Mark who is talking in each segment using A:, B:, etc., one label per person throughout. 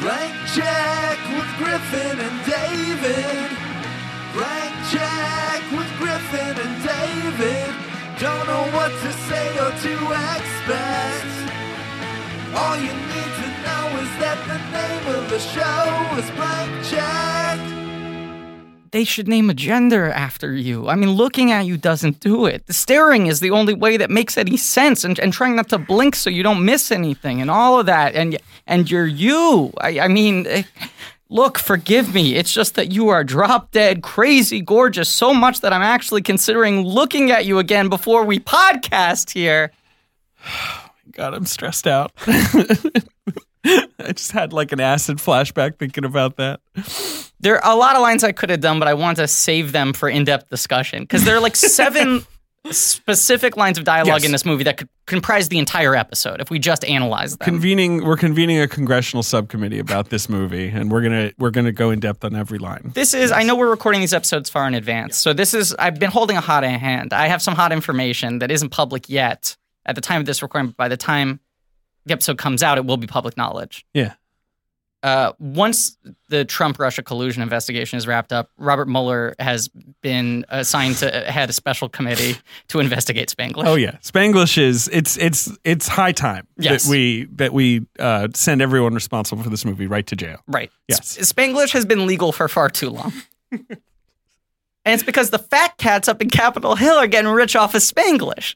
A: Blank check with Griffin and David. Blank check with Griffin and David. Don't know what to say or to expect. All you need to know is that the name of the show is Blank Check.
B: They should name a gender after you. I mean, looking at you doesn't do it. Staring is the only way that makes any sense, and, and trying not to blink so you don't miss anything, and all of that. And and you're you. I, I mean, eh, look, forgive me. It's just that you are drop dead, crazy, gorgeous, so much that I'm actually considering looking at you again before we podcast here.
C: God, I'm stressed out. I just had like an acid flashback thinking about that.
B: There are a lot of lines I could have done, but I want to save them for in-depth discussion because there are like seven specific lines of dialogue
C: Yes.
B: in this movie that could comprise the entire episode if we just analyze them.
C: Convening, we're convening a congressional subcommittee about this movie, and we're gonna we're gonna go in depth on every line.
B: this is I know we're recording these episodes far in advance. So this is I've been holding a hot hand. I have some hot information that isn't public yet at the time of this recording, but by the time the episode comes out, it will be public knowledge.
C: Yeah,
B: uh, once the Trump Russia collusion investigation is wrapped up, Robert Mueller has been assigned to uh, head a special committee to investigate Spangler.
C: oh yeah, Spanglish is it's it's it's high time
B: Yes.
C: that we that we uh, send everyone responsible for this movie right to jail.
B: Right.
C: Yes.
B: S- Spanglish has been legal for far too long. and it's because the fat cats up in Capitol Hill are getting rich off of Spanglish.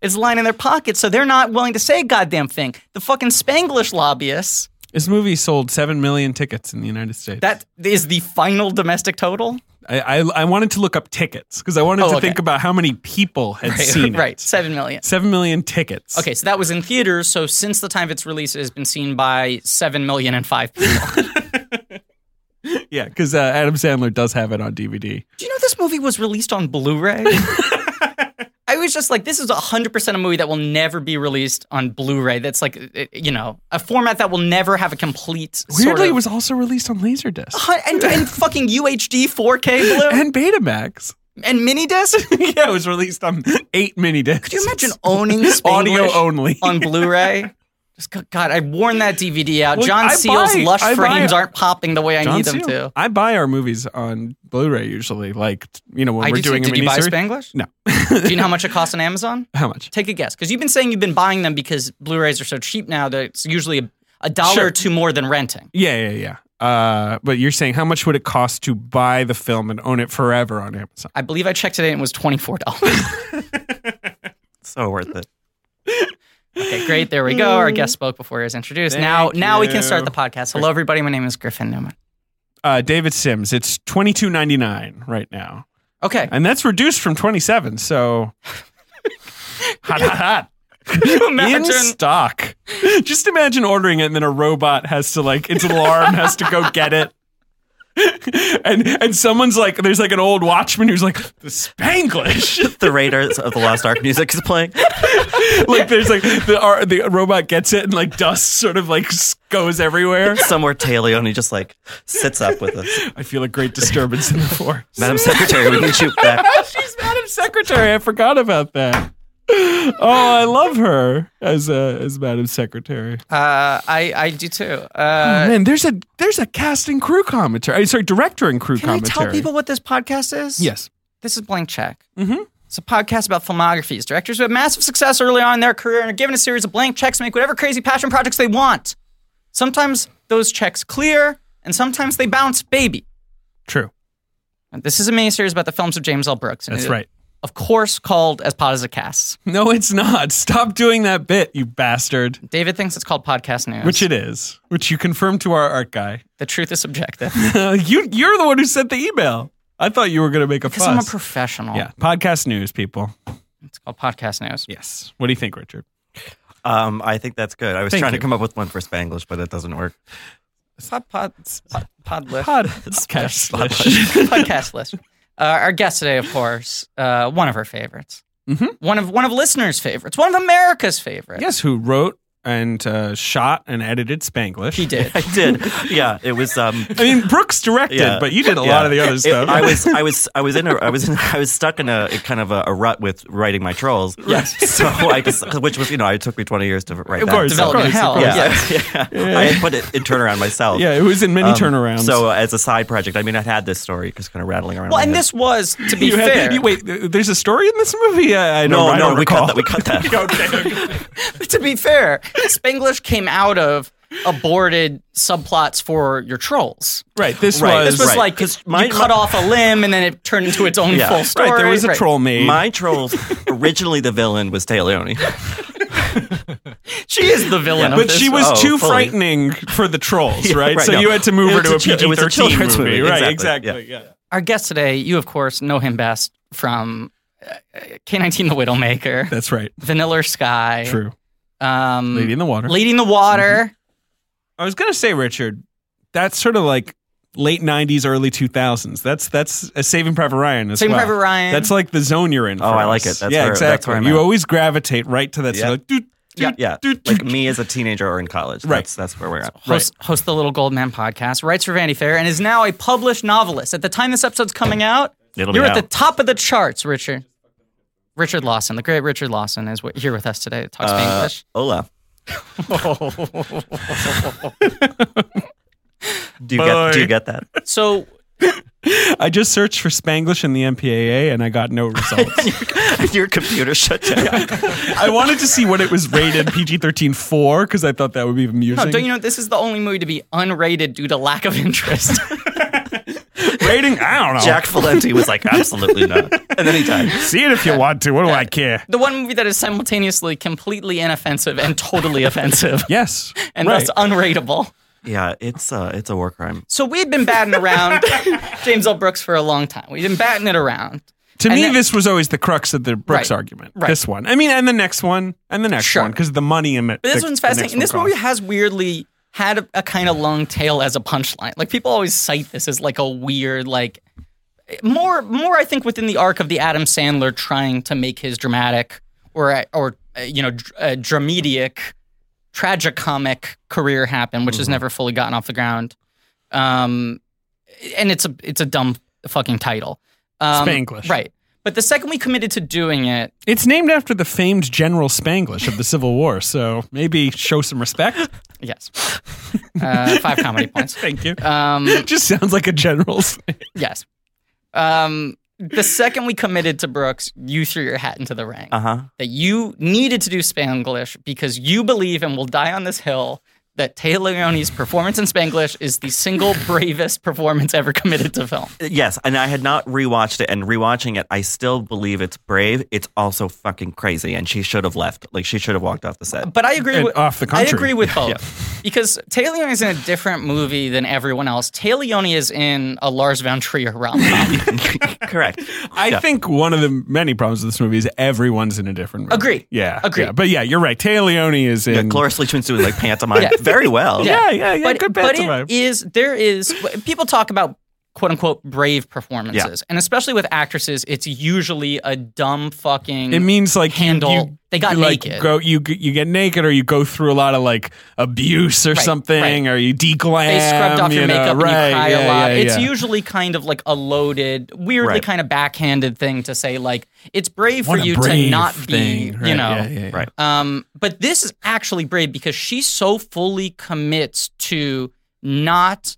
B: It's lying in their pockets, so they're not willing to say a goddamn thing. The fucking Spanglish lobbyists,
C: This movie sold seven million tickets in the United States.
B: that is the final domestic total.
C: I I, I wanted to look up tickets because I wanted
B: Oh,
C: to
B: okay.
C: think about how many people had seen it.
B: right, 7 million.
C: seven million tickets.
B: Okay, so that was in theaters. So since the time of its release, it has been seen by seven million and five people.
C: Yeah, because uh, Adam Sandler does have it on DVD.
B: Do you know this movie was released on Blu-ray? I was just like, this is 100% a movie that will never be released on Blu-ray. That's like, uh, you know, a format that will never have a complete
C: Weirdly,
B: sort of- Oh,
C: it was also released on Laserdisc
B: Hu- and, and fucking UHD 4K blue and,
C: and Betamax.
B: mini disc.
C: yeah, it was released on eight mini discs.
B: Could you imagine owning Spanglish Oh,
C: Audio only.
B: on Blu-ray? Just go- God, I worn that DVD out.
C: Well,
B: John
C: I buy-
B: Seale's lush
C: I buy-
B: frames aren't popping the way I
C: John
B: need them
C: Seal.
B: to.
C: I buy our movies on Blu-ray usually. Like you know when
B: I
C: we're
B: do too.
C: doing a
B: Did you buy
C: miniseries.
B: Spanglish?
C: No.
B: Do you know how much it costs on Amazon?
C: How much?
B: Take a guess, because you've been saying you've been buying them because Blu-rays are so cheap now that it's usually a, a dollar
C: Sure.
B: or two more than renting.
C: Yeah, yeah, yeah. Uh, but you're saying how much would it cost to buy the film and own it forever on Amazon?
B: I believe I checked today and it was twenty-four dollars.
D: So worth it.
B: okay, great. There we go. Our guest spoke before he was introduced. now,
C: Thank
B: now we
C: you.
B: can start the podcast. Hello, everybody. My name is Griffin Newman.
C: Uh, David Sims, it's twenty two ninety nine right now,
B: Okay,
C: and that's reduced from twenty seven. So hot, hot, hot.
B: Can you
C: in stock. Just imagine ordering it, and then a robot has to like its alarm has to go get it. And and someone's like, there's like an old watchman who's like the Spanglish.
D: The Raiders of the Lost Ark music is playing.
C: like there's like the our, the robot gets it, and like dust sort of like s- goes everywhere.
D: Somewhere Taleone just like sits up with us.
C: I feel a great disturbance in the force.
D: Madam Secretary, we can shoot back.
C: She's Madam Secretary. I forgot about that. Oh, I love her as uh, as Madam Secretary.
B: Uh, I I do too. Uh,
C: Man, there's a there's a cast and crew commentary. I'm Sorry, director and crew
B: Hmm. can I
C: commentary.
B: tell people what this podcast is?
C: Yes.
B: This is Blank Check.
C: Mhm.
B: It's a podcast about filmographies. Directors who have massive success early on in their career and are given a series of blank checks to make whatever crazy passion projects they want. Sometimes those checks clear, and sometimes they bounce, baby.
C: True.
B: And this is a miniseries about the films of James L. Brooks. and
C: That's
B: it-
C: right.
B: Of course, called As Pod as It Casts.
C: No, it's not. Stop doing that bit, you bastard.
B: David thinks it's called Podcast News.
C: Which it is. Which you confirmed to our art guy.
B: the truth is subjective.
C: you you're the one who sent the email. I thought you were going to make a
B: Because
C: fuss.
B: I'm a professional.
C: yeah, podcast news people.
B: It's called Podcast News.
C: Yes. What do you think, Richard?
D: Um, I think that's good. I was
C: Thank
D: trying
C: you.
D: to come up with one for Spanglish, but it doesn't work.
B: Pod, pod, pod, pod lift.
C: Podcast.
B: podcast list. Uh, our guest today, of course, uh, one of her favorites,
C: Mhm.
B: one of one of listeners' favorites, one of America's favorites.
C: yes, who wrote and uh, shot and edited Spanglish.
B: He did.
D: I did. Yeah, it was. Um,
C: I mean, Brooks directed,
D: Yeah.
C: but you did a
D: Yeah.
C: lot of the other
D: It-
C: stuff.
D: I was, I was, I was in a, I was, in, I was stuck in a, a kind of a, a rut with writing my trolls.
B: Yes.
D: So I just, which was, you know, it took me 20 years to write.
C: Of
D: that.
C: course,
D: So,
B: Development
C: course, of
B: hell.
D: yeah,
B: yes.
D: yeah. I had put it in turnaround myself.
C: yeah, it was in many
D: Um,
C: turnarounds.
D: So uh, as a side project, I mean, I had this story just kind of rattling around.
B: Well,
D: in
B: and
D: my
B: this was, to be
C: you
B: fair,
C: had, you, wait, th- there's a story in this movie? I, I
D: head.
C: don't,
D: no,
C: I
D: no,
C: don't
D: we
C: recall.
D: cut that. We cut that.
C: okay.
B: to be fair, Spanglish came out of aborted subplots for your trolls.
C: right, this
D: Right,
C: was.
B: This was
D: right.
B: like
D: 'Cause
B: you
D: my-
B: cut off a limb and then it turned into its own
D: Yeah.
B: full
D: Right,
B: story.
C: Right, there was a troll maid.
D: My trolls originally the villain was Leone.
B: She is the villain of
C: but
B: this.
C: she was
D: oh,
C: too
D: fully.
C: frightening for the trolls, right?
D: right,
C: so
D: no.
C: you had to move
D: It
C: her
D: was
C: to a
D: a chi- it was a
C: PG-13
D: children's
C: movie,
D: movie,
C: right?
D: exactly,
C: Exactly. Yeah.
B: Our guest today, you of course know him best from uh, K19 The Widowmaker,
C: that's right.
B: Vanilla Sky,
C: True.
B: Um,
C: Lady in the water.
B: Lady in the Water.
C: I was gonna say, Richard, that's sort of like late '90s, early 2000s. That's that's a Saving Private Ryan as
B: Saving
C: well.
B: Private Ryan.
C: That's like the zone you're in.
D: Oh,
C: for
D: I like
C: us.
D: it. That's
C: yeah,
D: where- that's
C: exactly.
D: where I'm
C: you
D: at.
C: alys gravitate right to that.
D: Yeah.
C: So like, doot,
B: Yeah.
C: doot,
D: Yeah,
C: doot,
D: like
C: doot.
D: me as a teenager or in college.
C: Right.
D: That's, that's where we're at.
B: Host, host the Little Gold Man podcast, writes for Vanity Fair, and is now a published novelist. At the time this episode's coming out,
D: It'll be
B: you're at the
D: out.
B: top of the charts, Richard. Richard Lawson, the great Richard Lawson, is wi- here with us today to talk
D: Uh,
B: Spanglish.
D: Hola. Do you
C: Boy.
D: get? Do you get that?
B: So
C: I just searched for Spanglish in the MPAA and I got no results.
D: Your computer shut down.
C: I wanted to see what it was rated PG-13 for because I thought that would be amusing.
B: No, don't you know this is the only movie to be unrated due to lack of interest?
C: Rating? I don't know.
D: Jack Valenti was like, absolutely not. And then he died.
C: See it if you want to. What do I care?
B: the one movie that is simultaneously completely inoffensive and totally offensive
C: Yes.
B: and
C: right.
B: thus unrateable.
D: Yeah, it's uh, it's a war crime.
B: So we had been batting around James L. Brooks for a long time. We've been batting it around.
C: To
B: And
C: me,
B: that-
C: this was always the crux of the Brooks
B: Right.
C: argument.
B: Right.
C: This one. I mean, and the next one, and the next
B: Sure.
C: one, because the money in it.
B: But this
C: the-
B: one's
C: the next
B: fascinating. And this
C: one
B: movie
C: costs.
B: has weirdly had a, a kind of long tail as a punchline. Like people always cite this as like a weird like more more I think within the arc of the Adam Sandler trying to make his dramatic or uh, or uh, you know dr- uh, dramedic tragicomic career happen, which has
C: Mm-hmm.
B: never fully gotten off the ground. Um, and it's a it's a dumb fucking title. Um,
C: Spanglish.
B: right? But the second we committed to doing it,
C: It's named after the famed General Spanglish of the Civil War, so maybe show some respect.
B: yes, uh, five comedy points.
C: Thank you.
B: Um,
C: Just sounds like a general's. name.
B: yes. Um, the second we committed to Brooks, you threw your hat into the ring
D: Uh
C: Uh-huh.
D: huh.
B: that you needed to do Spanglish because you believe and will die on this hill that Taylor Leone's performance in Spanglish is the single bravest performance ever committed to film.
D: Yes, and I had not rewatched it, and rewatching it, I still believe it's brave. It's also fucking crazy, and she should have left. Like she should have walked off the set.
B: But I agree
C: And
B: with
C: off the
B: I
C: country.
B: agree with both. Because Taylor Leone is in a different movie than everyone else. Taylor Leone is in a Lars von Trier rom com.
D: Correct.
C: I think one of the many problems with this movie is everyone's in a different movie.
B: Agree.
C: Yeah.
B: Agree.
C: yeah. But yeah, you're right. Taleone is in.
D: Yeah, Cloris Leachman's doing like pantomime
B: Yeah.
D: very well.
C: Yeah, yeah, yeah.
B: but,
C: good
B: but
C: pantomime.
B: it is there is people talk about quote unquote brave performances, and especially with actresses, it's usually a dumb fucking.
C: It means like you-
B: handle-
C: You,
B: they got
C: you, like,
B: naked.
C: Go you you get naked or you go through a lot of like abuse or something
B: right.
C: or you deglam.
B: they scrubbed off your
C: you know,
B: makeup
C: right,
B: and you cry
C: yeah,
B: a lot.
C: yeah,
B: it's
C: yeah.
B: usually kind of like a loaded, weirdly
D: Right.
B: kind of backhanded thing to say. Like it's brave for
C: What a
B: you to
C: brave
B: not be,
C: thing, right,
B: you know.
C: yeah, yeah, yeah.
D: Right.
B: Um, but this is actually brave because she so fully commits to not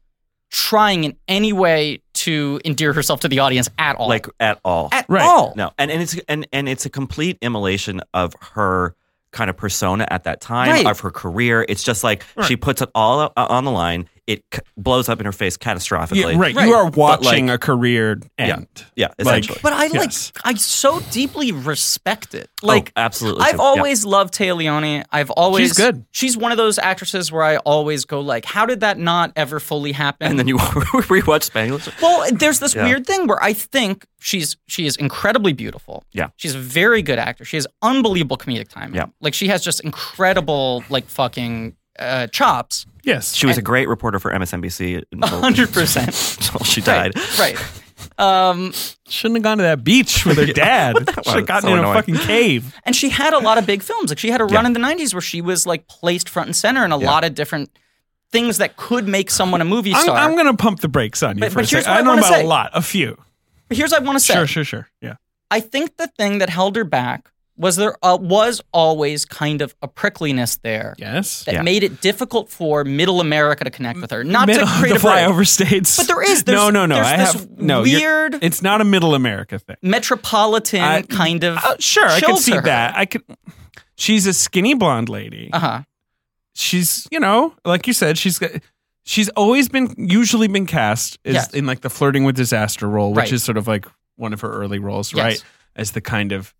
B: trying in any way to endear herself to the audience at all.
D: Like at all.
B: at
C: Right.
B: all.
D: no, and and it's and and it's a complete immolation of her kind of persona at that time
B: Right.
D: of her career. It's just like she puts it all o- on the line. It c- blows up in her face
C: Yeah,
D: catastrophically.
C: right.
B: Right.
C: You are
D: But,
C: watching
D: like-
C: a career end.
D: Yeah, essentially.
B: But I like
C: Yes.
B: I so deeply respect it. Like
D: oh, absolutely.
B: I've
D: Yeah.
B: always loved Tay Leone. I've always
C: She's good.
B: She's one of those actresses where I always go like, how did that not ever fully happen?
D: And then you rewatch Spanglish.
B: well, there's this
D: Yeah.
B: weird thing where I think she's she is incredibly beautiful.
D: Yeah.
B: she's a very good actor. She has unbelievable comedic timing.
D: Yeah.
B: like she has just incredible like fucking uh, chops.
C: Yes.
D: She was a great reporter for MSNBC. until-
B: Hundred percent.
D: until she died.
B: Right. Um,
C: Shouldn't have gone to that beach with her dad. Should have gotten
D: so
C: in a
D: annoying.
C: fucking cave.
B: and she had a lot of big films. Like she had a run in the '90s where she was like placed front and center in a lot of different things that could make someone a movie
C: I'm,
B: star.
C: I'm gonna pump the brakes on you
B: But-
C: for
B: but
C: a
B: here's
C: second.
B: what
C: I
B: I
C: know
B: wanna
C: about
B: say.
C: a lot, a few.
B: But here's what I want to say.
C: Sure, sure, sure. Yeah.
B: I think the thing that held her back was there uh, was always kind of a prickliness there
C: Yes.
B: that
D: Yeah.
B: made it difficult for Middle America to connect with her. Not
C: middle
B: to create
C: the
B: a break.
C: flyover states.
B: But there is-
C: no,
B: there's-
C: no, no.
B: there's
C: I
B: this
C: have no you're-
B: weird-
C: It's not a middle America thing.
B: metropolitan
C: I-
B: kind of.
C: Uh, sure, I
B: chill
C: can
B: to
C: see
B: her.
C: that. I could. She's a skinny blonde lady.
B: Uh huh.
C: She's you know, like you said, she's got- she's always been usually been cast as
B: Yes.
C: in like the flirting with disaster role, which
B: Right.
C: is sort of like one of her early roles,
B: Yes.
C: right? As the kind of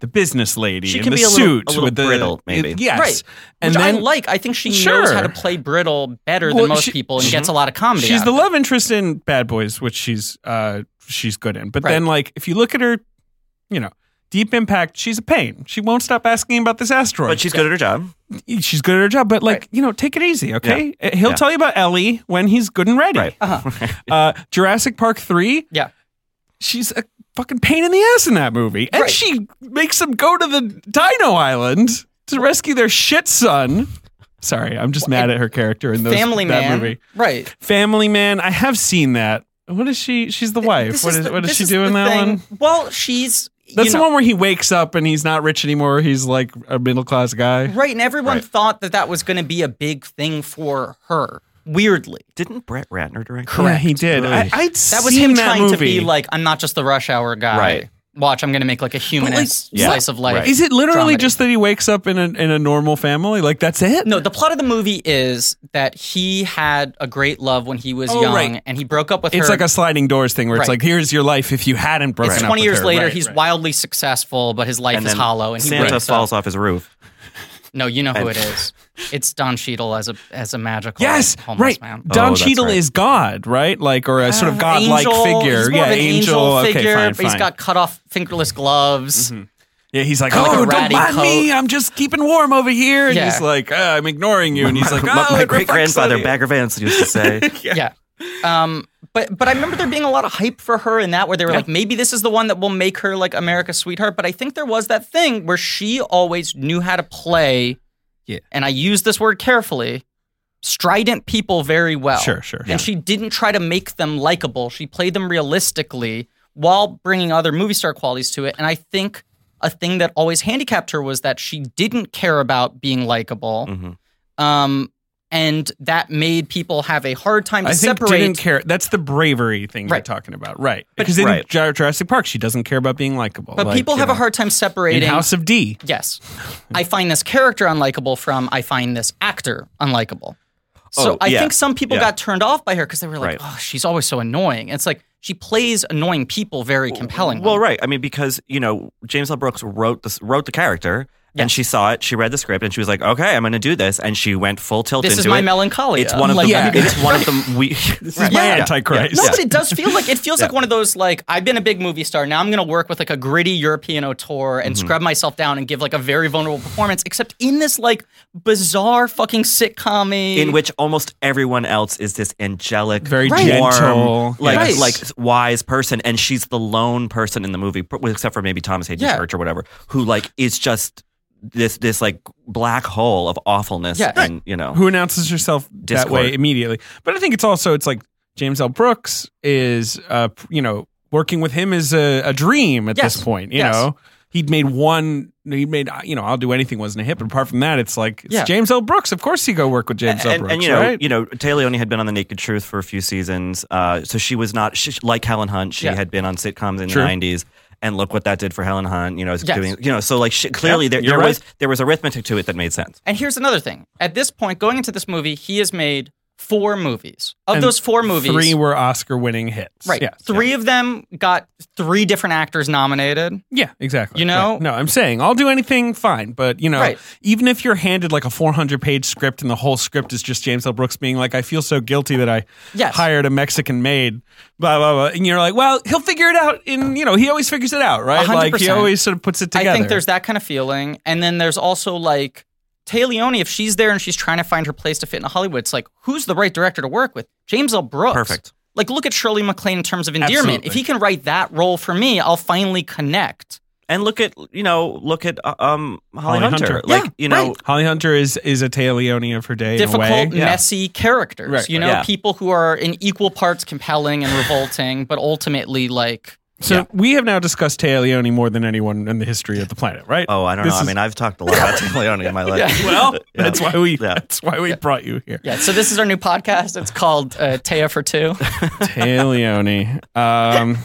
C: the business lady
D: She
C: in
D: can
C: the
D: be a little-
C: suit
D: a little
C: with the
D: brittle, maybe.
C: yes,
B: Right.
C: and
B: Which
C: then
B: I like. I think she
C: Sure.
B: knows how to play brittle better
C: Well,
B: than most
C: she-
B: people and gets a lot of comedy.
C: She's
B: out
C: the
B: of
C: love interest in Bad Boys, which she's uh she's good in. But
B: Right.
C: then like if you look at her, you know, Deep Impact, she's a pain. She won't stop asking about this asteroid.
D: But she's good at her job.
C: she's good at her job, but like,
B: Right.
C: you know, take it easy, okay? Uh, He'll
D: Yeah.
C: tell you about Ellie when he's good and ready.
D: Right.
B: Uh-huh.
C: Uh Jurassic Park 3,
B: it. Yeah.
C: she's a fucking pain in the ass in that movie. And
B: Right.
C: she makes them go to the Dino Island to rescue their shit son. Sorry, I'm just mad at her character in those,
B: Family
C: that
B: Man.
C: movie.
B: Right.
C: Family Man. I have seen that. What is she? She's the wife.
B: This
C: What is,
B: the-
C: what does
B: this
C: she do
B: the
C: in that
B: thing.
C: one?
B: Well, she's.
C: That's
B: you
C: the
B: know,
C: one where he wakes up and he's not rich anymore. He's like a middle class guy.
B: Right, and everyone
D: Right.
B: thought that that was going to be a big thing for her. Weirdly,
D: Didn't Brett Ratner direct? her?
C: Yeah, he did. I,
D: Ugh.
C: I'd
B: that was him
C: seen that
B: trying
C: movie.
B: to be like, "I'm not just the Rush Hour guy."
D: Right.
B: Watch, I'm going to make like a humanist
D: Yeah,
B: slice of life.
D: right.
C: Is it literally
B: Dramedy.
C: just that he wakes up in a in a normal family? Like that's it?
B: No, the plot of the movie is that he had a great love when he was
C: Oh,
B: young,
C: right.
B: and he broke up with
C: It's
B: her.
C: like a sliding doors thing where it's
B: Right.
C: like, here's your life if you hadn't broken
B: It's
C: up.
B: 20
C: with
B: years
C: her.
B: later,
C: Right,
B: he's
C: right.
B: wildly successful, but his life is
D: then
B: hollow, and he
D: Santa
B: breaks
D: falls
B: Up.
D: off his roof.
B: No, you know who
D: and-
B: it is. It's Don Cheadle as a as a magical
C: Yes,
B: homeless
C: right.
B: man. Uh,
C: Don
D: Oh, that's
C: Cheadle
D: right.
C: is God, right? Like, or a sort of godlike
B: Angel,
C: figure.
B: he's more
C: yeah,
B: of an angel,
C: Okay,
B: figure, but
C: fine,
B: he's
C: fine. Mm-hmm.
B: got cut off fingerless gloves.
C: Yeah, he's like,
B: Kinda like
C: oh,
B: a
C: don't
B: ratty
C: mind
B: coat."
C: me. I'm just keeping warm over here. And
B: Yeah.
C: he's like, uh, I'm ignoring you. And he's like,
D: My-
C: oh,
D: my
C: it
D: great
C: reflects
D: grandfather
C: on
D: Bagger Vance used to say,
B: yeah. Um, but but I remember there being a lot of hype for her in that where they were like, maybe this is the one that will make her like America's sweetheart. But I think there was that thing where she always knew how to play.
C: Yeah.
B: And I use this word carefully. Strident people very well.
C: you." Sure, sure.
B: And she didn't try to make them likable. She played them realistically while bringing other movie star qualities to it. And I think a thing that always handicapped her was that she didn't care about being
C: Mm-hmm.
B: likable.
D: Mhm.
B: Um, and that made people have a hard time to
C: I think
B: separate.
C: didn't care. That's the bravery thing you're
B: Right.
C: talking about, right? Because in
D: Right.
C: Jur- Jurassic Park, she doesn't care about being likable.
B: but
C: Like,
B: people
C: you
B: have
C: know,
B: a hard time
C: in
B: separating.
C: House of D.
B: yes. I find this character unlikable from I find this actor unlikable. So
D: Oh,
B: I
D: yeah.
B: think some people
D: Yeah.
B: got turned off by her because they were like,
D: Right.
B: oh, she's always so annoying. And it's like she plays annoying people very compelling.
D: Well, right. I mean, because you know, James L. Brooks wrote this, wrote the character,
B: Yeah.
D: and she saw it. She read the script, and she was like, "Okay, I'm going to do this." And she went full tilt
B: this
D: into
B: is my
D: it.
B: melancholia.
D: It's one of the.
B: Like,
C: Yeah.
D: It's one of the. We. this
C: He's my Antichrist.
B: No, but it does feel like it feels like one of those like I've been a big movie star. Now I'm going to work with like a gritty European auteur and
D: Mm-hmm.
B: scrub myself down and give like a very vulnerable performance. Except in this like bizarre fucking sitcom.
D: in which almost everyone else is this angelic,
C: Very
D: warm,
C: gentle.
D: like
B: Yes.
D: like wise person, and she's the lone person in the movie, pr- except for maybe Thomas Hayden
B: Yeah.
D: Church or whatever, who like is just this this like black hole of awfulness,
B: Yeah.
D: and you know,
C: who announces herself that
D: Discord.
C: way immediately. But I think it's also it's like James L. Brooks is uh you know working with him is a, a dream at
B: Yes.
C: this point. You
B: Yes.
C: know he'd made one he made uh, you know I'll do anything wasn't a hit, but apart from that, it's like it's
B: Yeah.
C: James L. Brooks. Of course, you go work with James L.
D: and,
C: Brooks,
D: and you know,
C: right?
D: you know, Taylor Leone had been on The Naked Truth for a few seasons, uh, so she was not she, like Helen Hunt. She
B: Yeah.
D: had been on sitcoms in
C: True.
D: the '90s, and look what that did for Helen Hunt. You know, is
B: Yes.
D: doing you know, so like she, clearly
C: Yeah,
D: there,
C: you're
D: there
C: right.
D: was there was arithmetic to it that made sense.
B: and here's another thing. At this point, going into this movie, he has made four movies. Of
C: And
B: those four movies,
C: three were Oscar-winning hits.
B: right?
C: Yeah.
B: three of them got three different actors nominated.
C: Yeah, exactly.
B: You know?
C: Right. no, I'm saying I'll do anything fine, but you know,
B: Right.
C: even if you're handed like a 400 page script and the whole script is just James L. Brooks being like, "I feel so guilty that I
B: Yes.
C: hired a Mexican maid," blah blah blah, and you're like, "Well, he'll figure it out." And you know, he always figures it out, right? Like he
B: 100%.
C: always sort of puts it together.
B: I think there's that kind of feeling, and then there's also like Tay Leone. If she's there and she's trying to find her place to fit in Hollywood, it's like who's the right director to work with? James L. Brooks.
D: Perfect.
B: Like, look at Shirley MacLaine in terms of endearment. If
C: Absolutely.
B: he can write that role for me, I'll finally connect.
D: And look at you know look at uh, um Holly,
C: Holly
D: Hunter.
C: Hunter.
D: like
B: Yeah,
D: you know
B: right.
C: Holly Hunter is is a Taleone of her day. in a
B: Difficult,
C: way.
B: messy characters.
C: Right,
B: you
C: right.
B: know,
D: Yeah.
B: people who are in equal parts compelling and revolting, but ultimately like
C: So we have now discussed Taleone more than anyone in the history of the planet, right?
D: oh I don't
C: This
D: know
C: is-
D: I mean I've talked a lot about Tim Leone in my life.
C: well,
D: Yeah.
C: that's why we
D: Yeah.
C: that's why we brought you here.
B: yeah. So this is our new podcast. It's called uh, Taya for Two.
C: Taleone. Um,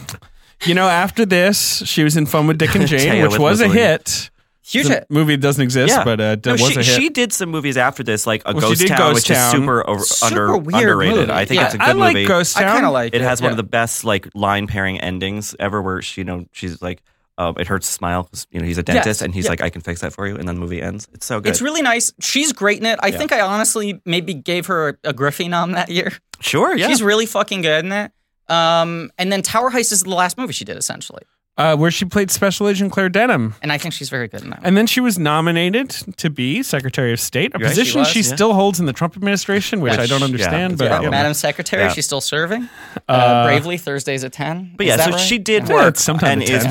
C: you know, after this, she was in Fun with Dick and Jane,
D: Taya
C: which
D: with
C: was a
D: Mussolini.
C: hit.
B: Huge
C: The
B: hit.
C: movie doesn't exist,
D: Yeah.
C: but uh, it
D: No,
C: was
D: she,
C: a hit.
D: she did some movies after this, like a
C: Well, she
D: Ghost
C: did
D: Town,
C: Ghost
D: which
C: Town.
D: is super, over,
B: Super
D: under,
B: weird
D: underrated.
B: movie.
D: I think
B: Yeah,
D: it's a good
C: I like
D: movie.
C: Ghost
B: I
C: Town.
B: kind of like
D: it has one of
B: yeah.
D: the best like line pairing endings ever, where she, you know she's like, um, it hurts to smile because you know he's a dentist
B: Yes.
D: and he's
B: Yeah.
D: like, I can fix that for you, and then the movie ends. It's so good.
B: It's really nice. She's great in it. I think I honestly maybe gave her a, a Griffey nom that year.
D: sure, yeah.
B: She's really fucking good in it. Um, and then Tower Heist is the last movie she did essentially,
C: uh, where she played Special Agent Claire Denham.
B: and I think she's very good in that. one.
C: And then she was nominated to be Secretary of State, a
D: Right, she
C: position she,
D: was, yeah.
C: still holds in the Trump administration, which
D: Which,
C: I don't
D: yeah,
C: understand.
D: it's
C: but
D: a
B: Yeah,
D: problem.
B: Madam Secretary,
D: Yeah.
B: she's still serving. Uh,
C: Uh,
B: bravely Thursdays at ten.
D: But
B: Is
D: yeah,
B: that
D: so
B: right?
D: she did
C: Yeah,
D: work
C: it's sometime
D: and
C: to
D: is
C: 10.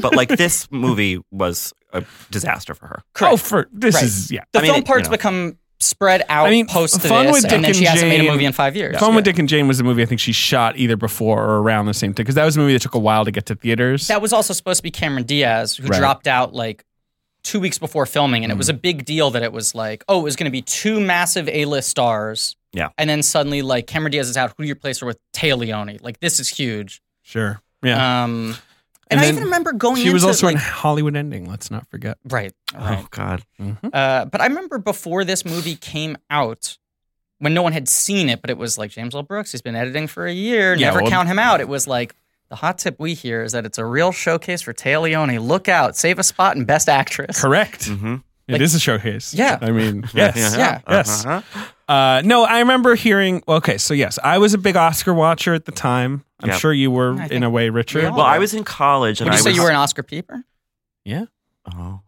D: but like this movie was a disaster for her.
C: oh, for this
B: Right.
C: is yeah.
B: The
D: I mean,
B: film
D: it-
B: parts
D: you know.
B: become spread out
C: I mean,
B: post to
C: Fun
B: this,
C: with
B: and
C: Dick
B: then she
C: and
B: hasn't made a
C: Jane-
B: movie in five years.
C: Fun with
B: Yeah.
C: Dick and Jane was a movie I think she shot either before or around the same time because that was a movie that took a while to get to theaters.
B: That was also supposed to be Cameron Diaz, who
C: Right.
B: dropped out like two weeks before filming, and it was
D: Mm-hmm.
B: a big deal that it was like, oh, it was going to be two massive A-list stars.
D: Yeah.
B: And then suddenly, like Cameron Diaz is out. Who do you replace her with? Taya Leone. Like this is huge.
C: sure, yeah.
B: Um,
C: And
B: and, I
C: then
B: even remember going.
C: she was
B: into,
C: also in
B: like-
C: Hollywood Ending. Let's not forget.
B: right. Right.
D: Oh God,
B: Uh, but I remember before this movie came out, when no one had seen it, but it was like James L. Brooks, he's been editing for a year,
C: Yeah,
B: never
C: well-
B: count him out. It was like the hot tip we hear is that it's a real showcase for Taya Leone. Look out, save a spot in Best Actress.
C: Correct.
D: mm-hmm.
B: Like-
C: it is a showcase.
B: Yeah.
C: I mean, yes.
B: Yeah. Uh-huh.
C: Yes.
D: Uh-huh.
C: Uh, no, I remember hearing. Okay, so yes, I was a big Oscar watcher at the time. I'm
D: Yep.
C: sure you were
B: I
C: in
B: think
C: a way, Richard.
B: we all-
D: Well, I was in college, and
B: Would you
D: I
B: say
D: was.
B: you were an Oscar peeper?
C: yeah.
D: oh,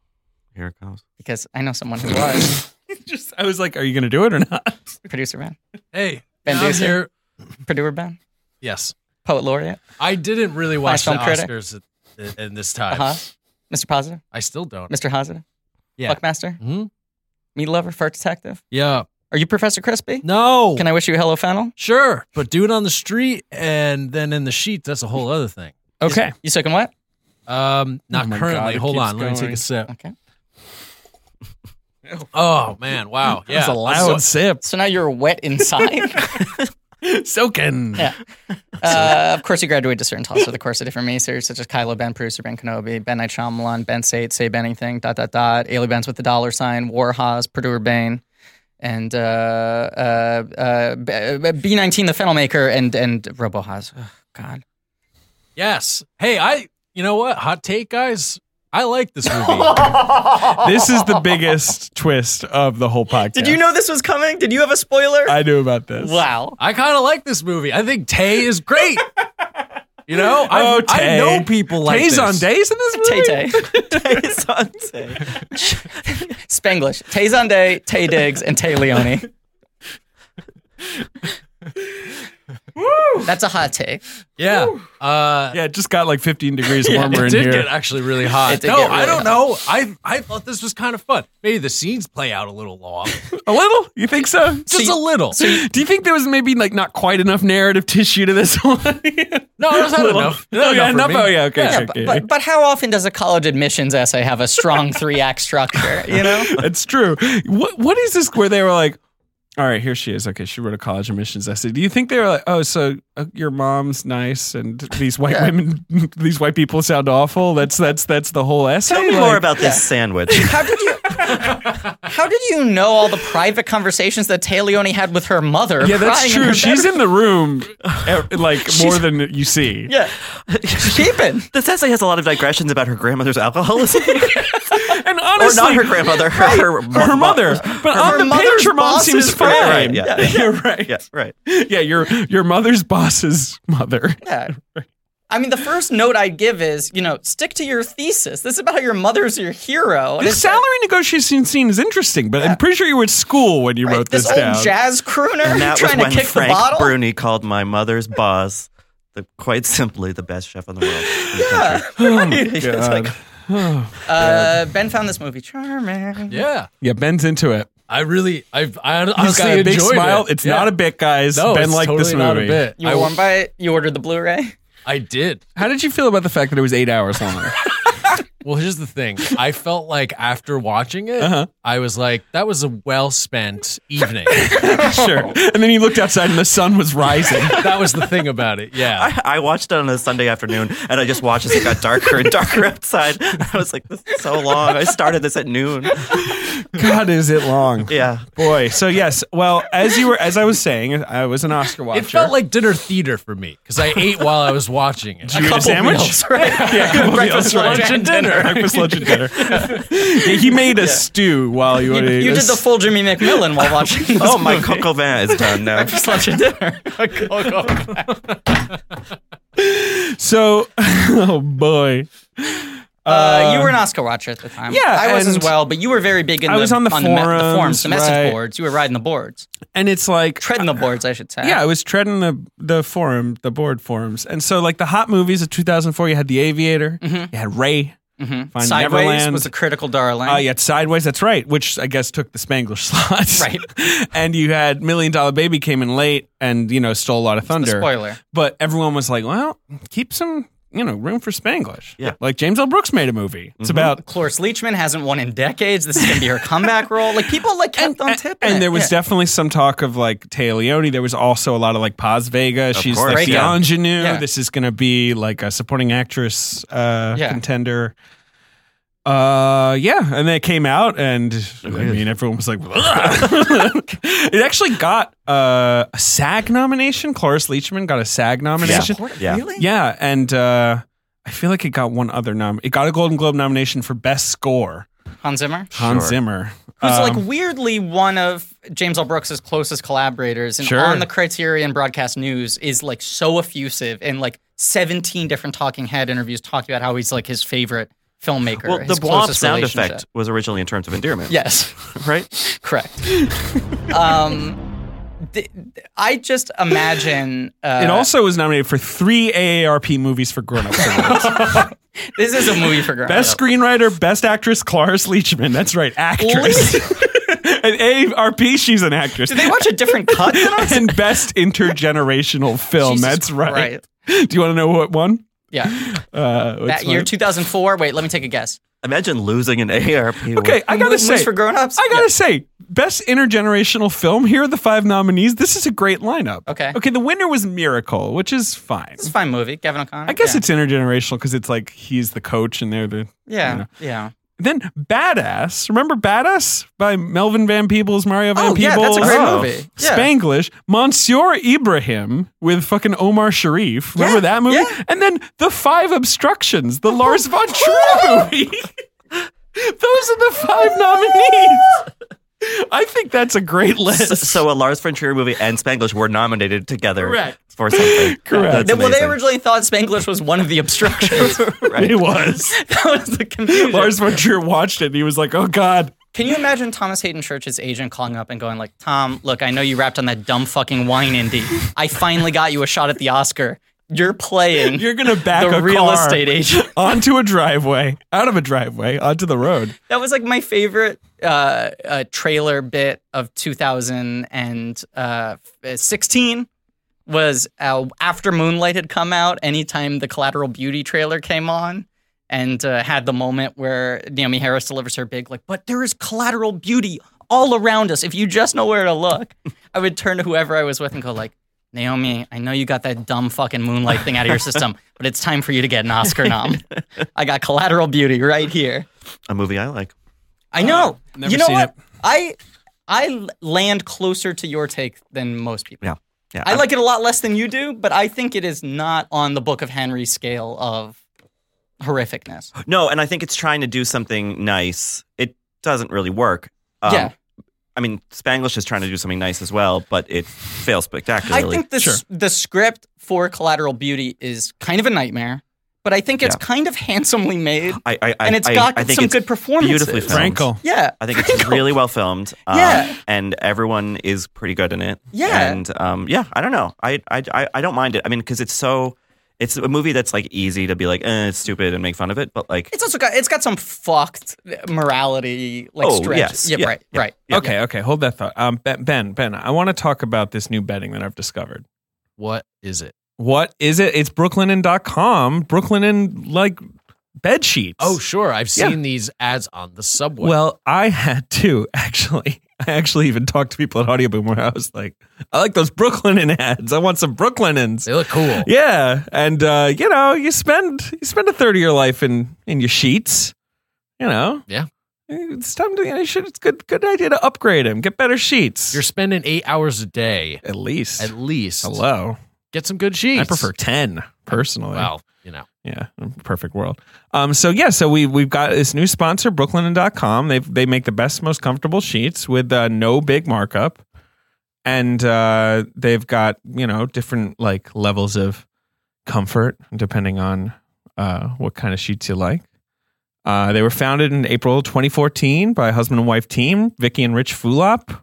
D: here it comes.
B: Because I know someone who was.
C: Just, I was like, are you going to do it or not?
B: Producer Ben,
E: Hey,
B: Ben
E: down
B: Duser.
E: here.
B: Purdue Ben,
E: Yes,
B: poet laureate,
E: I didn't really watch the
B: film critic.
E: Oscars at, in this time.
B: Uh-huh. Mr. Positive,
E: I still don't.
B: Mr. Hazard,
E: Yeah.
B: Buckmaster,
E: Hmm?
B: Meat Lover, Fart Detective.
E: Yeah.
B: Are you Professor Crispy?
E: No.
B: Can I wish you hello fennel?
E: Sure, but do it on the street and then in the sheets. That's a whole other thing.
C: Okay.
B: You second what?
E: Um, not
C: Oh my God,
E: currently.
C: it
E: Hold
C: keeps
E: on. Let me take
C: going.
E: a sip.
B: Okay.
E: Oh man! Wow. Yeah.
C: That was a loud sip.
B: So now you're wet inside.
C: Soaking.
B: Yeah. uh, of course, he graduated to certain talks over the course of different miniseries, such as Kylo Ben, producer Ben Kenobi, Ben Night Shyamalan, Ben Sate, Say Bennington, dot, dot, dot, Ailey Benz with the dollar sign, War Haas, Purdue Urbane, and uh, uh, uh, B- B19, the fennel maker, and, and Robo Haas. Ugh, God.
E: Yes. Hey, I. You know what? Hot take, guys. I like this movie.
C: This is the biggest twist of the whole podcast.
B: Did you know this was coming? Did you have a spoiler?
C: I knew about this.
B: wow.
E: I kind of like this movie. I think Tay is great. You know, I,
C: Oh,
E: I
C: Tay.
E: know people like
C: Days
E: this.
C: on days in this movie?
B: Tay Tay. Spanglish. Tay Zonday, Tay Diggs, and Tay Leone. That's a hot take.
E: Yeah. Uh,
C: Yeah, it just got like 15 degrees warmer in
E: it did
C: here.
E: get actually really hot.
B: It did
E: No,
B: get
E: I
B: really hot.
E: don't know. I I thought this was kind of fun. Maybe the scenes play out a little long,
C: a little? You think so?
E: just
B: you-
E: a little.
B: So you,
C: Do you think there was maybe like not quite enough narrative tissue to this one?
E: no, it was not
C: Little.
E: enough.
C: Oh, yeah,
E: Not enough.
C: enough.
E: for me.
C: Oh, yeah, okay.
B: yeah,
C: okay,
B: but,
C: okay.
B: but, but how often does a college admissions essay have a strong three act structure? You know,
C: That's true. What what is this where they were like, all right, here she is. Okay, she wrote a college admissions essay. Do you think they were like, oh, so uh, your mom's nice and these white women, these white people sound awful. That's that's that's the whole essay.
D: Tell me
C: Like,
D: more about this sandwich.
B: how did you how did you know all the private conversations that Tay Leone had with her mother?
C: Yeah, that's
B: crying in her
C: true. She's
B: bedroom?
C: in the room, eh, like more than you see.
B: yeah, keeping.
D: this essay has a lot of digressions about her grandmother's alcoholism,
C: And
D: or
C: honestly,
D: not her grandmother, her her,
C: her mother. But on the
B: mother's
C: page, her mom
B: boss
C: seems
B: is
C: fine.
D: right, yeah, yeah.
C: You're right.
D: Yeah, right.
C: Yeah, your your mother's boss's mother.
B: Yeah. I mean, the first note I'd give is, you know, stick to your thesis. This is about how your mother's your hero. And
C: The
B: it's-
C: salary negotiation scene is interesting, but I'm pretty sure you were at school when you wrote this,
B: old
C: down.
B: jazz crooner
D: And that was
B: trying to
D: when
B: kick
D: Frank
B: the bottle.
D: Bruni called my mother's boss, the, quite simply the best chef in the world. in the
B: Yeah,
D: country.
B: right. It's
C: Oh, God.
B: like, uh, ben found this movie charming.
E: Yeah,
C: yeah, Ben's into it.
E: I really, I've, Oh, I honestly
C: He's got a big
E: enjoyed
C: smile.
E: it.
C: It's
E: Yeah.
C: not a bit, guys.
E: No,
C: ben
E: it's
C: liked
E: totally
C: this movie.
E: not a bit.
B: You
E: I,
B: were warmed by it. You ordered the Blu-ray.
E: I did.
C: How did you feel about the fact that it was eight hours long?
E: Well, here's the thing. I felt like after watching it,
C: Uh-huh.
E: I was like, that was a well spent evening.
C: sure. And then you looked outside and the sun was rising.
E: that was the thing about it. Yeah.
D: I, I watched it on a Sunday afternoon, and I just watched as it got darker and darker outside. I was like, "This is so long." I started this at noon.
C: God, is it long?
D: Yeah,
C: Boy. So yes. Well, as you were, as I was saying, I was an Oscar watcher.
E: It felt like dinner theater for me because I ate while I was watching it.
C: Did you eat a sandwich?
B: right?
C: Yeah, a couple
B: Breakfast,
C: meals, right.
B: lunch, and dinner.
C: Breakfast, lunch, and dinner. Yeah, he made a stew while you
B: You,
C: were.
B: you did the full Jimmy McMillan while watching. This
D: Oh, my
B: movie.
D: Coco Van is done now.
B: Breakfast, lunch, and dinner.
C: so, oh boy.
B: Uh, you were an Oscar watcher at the time.
C: yeah,
B: I was as
C: and-
B: well, but you were very big in
C: I
B: the,
C: was on the
B: me-
C: forums,
B: forums, the message
C: right.
B: boards. You were riding the boards,
C: And it's like
B: treading the boards, I should say.
C: Yeah, I was treading the the forum, the board forums, and so like the hot movies of 2004, you had The Aviator, you had Ray,
B: Mhm.
C: Find
B: Mm-hmm. Sideways
C: Neverland.
B: was a critical darling.
C: uh, you had Sideways. That's right, which I guess took the Spanglish slots,
B: Right.
C: and you had Million Dollar Baby came in late and you know stole a lot of thunder.
B: spoiler.
C: but everyone was like, well, keep some you know room for Spanglish.
D: Yeah.
C: like James L. Brooks made a movie. It's about
B: Cloris Leachman hasn't won in decades. This is gonna be her comeback role. Like people like kept on tipping.
C: And
B: it.
C: there was
B: yeah.
C: definitely some talk of like Taya Leone. There was also a lot of like Paz Vega. She's
D: course,
C: like the
B: yeah.
C: ingenue.
B: Yeah.
C: This is going to be like a supporting actress uh,
B: Yeah.
C: contender. Uh yeah, and then it came out, and I mean everyone was like, it actually got uh, a SAG nomination. Cloris Leachman got a SAG nomination.
B: Supportive,
D: Yeah.
B: Really?
C: Yeah, and uh, I feel like it got one other nom. It got a Golden Globe nomination for best score.
B: Hans Zimmer,
C: Hans
D: Sure.
C: Zimmer,
B: who's
C: Um,
B: like weirdly one of James L. Brooks' closest collaborators, and
C: Sure.
B: on the Criterion Broadcast News is like so effusive and like seventeen different talking head interviews talked about how he's like his favorite filmmaker.
D: Well, the
B: his
D: blob
B: closest
D: sound
B: relationship.
D: effect was originally in terms of endearment,
B: Yes.
D: right?
B: Correct. um, th- th- I just imagine uh,
C: It also was nominated for three AARP movies for Grown Ups. Awards.
B: this is a movie for grown
C: Best screenwriter, best actress, Cloris Leachman. That's right, actress. and AARP, she's an actress.
B: Did they watch a different cut than us?
C: and best intergenerational film.
B: Jesus
C: That's right.
B: Christ.
C: Do you want to know what one?
B: Yeah,
C: Uh, what's
B: that year
C: one?
B: 2004. Wait, let me take a guess.
D: Imagine losing an AARP.
C: Okay, I gotta
B: Movies
C: say,
B: for grown-ups?
C: I gotta say, best intergenerational film. Here are the five nominees. This is a great lineup.
B: Okay.
C: okay. The winner was Miracle, which is fine.
B: It's a fine movie. Kevin O'Connor.
C: I guess
B: yeah.
C: it's intergenerational because it's like he's the coach and they're the
B: yeah,
C: you know.
B: yeah.
C: Then Badass. Remember Badass by Melvin Van Peebles, Mario Van
B: Oh, yeah,
C: Peebles?
B: that's a great
D: Oh.
B: movie. Yeah.
C: Spanglish. Monsieur Ibrahim with fucking Omar Sharif. Remember
B: Yeah,
C: that movie?
B: yeah.
C: And then The Five Obstructions, the Lars von Trier movie. Those are the five nominees. I think that's a great
D: So,
C: list.
D: so a Lars von Trier movie and Spanglish were nominated together
C: Correct.
D: for something.
C: Correct.
D: That's
B: They- well, they
D: amazing.
B: originally thought Spanglish was one of the obstructions.
C: It was.
B: that was the confusion.
C: Lars von Trier watched it and he was like, oh God.
B: Can you imagine Thomas Hayden Church's agent calling up and going like, "Tom, look, I know you rapped on that dumb fucking wine indie. I finally got you a shot at the Oscar. You're playing
C: You're gonna back
B: the
C: a
B: real
C: car
B: estate agent."
C: onto a driveway, out of a driveway, onto the road.
B: That was like my favorite uh, uh, trailer bit of 2016 uh, was uh, after Moonlight had come out. Anytime the Collateral Beauty trailer came on and uh, had the moment where Naomi Harris delivers her big like, but there is Collateral Beauty all around us. If you just know where to look, I would turn to whoever I was with and go like. Naomi, I know you got that dumb fucking moonlight thing out of your system, but it's time for you to get an Oscar nom. I got collateral beauty right here.
D: a movie I like.
B: I know.
C: Uh, never
B: you know
C: seen
B: what?
C: it.
B: I I l- land closer to your take than most people.
D: Yeah, yeah.
B: I like it a lot less than you do, but I think it is not on the Book of Henry scale of horrificness.
D: No, and I think it's trying to do something nice. It doesn't really work. Um,
B: yeah.
D: I mean, Spanglish is trying to do something nice as well, but it fails
B: I
D: spectacularly.
B: think the
C: Sure.
B: the script for Collateral Beauty is kind of a nightmare, but I think it's
D: Yeah.
B: kind of handsomely made,
D: I, I, I,
B: and it's
D: I-
B: got
D: I think
B: some
D: it's
B: good performances.
D: beautifully filmed.
C: Frankel.
B: Yeah,
D: I think it's really well filmed. Um,
B: Yeah.
D: And everyone is pretty good in it.
B: Yeah.
D: And um, yeah, I don't know. I, I, I, I don't mind it. I mean, because it's so, it's a movie that's like easy to be like, eh, it's stupid and make fun of it. But like,
B: it's also got it's got some fucked morality like
D: Oh,
B: stretch.
D: yes.
B: Yeah,
D: Yeah,
B: right,
D: yeah,
B: right.
D: yeah.
C: Okay, okay, hold that thought. Um, Ben, Ben, Ben, I want to talk about this new betting that I've discovered.
E: What is it?
C: What is it? It's brooklinen.com. Brooklyn and like bed sheets.
E: Oh, sure. I've
C: Yeah.
E: seen these ads on the subway.
C: Well, I had to actually. I actually even talked to people at Audio Boom where I was like, I like those Brooklinen ads. I want some Brooklynens.
E: they look cool.
C: Yeah, and uh, you know, you spend you spend a third of your life in in your sheets. You know.
E: Yeah.
C: It's time to. You know, you should, it's good. Good idea to upgrade them. Get better sheets.
E: You're spending eight hours a day
C: at least.
E: at least.
C: Hello.
E: Get some good sheets.
C: I prefer ten personally.
E: Well, you know,
C: Yeah, perfect world. Um, so yeah, so we we've got this new sponsor, Brooklinen.com. They they make the best, most comfortable sheets with uh, no big markup, and uh, they've got you know different like levels of comfort depending on uh, what kind of sheets you like. Uh, they were founded in April 2014 by a husband and wife team, Vicky and Rich Fulop.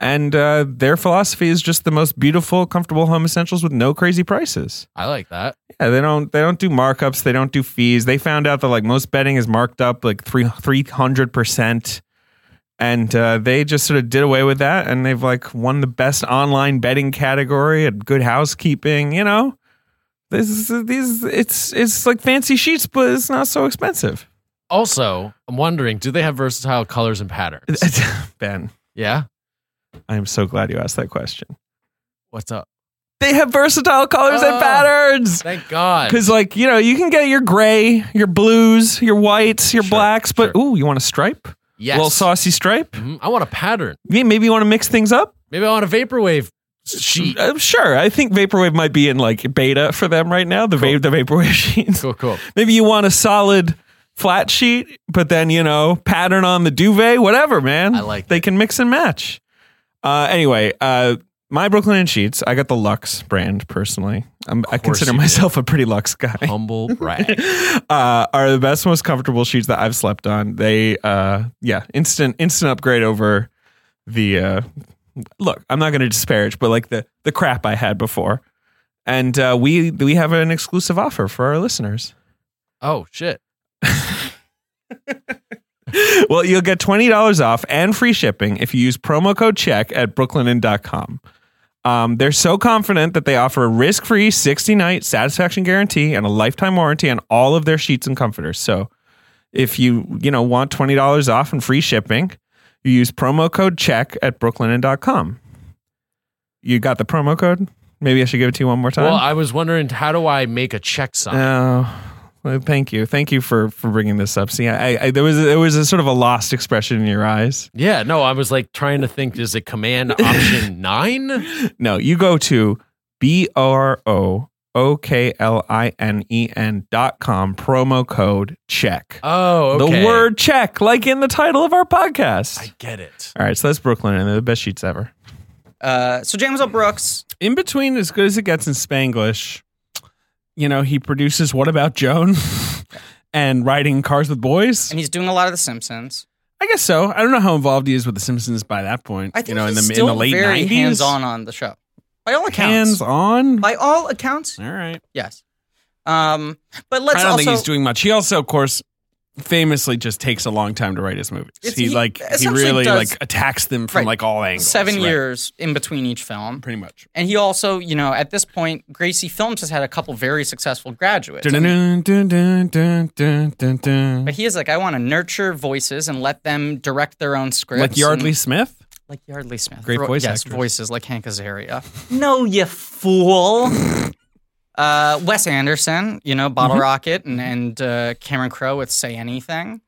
C: And uh, their philosophy is just the most beautiful, comfortable home essentials with no crazy prices.
E: I like that.
C: Yeah, they don't they don't do markups. They don't do fees. They found out that like most betting is marked up like three three hundred percent, and uh, they just sort of did away with that. And they've like won the best online betting category at Good Housekeeping. You know, this is these it's it's like fancy sheets, but it's not so expensive.
E: Also, I'm wondering, do they have versatile colors and patterns?
C: ben,
E: yeah.
C: I am so glad you asked that question.
E: What's up?
C: They have versatile colors and
E: Oh.
C: patterns.
E: Thank God.
C: Because, like, you know, you can get your gray, your blues, your whites, your
E: Sure,
C: blacks, but
E: sure.
C: ooh, you want a stripe?
E: Yes.
C: Little saucy stripe?
E: Mhm. I want a pattern.
C: Yeah, maybe you want to mix things up?
E: Maybe I want a vaporwave sheet.
C: Uh, sure. I think Vaporwave might be in like beta for them right now, the, va- the Vaporwave sheets.
E: Cool, cool.
C: Maybe you want a solid flat sheet, but then, you know, pattern on the duvet, whatever, man.
E: I like
C: They
E: it.
C: can mix and match. Uh, anyway, uh, my Brooklyn and Sheets, I got the Lux brand personally. I'm, I
E: course
C: consider
E: you did.
C: myself a pretty Lux guy.
E: Humble brag.
C: uh, are the best, most comfortable sheets that I've slept on. They, uh, yeah, instant, instant upgrade over the. Uh, look, I'm not going to disparage, but like the the crap I had before, and uh, we we have an exclusive offer for our listeners.
E: Oh, shit.
C: well, you'll get twenty dollars off and free shipping if you use promo code check at brooklinen.com. Um, they're so confident that they offer a risk-free 60-night satisfaction guarantee and a lifetime warranty on all of their sheets and comforters. So, if you you know want twenty dollars off and free shipping, you use promo code check at brooklinen.com. You got the promo code? Maybe I should give it to you one more time.
E: Well, I was wondering, how do I make a check sign?
C: Oh, well, thank you, thank you for for bringing this up. See, I, I there was there was a sort of a lost expression in your eyes.
E: yeah, no, I was like trying to think, is it command option nine?
C: No, you go to b r o o k l i n e n dot com promo code check.
E: Oh, okay.
C: The word check, like in the title of our podcast.
E: I get it.
C: All right, so that's Brooklyn, and they're the best sheets ever.
B: Uh, so James L. Brooks,
C: In between, as good as it gets in Spanglish, you know he produces What About Joan and Riding Cars with Boys.
B: and he's doing a lot of The Simpsons.
C: I guess so. I don't know how involved he is with The Simpsons by that point.
B: I think
C: you know,
B: he's
C: in the
B: still
C: in the late
B: very
C: 90s.
B: hands on on the show, by all accounts.
C: Hands on.
B: By all accounts,
C: All right.
B: yes. Um, but let's
C: I don't
B: also
C: think he's doing much. He also, of course, famously just takes a long time to write his movies.
B: It's-
C: he,
B: he
C: like he
B: essentially
C: really
B: does-
C: like attacks them from
B: Right.
C: like all angles.
B: seven
C: Right.
B: years in between each film.
C: pretty much.
B: And he also, you know, at this point, Gracie Films has had a couple very successful graduates.
C: Dun-dun-dun, dun-dun, dun-dun-dun.
B: But he is like, I want to nurture voices and let them direct their own scripts.
C: Like Yardley
B: and-
C: Smith.
B: like Yardley Smith.
C: Great voice
B: Yes,
C: actress.
B: voices like Hank Azaria. no, you fool. uh, Wes Anderson, you know,
C: Mm-hmm.
B: Bottle Rocket and, and uh, Cameron Crowe with Say Anything.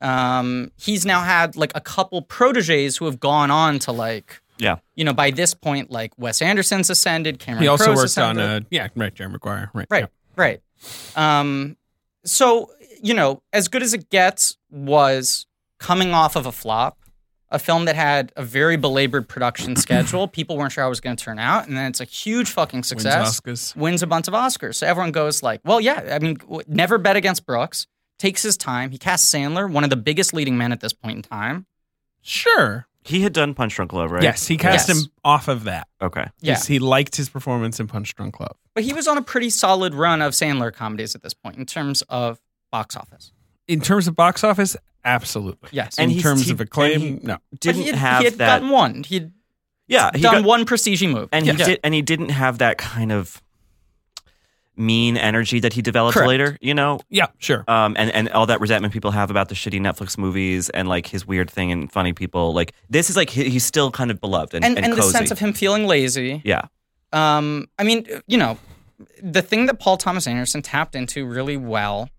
B: Um, he's now had like a couple proteges who have gone on to like,
D: yeah.
B: you know, by this point, like Wes Anderson's ascended, Cameron
C: He also
B: Crowe's
C: worked on
B: ascended.
C: uh, yeah, right, Jerry Maguire. Right.
B: Right, right. Um, so you know, as good as it gets was coming off of a flop, a film that had a very belabored production schedule. People weren't sure how it was going to turn out, and then it's a huge fucking success.
C: Wins Oscars.
B: Wins a bunch of Oscars. So everyone goes like, "Well, yeah, I mean, w- never bet against Brooks." Takes his time. He casts Sandler, one of the biggest leading men at this point in time.
C: Sure.
D: He had done Punch Drunk Love, right?
C: Yes, he cast
B: Yes.
C: him off of that.
D: Okay.
B: Yeah,
C: Yes, he liked his performance in Punch Drunk Love.
B: but he was on a pretty solid run of Sandler comedies at this point in terms of box office.
C: In terms of box office, absolutely.
B: Yes,
D: And
C: in
D: he's-
C: terms
D: he-
C: of acclaim,
D: and he-
C: no.
B: But
D: Didn't
B: he had,
D: have
B: he had
D: that.
B: gotten one. He'd
D: yeah, he
B: done
D: got-
B: one prestige move.
D: and he did, and he didn't have that kind of mean energy that he developed
B: Correct.
D: later. You know,
C: Yeah, sure.
D: um, and and all that resentment people have about the shitty Netflix movies and like his weird thing and funny people. Like this is like he, he's still kind of beloved and
B: and,
D: and,
B: and the
D: cozy.
B: sense of him feeling lazy.
D: yeah,
B: Um, I mean, you know, the thing that Paul Thomas Anderson tapped into really well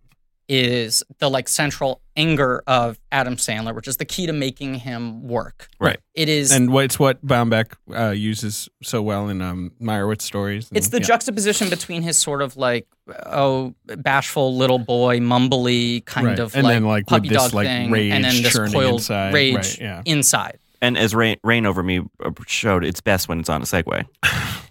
B: is the like central anger of Adam Sandler, which is the key to making him work.
C: Right.
B: It is.
C: and what- it's what Baumbach uh, uses so well in um, Meyerowitz stories. and-
B: it's the
C: yeah.
B: juxtaposition between his sort of like oh bashful little boy mumbly kind
C: Right.
B: of
C: And
B: like,
C: then, like, with
B: puppy
C: this,
B: dog
C: like,
B: thing
C: rage
B: and then this
C: churning
B: coiled
C: inside.
B: rage
C: Right, yeah.
B: inside.
D: and as rain, rain over me uh, showed, it's best when it's on a segue.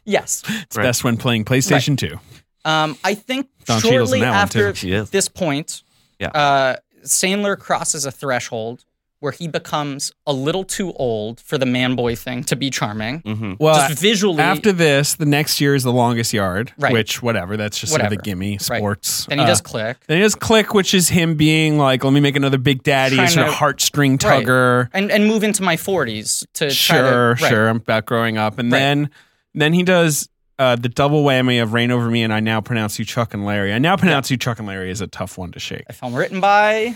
B: Yes.
C: It's best when playing PlayStation 2.
B: Um, I think
C: Don Cheadle's in
B: shortly
C: that one,
B: after
D: too. She is.
B: this point,
D: Yeah.
B: uh, Sandler crosses a threshold where he becomes a little too old for the man boy thing to be charming.
D: Mm-hmm.
C: Well,
B: Just visually,
C: after this, the next year is the longest yard,
B: Right.
C: which, whatever, that's just sort of
B: Whatever.
C: the gimme sports.
B: then he
C: Uh,
B: does click.
C: Then he does click, which is him being like, let me make another Big Daddy, a
B: Trying
C: sort of
B: to-
C: heartstring
B: Right.
C: tugger.
B: And, and move into my 40s to try to-
C: sure,
B: right.
C: sure. I'm about growing up, and
B: Right.
C: then then he does uh, the double whammy of "Rain Over Me" and "I Now Pronounce You Chuck and Larry." I now pronounce you Chuck and Larry is a tough one to shake.
B: A film written by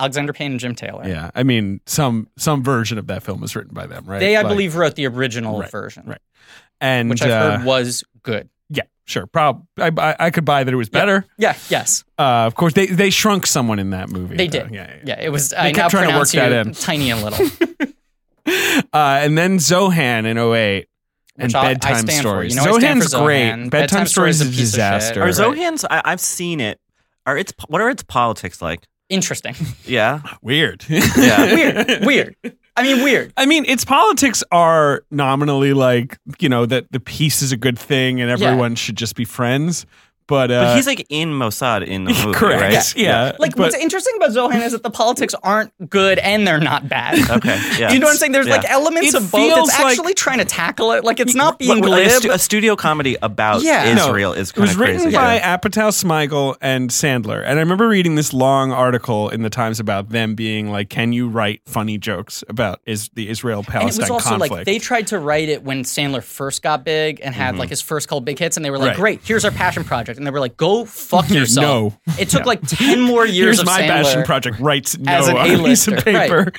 B: Alexander Payne and Jim Taylor.
C: Yeah, I mean some some version of that film was written by them, right?
B: They, I
C: Like-
B: believe, wrote the original
C: Right,
B: version,
C: right. and
B: which I've
C: uh,
B: heard was good.
C: yeah, sure. Prob I, I I could buy that it was better.
B: Yeah, yes,
C: Uh, of course, they they shrunk someone in that movie.
B: they
C: though.
B: did.
C: Yeah, yeah, yeah.
B: it was. I
C: kept
B: now
C: trying to work
B: pronounce you
C: that in.
B: tiny and little.
C: Uh, and and then Zohan in 08. And
B: Which I- I
C: bedtime
B: stand for.
C: stories.
B: You know I stand for
C: Zohan's great.
B: Zohan.
C: Bedtime,
B: Bedtime
C: stories
B: Stories
C: is a
B: is a piece of
C: disaster.
B: shit.
D: Are
B: Right.
D: Zohan's? I, I've seen it. Are its what are its politics like?
B: Interesting,
D: Yeah,
C: Weird.
D: yeah.
B: weird, weird. I mean, weird.
C: I mean, its politics are nominally like you know that the peace is a good thing and everyone should just be friends. But, uh,
D: but he's like in Mossad in the movie,
C: correct,
D: right?
C: yeah.
B: Like
C: But-
B: what's interesting about Zohan is that the politics aren't good and they're not bad.
D: Okay, yeah.
B: You know what I'm saying? There's
D: Yeah.
B: like elements
C: It
B: of both.
C: feels
B: It's
C: like-
B: actually trying to tackle it. Like it's not being
D: What- a,
B: glib.
D: stu- a studio comedy about
B: Yeah.
C: No,
D: Israel is
C: it
D: kind
C: was
D: of
C: written
D: crazy.
C: by
D: yeah.
C: Apatow, Smigel, and Sandler. And I remember reading this long article in the Times about them being like, "Can you write funny jokes about is the Israel
B: and it
C: Palestine
B: was also
C: conflict?"
B: like they tried to write it when Sandler first got big and
D: Mm-hmm.
B: had like his first couple big hits, and they were like,
C: Right.
B: "Great, here's our passion project," and they were like, "Go fuck yourself."
C: No.
B: It took like ten more years
C: Here's
B: of
C: my
B: Sandler.
C: passion project. Writes no
B: as an
C: on a piece of
B: A-lister, right.
C: paper.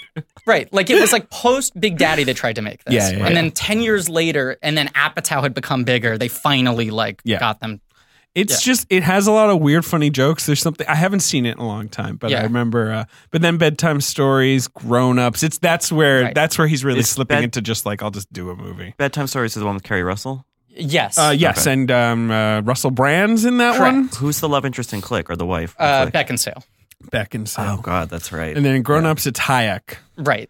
B: Right. Like it was like post Big Daddy they tried to make this.
C: Yeah, yeah,
B: and
C: yeah.
B: then 10 years later and then Apatow had become bigger. They finally like
C: Yeah.
B: got them.
C: It's just it has a lot of weird, funny jokes. There's something I haven't seen it in a long time, but I
B: Yeah.
C: remember. Uh, but then bedtime stories, grown ups. It's that's where
B: Right.
C: that's where he's really
D: Is
C: slipping
D: bed-
C: into just like I'll just do a movie.
D: Bedtime Stories is the one with Kerry Russell.
B: Yes.
C: Uh, yes, and um, uh, Russell Brand's in that
B: Correct.
C: one.
D: Who's the love interest in Click or the wife? in
B: uh,
D: Click?
B: Beckinsale.
D: oh
C: Beckinsale.
D: God, that's right.
C: And then in grown ups, it's Hayek.
B: Right.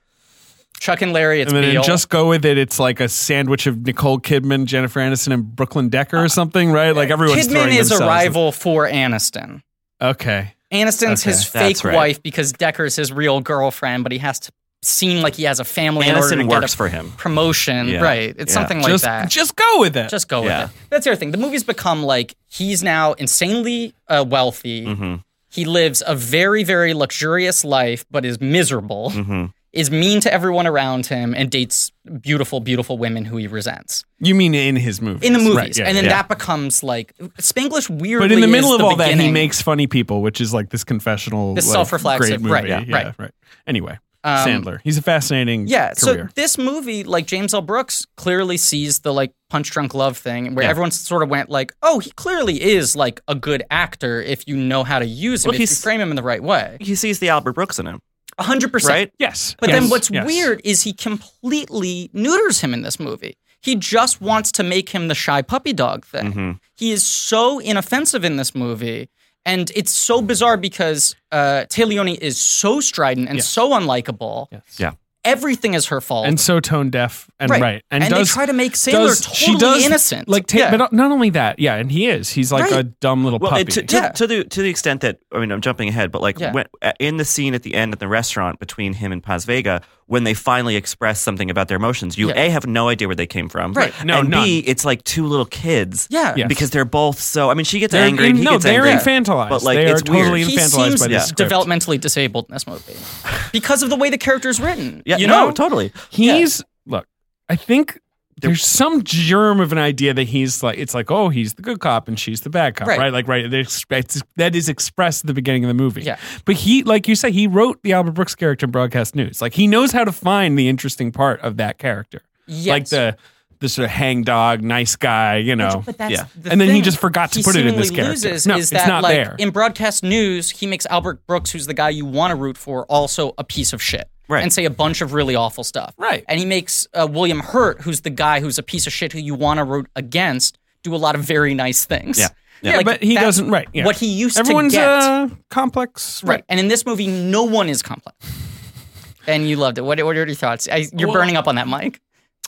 B: Chuck and Larry, it's
C: And then in
B: Beale.
C: just go with it. It's like a sandwich of Nicole Kidman, Jennifer Aniston, and Brooklyn Decker or something, right? Like everyone's
B: Kidman
C: throwing
B: is a
C: themselves in-
B: rival for Aniston.
C: Okay,
B: Aniston's
C: Okay,
B: his
D: that's
B: fake
D: right.
B: wife because Decker's his real girlfriend, but he has to seem like he has a family in order to
D: Aniston
B: get a
D: works for him.
B: promotion.
D: Yeah.
B: Right. It's
D: Yeah.
B: something like
C: just
B: that.
C: just go with it.
B: just go
D: Yeah.
B: with it. That's the other thing. The movie's become like he's now insanely uh, wealthy.
D: Mm-hmm.
B: He lives a very, very luxurious life, but is miserable,
D: Mm-hmm.
B: is mean to everyone around him, and dates beautiful, beautiful women who he resents
C: you mean in his movies?
B: in the movies.
C: Right, yeah,
B: and then
C: yeah.
B: that becomes like Spanglish weirdly.
C: But in the middle
B: is
C: of all that, he
B: beginning.
C: makes funny people, which is like this confessional,
B: This
C: like,
B: self-reflexive,
C: great movie.
B: right,
C: yeah,
B: right.
C: yeah, right. Anyway,
B: Um,
C: Sandler, he's a fascinating
B: Yeah, so
C: career.
B: this movie, like James L. Brooks, clearly sees the like punch drunk love thing, where
D: Yeah.
B: everyone sort of went like, "Oh, he clearly is like a good actor if you know how to use him,
D: Well,
B: if you
D: he's-
B: frame him in the right way."
D: He sees the Albert Brooks in him,
B: A hundred percent.
D: right?
C: yes,
B: But
C: yes,
B: then what's
C: yes.
B: weird is he completely neuters him in this movie. He just wants to make him the shy puppy dog thing.
C: Mm-hmm.
B: He is so inoffensive in this movie. And it's so bizarre because uh, Taleone is so strident and so unlikable.
D: Yeah.
B: everything is her fault.
C: and so tone deaf and right,
B: And,
C: does
B: they try to make Sandler
C: does-
B: totally
C: she does,
B: innocent.
C: Like, ta-
B: Yeah.
C: but not only that, yeah, and he is. He's like
B: Right.
C: a dumb little
D: Well,
C: puppy.
D: and to, to,
B: Yeah.
D: to the to the extent that I mean, I'm jumping ahead, but like
B: Yeah.
D: when, uh, in the scene at the end at the restaurant between him and Paz Vega, when they finally express something about their emotions, you
B: Yeah.
D: a have no idea where they came from,
B: Right.
C: No,
D: and
C: none.
D: b it's like two little kids,
B: Yeah. Yes.
D: because they're both so. I mean, she gets
C: They're
D: angry,
C: in-
D: and he
C: no,
D: gets
C: they're
D: angry,
C: infantilized.
D: but like
C: They
D: it's
C: are totally
D: weird.
B: he
C: infantilized
B: seems
C: by this script.
B: developmentally disabled in this movie because of the way the character's written.
D: yeah,
B: you
D: no,
B: know,
D: totally.
C: He's look. I think there's some germ of an idea that he's like it's like oh he's the good cop and she's the bad cop right,
B: Right.
C: like right they expect- that is expressed at the beginning of the movie
B: Yeah.
C: but he like you say he wrote the Albert Brooks character in Broadcast News like he knows how to find the interesting part of that character
B: Yes.
C: like the the sort of hang dog nice guy you know
B: But that's
D: Yeah.
B: the
C: Oh, And then he
B: thing
C: just forgot to
B: he
C: put it in this
B: seemingly
C: character.
B: Loses
C: No,
B: is
C: it's
B: that,
C: not
B: like,
C: there.
B: In broadcast news, he makes Albert Brooks, who's the guy you want to root for, also a piece of shit.
D: Right.
B: And say a bunch of really awful stuff.
C: Right.
B: And he makes uh, William Hurt, who's the guy who's a piece of shit who you want to root against, do a lot of very nice things.
D: Yeah.
C: yeah
B: Like,
C: but he
B: that's
C: doesn't right yeah.
B: What he used
C: everyone's
B: to get.
C: uh, complex
B: right. And in this movie, no one is complex. and you loved it. What, what are your thoughts? I, you're
E: Well-
B: burning up on that, Mike.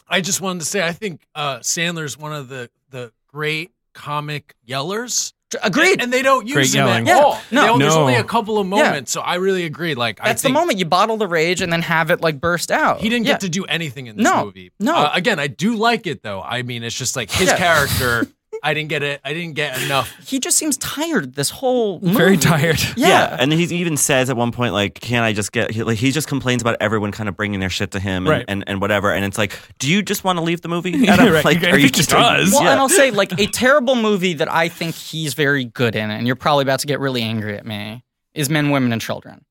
E: I just wanted to say I think uh, Sandler's one of the the great comic yellers.
B: Agreed.
E: And they don't use
C: Great
E: him
C: yelling.
E: at
B: Yeah.
E: all.
B: No.
E: They don't- There's
C: No.
E: only a couple of moments, so I really agree. Like I
B: That's the
E: think
B: moment you bottle the rage and then have it like burst out.
E: He didn't
B: Yeah.
E: get to do anything in this
B: No,
E: movie.
B: no.
E: Uh, again, I do like it though. I mean, it's just like his
B: Yeah.
E: character. I didn't get it. I didn't get enough.
B: he just seems tired this whole movie.
C: very tired
B: yeah.
D: and he even says at one point, like, "Can I just get?" He, like, he just complains about everyone kind of bringing their shit to him and,
C: Right.
D: and, and whatever. And it's like, do you just want to leave the movie?
C: Yeah,
D: Adam?
C: right.
D: Like,
C: I
D: are
C: think
D: you
C: he
D: just are you-
C: does.
B: well
D: Yeah.
B: and i'll say like a terrible movie that i think he's very good in and you're probably about to get really angry at me is men women and children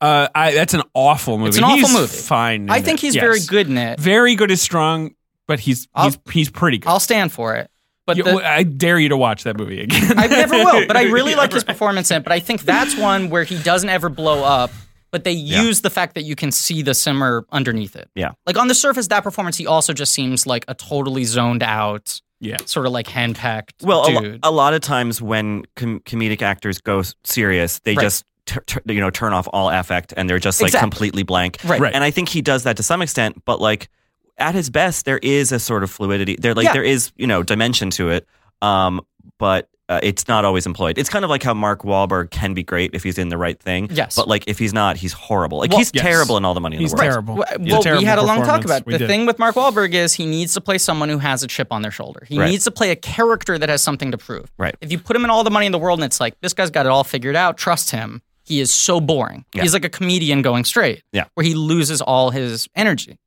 C: uh, I, that's an awful movie
B: It's an awful
C: He's
B: movie.
C: fine in
B: i think
C: it.
B: he's
C: Yes.
B: very good in it
C: very good is strong, but he's
B: I'll-
C: he's he's pretty good.
B: i'll stand for it but
C: You-
B: the,
C: I dare you to watch that movie again.
B: i never will but i really like his performance in it but i think that's one where he doesn't ever blow up but they use the fact that you can see the simmer underneath it
D: Yeah.
B: like on the surface that performance he also just seems like a totally zoned out
C: Yeah.
B: sort of like henpecked
D: Well, a,
B: dude.
D: lo- a lot of times when com- comedic actors go s- serious, they
B: Right.
D: just tur tur- you know turn off all affect and they're just like
B: Exactly.
D: completely blank.
B: Right.
C: Right.
D: And I think he does that to some extent, but like at his best, there is a sort of fluidity. There like
B: Yeah.
D: there is you know dimension to it, um, but. Uh, it's not always employed. It's kind of like how Mark Wahlberg can be great if he's in the right thing.
B: Yes.
D: But like if he's not, he's horrible. Like
B: Well-
D: he's
C: Yes.
D: terrible in all the money in
C: He's
D: the world.
C: terrible.
B: Well,
C: He's a
B: well, we
C: terrible
B: had a long talk
C: performance.
B: about it.
C: We
B: the
C: did.
B: thing with Mark Wahlberg is he needs to play someone who has a chip on their shoulder. He
D: Right.
B: needs to play a character that has something to prove.
D: Right.
B: If you put him in all the money in the world and it's like this guy's got it all figured out, trust him. He is so boring.
D: Yeah.
B: He's like a comedian going straight.
D: Yeah.
B: Where he loses all his energy.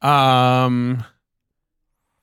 C: Um,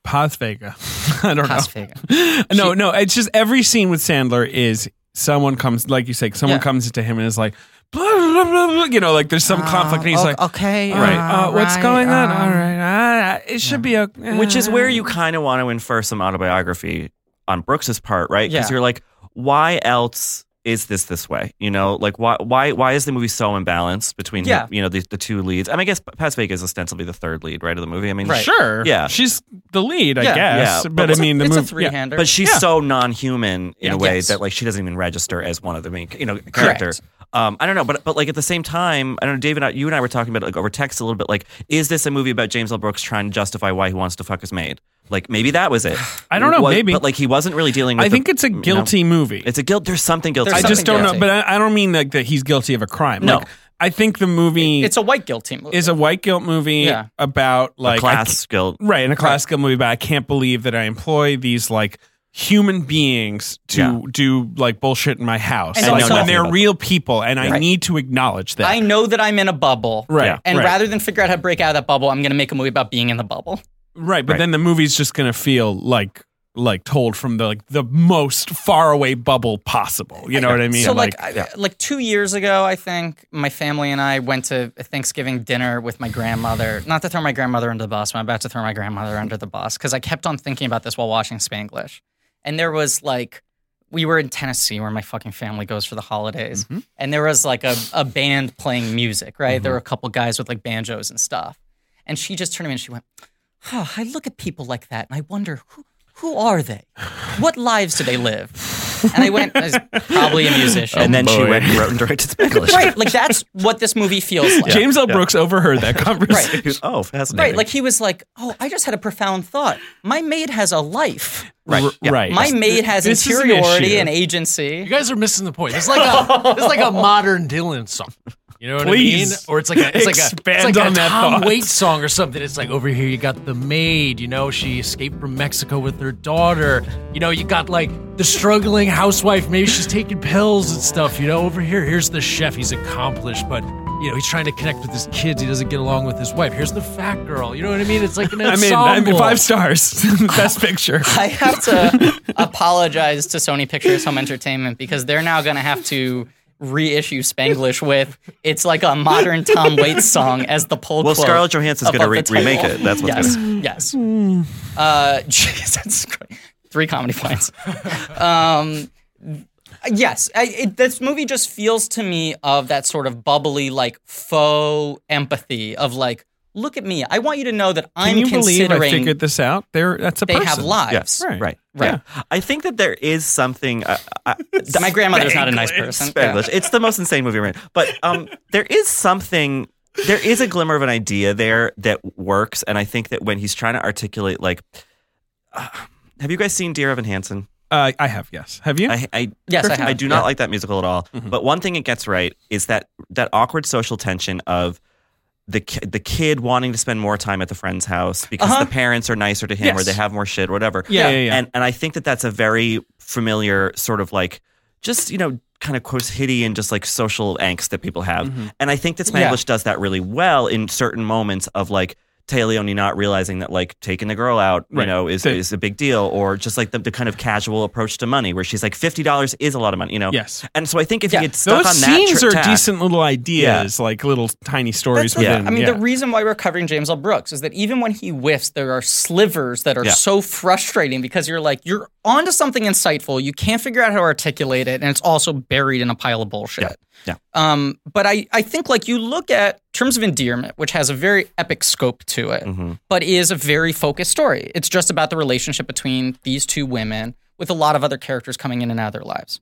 C: Paz Vega. I don't
B: Paz
C: know.
B: Vega.
C: no, no. It's just every scene with Sandler is someone comes, like you say, someone
B: Yeah.
C: comes to him and is like, blah, blah, blah, blah, you know, like there's some conflict, and he's
B: Uh,
C: like,
B: okay,
C: all right,
B: uh,
C: uh, what's
B: right,
C: going on?
B: um,
C: all right, uh, it should be okay.
D: Which is where you
B: Uh.
D: kind of want to infer some autobiography on Brooks's part, right? Because
B: Yeah.
D: you're like, why else is this this way? You know, like why why why is the movie so imbalanced between
B: Yeah.
D: you know the, the two leads? I mean, I guess Paz Vega is ostensibly the third lead, right, of the movie. I mean,
B: Right.
C: sure,
D: Yeah.
C: she's the lead, I
B: Yeah.
C: guess,
D: Yeah,
C: but,
D: but
C: I mean, the
B: it's
C: movie,
B: a three-hander.
D: but she's so non-human in
C: Yeah.
D: a way
B: Yes.
D: that like she doesn't even register as one of the main you know characters. Um, I don't know, but but like at the same time, I don't know. David, I- you and I were talking about it, like over text a little bit. Like, is this a movie about James L. Brooks trying to justify why he wants to fuck his maid? Like, maybe that was it.
C: I don't know,
D: Was-
C: maybe.
D: but like he wasn't really dealing. with
C: I
D: the-
C: think it's a
D: you know,
C: guilty movie.
D: It's a guilt. There's something guilty.
B: There's
C: I just
B: something
C: don't know,
B: guilty.
C: but I, I don't mean like that he's guilty of a crime.
D: No.
C: Like, I think the movie
B: It's a white guilty movie.
C: is a white guilt movie
B: Yeah.
C: about like I
D: class guilt.
C: ca- right, and a class guilt movie about I can't believe that I employ these like human beings to
D: Yeah.
C: do like bullshit in my house.
B: And
C: And, like,
B: also-
C: when they're
D: Nothing about
C: real people, and I
B: Right.
C: need to acknowledge that.
B: I know that I'm in a bubble.
C: right,
D: Yeah.
B: And
C: right,
B: rather than figure out how to break out of that bubble, I'm going to make a movie about being in the bubble.
C: right, but
D: Right.
C: then the movie's just gonna feel like like told from the like the most far away bubble possible. You know what I mean?
B: So like I- like two years ago, I think my family and I went to a Thanksgiving dinner with my grandmother. Not to throw my grandmother under the bus, but I'm about to throw my grandmother under the bus because I kept on thinking about this while watching Spanglish. And there was like we were in Tennessee where my fucking family goes for the holidays,
C: Mm-hmm.
B: and there was like a, a band playing music. Right, there were a couple guys with like banjos and stuff, and she just turned to me and she went, "Oh, I look at people like that and I wonder who who are they? What lives do they live?" And I went, "He's probably a musician.
D: and then she
C: boy.
D: went and wrote and directed Spanglish.
B: right, like that's what this movie feels like.
C: James L. Brooks overheard that conversation.
B: Right.
D: Oh, fascinating.
B: Right, like he was like, "Oh, I just had a profound thought. My maid has a life.
C: Right. right.
B: My maid has
C: This is an
B: interiority
C: issue.
B: and
E: You
B: agency."
E: guys are missing the point. It's like a it's like a modern Dylan song. You know what
C: Please.
E: I mean? Or it's like a it's like a,
C: Expand
E: it's like
C: on
E: a
C: that
E: Tom
C: thought.
E: Waits song or something. It's like over here you got the maid. You know she escaped from Mexico with her daughter. You know you got like the struggling housewife. Maybe she's taking pills and stuff. You know over here here's the chef. He's accomplished, but. You know, he's trying to connect with his kids. He doesn't get along with his wife. Here's the fat girl. You know what I mean? It's like an
C: I mean,
E: ensemble.
C: I mean, five stars, best picture.
B: I have to apologize to Sony Pictures Home Entertainment because they're now going to have to reissue Spanglish with it's like a modern Tom Waits song as the pull.
D: Well,
B: quote
D: Scarlett Johansson's gonna
B: above
D: re-
B: the title.
D: remake it. That's what's
B: yes, gonna. yes. Uh, Jesus Christ, three comedy points. Um, yes, I, it, this movie just feels to me of that sort of bubbly, like faux empathy of like, look at me. I want you to know that I'm
C: Can you believe I
B: considering
C: figured this out? There, that's a
B: they
C: person.
B: have lives.
C: Right.
D: right.
B: Right.
D: Yeah. I think that there is something. Uh, uh,
B: My grandmother's not a nice person. Yeah.
D: Spanglish. It's the most insane movie around. But um, there is something. There is a glimmer of an idea there that works, and I think that when he's trying to articulate, like, uh, have you guys seen Dear Evan Hansen?
C: Uh, I have. Yes. Have you?
D: I, I
B: Yes, I have.
D: I do not
B: yeah. Mm-hmm.
D: like that musical at all. But one thing it gets right is that that awkward social tension of the ki- the kid wanting to spend more time at the friend's house because
B: Uh-huh.
D: the parents are nicer to him or
C: Yes.
D: they have more shit or whatever.
C: Yeah, yeah, yeah.
D: And and I think that that's a very familiar sort of like just you know kind of quotidity and just like social angst that people have.
C: Mm-hmm.
D: And I think that
B: Yeah.
D: Spanglish does that really well in certain moments of like. Leone not realizing that like taking the girl out, you
C: Right.
D: know, is,
C: The-
D: is a big deal, or just like the, the kind of casual approach to money, where she's like fifty dollars is a lot of money, you know.
C: Yes.
D: And so I think if
B: Yeah.
D: you get stuck
C: Those
D: on that
C: scenes
D: tra-
C: are
D: tack-
C: decent little ideas, like little tiny stories
B: That's-
C: within.
B: I mean,
C: yeah.
B: the reason why we're covering James L. Brooks is that even when he whiffs, there are slivers that are
D: Yeah.
B: so frustrating because you're like, you're onto something insightful. You can't figure out how to articulate it. And it's also buried in a pile of bullshit.
D: Yeah.
B: Um, but I, I think, like, you look at Terms of Endearment, which has a very epic scope to it,
D: Mm-hmm.
B: but is a very focused story. It's just about the relationship between these two women with a lot of other characters coming in and out of their lives.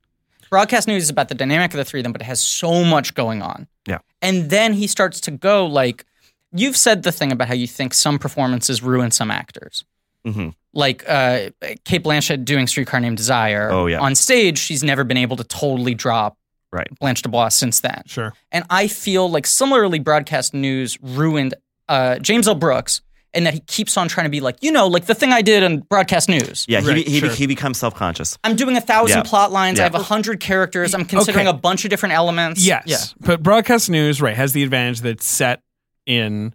B: Broadcast News is about the dynamic of the three of them, but it has so much going on.
D: Yeah.
B: And then he starts to go like, you've said the thing about how you think some performances ruin some actors.
D: Mhm.
B: Like uh, Kate Blanchett doing Streetcar Named Desire.
D: Oh, yeah.
B: On stage, she's never been able to totally drop
D: Right.
B: Blanche DuBois since then.
C: sure.
B: And I feel like similarly, broadcast news ruined uh, James L. Brooks in that he keeps on trying to be like, you know, like the thing I did on broadcast news.
D: yeah, he,
C: Right,
D: he,
C: sure.
D: he becomes self conscious.
B: I'm doing a thousand
D: Yeah.
B: plot lines.
D: Yeah.
B: I have a hundred characters. I'm considering
C: Okay.
B: a bunch of different elements.
C: Yes.
B: Yeah.
C: But broadcast news, right, has the advantage that it's set in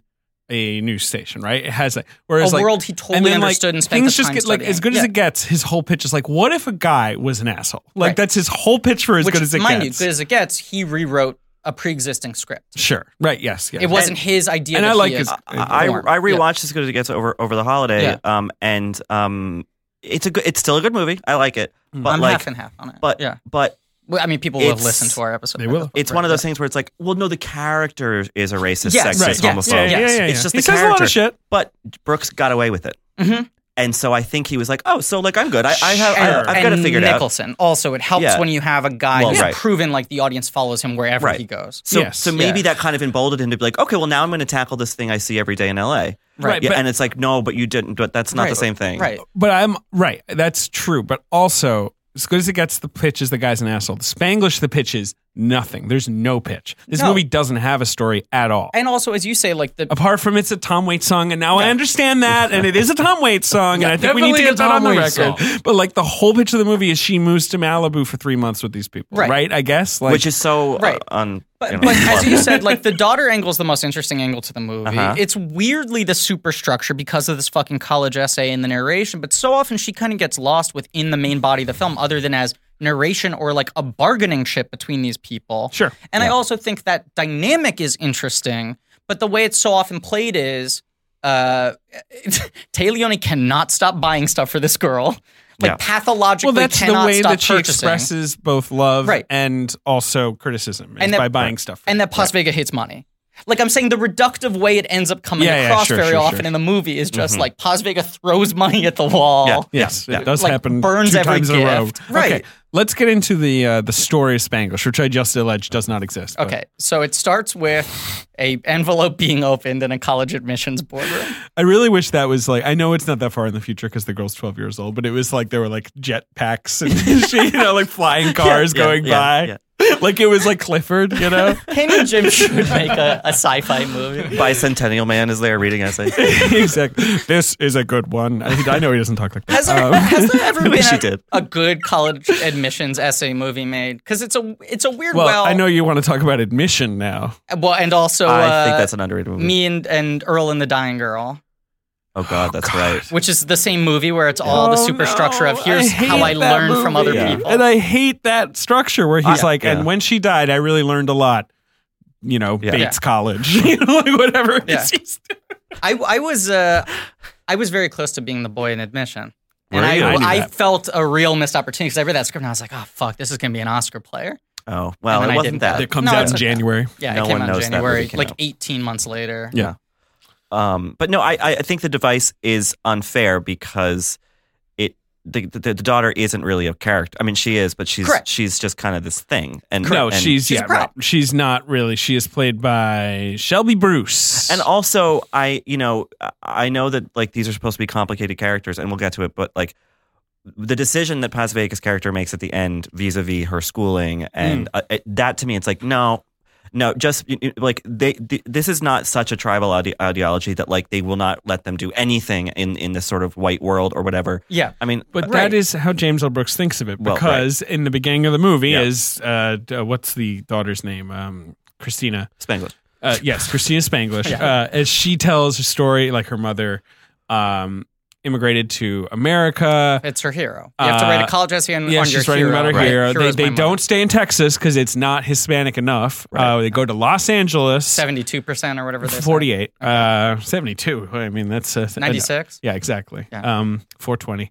C: a news station, right? It has like whereas
B: A
C: like
B: world he totally
C: and then, like,
B: understood and spent
C: things
B: the
C: just
B: time
C: get like
B: studying.
C: as good as
B: Yeah.
C: it gets. His whole pitch is like, what if a guy was an asshole? Like
B: Right.
C: that's his whole pitch for as
B: Which,
C: good as it
B: mind
C: gets.
B: you, good as it gets, he rewrote a pre-existing script.
C: sure. Right. Yes. yes.
B: It wasn't his idea.
C: and
B: that
C: I like
B: he
C: his-
B: had-
D: I, I
B: Form.
D: I rewatched as good as it gets over over the holiday,
B: Yeah.
D: um, and um, it's a good, it's still a good movie. I like it, but
B: Mm. I'm
D: like,
B: half and half on it.
D: but
B: yeah,
D: but
B: Well, I mean, people will have
D: it's-
B: listened to our episode.
C: They will.
D: it's one of those things where it's like, well, no, the character is a racist,
B: Yes.
D: sexist,
B: yes,
C: Right.
D: homophobe.
C: Yeah, yeah,
B: Yes.
C: yeah, yeah.
D: It's just
C: he
D: the
C: says a lot
D: character.
C: of shit.
D: But Brooks got away with it,
B: Mhm.
D: and so I think he was like, oh, so like I'm good. I, I have
B: and,
D: I, I've got it
B: and
D: figured out.
B: Nicholson. Also, it helps
D: Yeah.
B: when you have a guy
D: Well,
B: who's
D: right.
B: proven like the audience follows him wherever
D: Right.
B: he goes.
D: So,
C: Yes.
D: so maybe
B: Yeah.
D: that kind of emboldened him to be like, okay, well now I'm going to tackle this thing I see every day in L.A.
C: Right,
D: Yeah,
C: but-
D: and it's like, no, but you didn't. But that's not the
B: Right.
D: same thing.
B: Right.
C: But I'm right. That's true. But also, as good as it gets, the pitch is the guy's an asshole. The Spanglish, the pitch is nothing. There's no pitch. This
B: No.
C: movie doesn't have a story at all.
B: And also, as you say, like the
C: Apart from it's a Tom Waits song, and now I understand that, and it is a Tom Waits song, and I think we need to
E: definitely
C: get
E: a
C: that on
E: Tom
C: the
E: Waits
C: record. But like the whole pitch of the movie is she moves to Malibu for three months with these people,
B: Right.
C: right? I guess, like,
D: Which is so uh,
B: Right.
D: un.
B: But,
D: you know,
B: but as you
D: lovable.
B: said, like the daughter angle is the most interesting angle to the movie.
D: Uh-huh.
B: It's weirdly the superstructure because of this fucking college essay and the narration, but so often she kind of gets lost within the main body of the film, other than as narration or like a bargaining chip between these people.
C: Sure.
B: And I also think that dynamic is interesting, but the way it's so often played is uh Leone cannot stop buying stuff for this girl. Like
D: Yeah.
B: pathologically
C: well, that's the
B: cannot
C: way
B: stop
C: that she
B: purchasing.
C: expresses both love
B: Right.
C: and also criticism, is
B: And that-
C: by buying stuff.
B: and that Las Vega hates money. like I'm saying the reductive way it ends up coming
C: Yeah, yeah,
B: across
C: sure,
B: very
C: sure,
B: often
C: sure. Mm-hmm.
B: in the movie is just like Paz Vega throws money at the wall.
D: Yeah.
C: Yes, it does
B: Like,
C: happen.
B: burns
C: two
B: every
C: times in a row.
B: gift. Right.
C: Okay, let's get into the uh, the story of Spanglish, which I just alleged does not exist. but-
B: Okay, so it starts with a envelope being opened in a college admissions boardroom.
C: I really wish that was like I know it's not that far in the future because the girl's twelve years old, but it was like there were like jet packs and you know like flying cars
D: yeah,
C: going
D: yeah,
C: by, like it was like Clifford, you know.
B: Ken and Jim should make a, a sci-fi movie.
D: Bicentennial man is there reading essays.
C: exactly. This is a good one. I, I know he doesn't talk like that.
B: Has there,
C: Um,
B: has there ever
D: wish you
B: been
D: did.
B: a, a good college admissions essay movie made? Because it's a it's a weird
C: well,
B: well.
C: I know you want to talk about admission now.
B: Well, and also
D: I think
B: uh,
D: that's an underrated movie.
B: me and and Earl and the Dying Girl,
D: oh God, that's right.
B: which is the same movie where it's all the
C: Oh,
B: superstructure of here's how Oh, I learned from other
D: movie. Yeah.
B: people.
C: and I hate that structure where he's
D: I-
C: like,
D: yeah.
C: and when she died, I really learned a lot. You know,
D: Yeah.
C: Bates College, you know, like whatever. it
B: Yeah.
C: is he's doing.
B: I, I was uh, I was very close to being the boy in admission. And
D: Were you? I knew
B: I, I,
C: that.
B: felt a real missed opportunity because I read that script and I was like, oh, fuck, this is going to be an Oscar player.
D: Oh well,
B: And then
D: it
B: I
D: wasn't
B: didn't-
C: That
D: that.
C: comes
B: No,
C: out
B: it's
C: in
B: okay.
C: January.
B: Yeah,
D: No
B: it came
D: one
B: out in
D: knows that
B: January,
D: movie came
B: like
D: out.
B: 18 months later.
C: Yeah.
D: Um, but no, I, I I think the device is unfair because it the, the the daughter isn't really a character. I mean, she is, but she's
B: Correct.
D: she's just kind of this thing. And
C: No,
D: and-
C: she's, yeah,
B: prop.
C: right. she's not really. She is played by Shelby Bruce.
D: And also, I you know I- I know that like these are supposed to be complicated characters, and we'll get to it. But like the decision that Paz Vega's character makes at the end, vis-a-vis her schooling, and
C: Mm.
D: uh, it, that to me, it's like no. No, just you- you- like they. th- This is not such a tribal ide- ideology that like they will not let them do anything in in this sort of white world or whatever.
B: Yeah.
D: I mean, uh,
C: but
B: Right.
C: that is how James L. Brooks thinks of it
D: Well, right.
C: because in the beginning of the movie
D: Yeah.
C: is uh, d- uh, what's the daughter's name? Um, Christina.
D: Spanglish.
C: Uh, yes, Christina Spanglish. uh, as she tells her story, like her mother um, immigrated to America.
B: It's her hero. You have to write
C: Uh,
B: a college essay on,
C: Yeah,
B: on
C: she's
B: your
C: writing
B: hero.
C: about her
B: Right.
C: hero.
B: Hero
C: They,
B: is
C: they
B: my
C: don't stay in Texas because it's not Hispanic enough. Uh, they go to Los Angeles.
B: mother. 72% or whatever this
C: 48 uh 72 i mean that's uh,
B: 96?
C: yeah exactly
B: Yeah.
C: um 420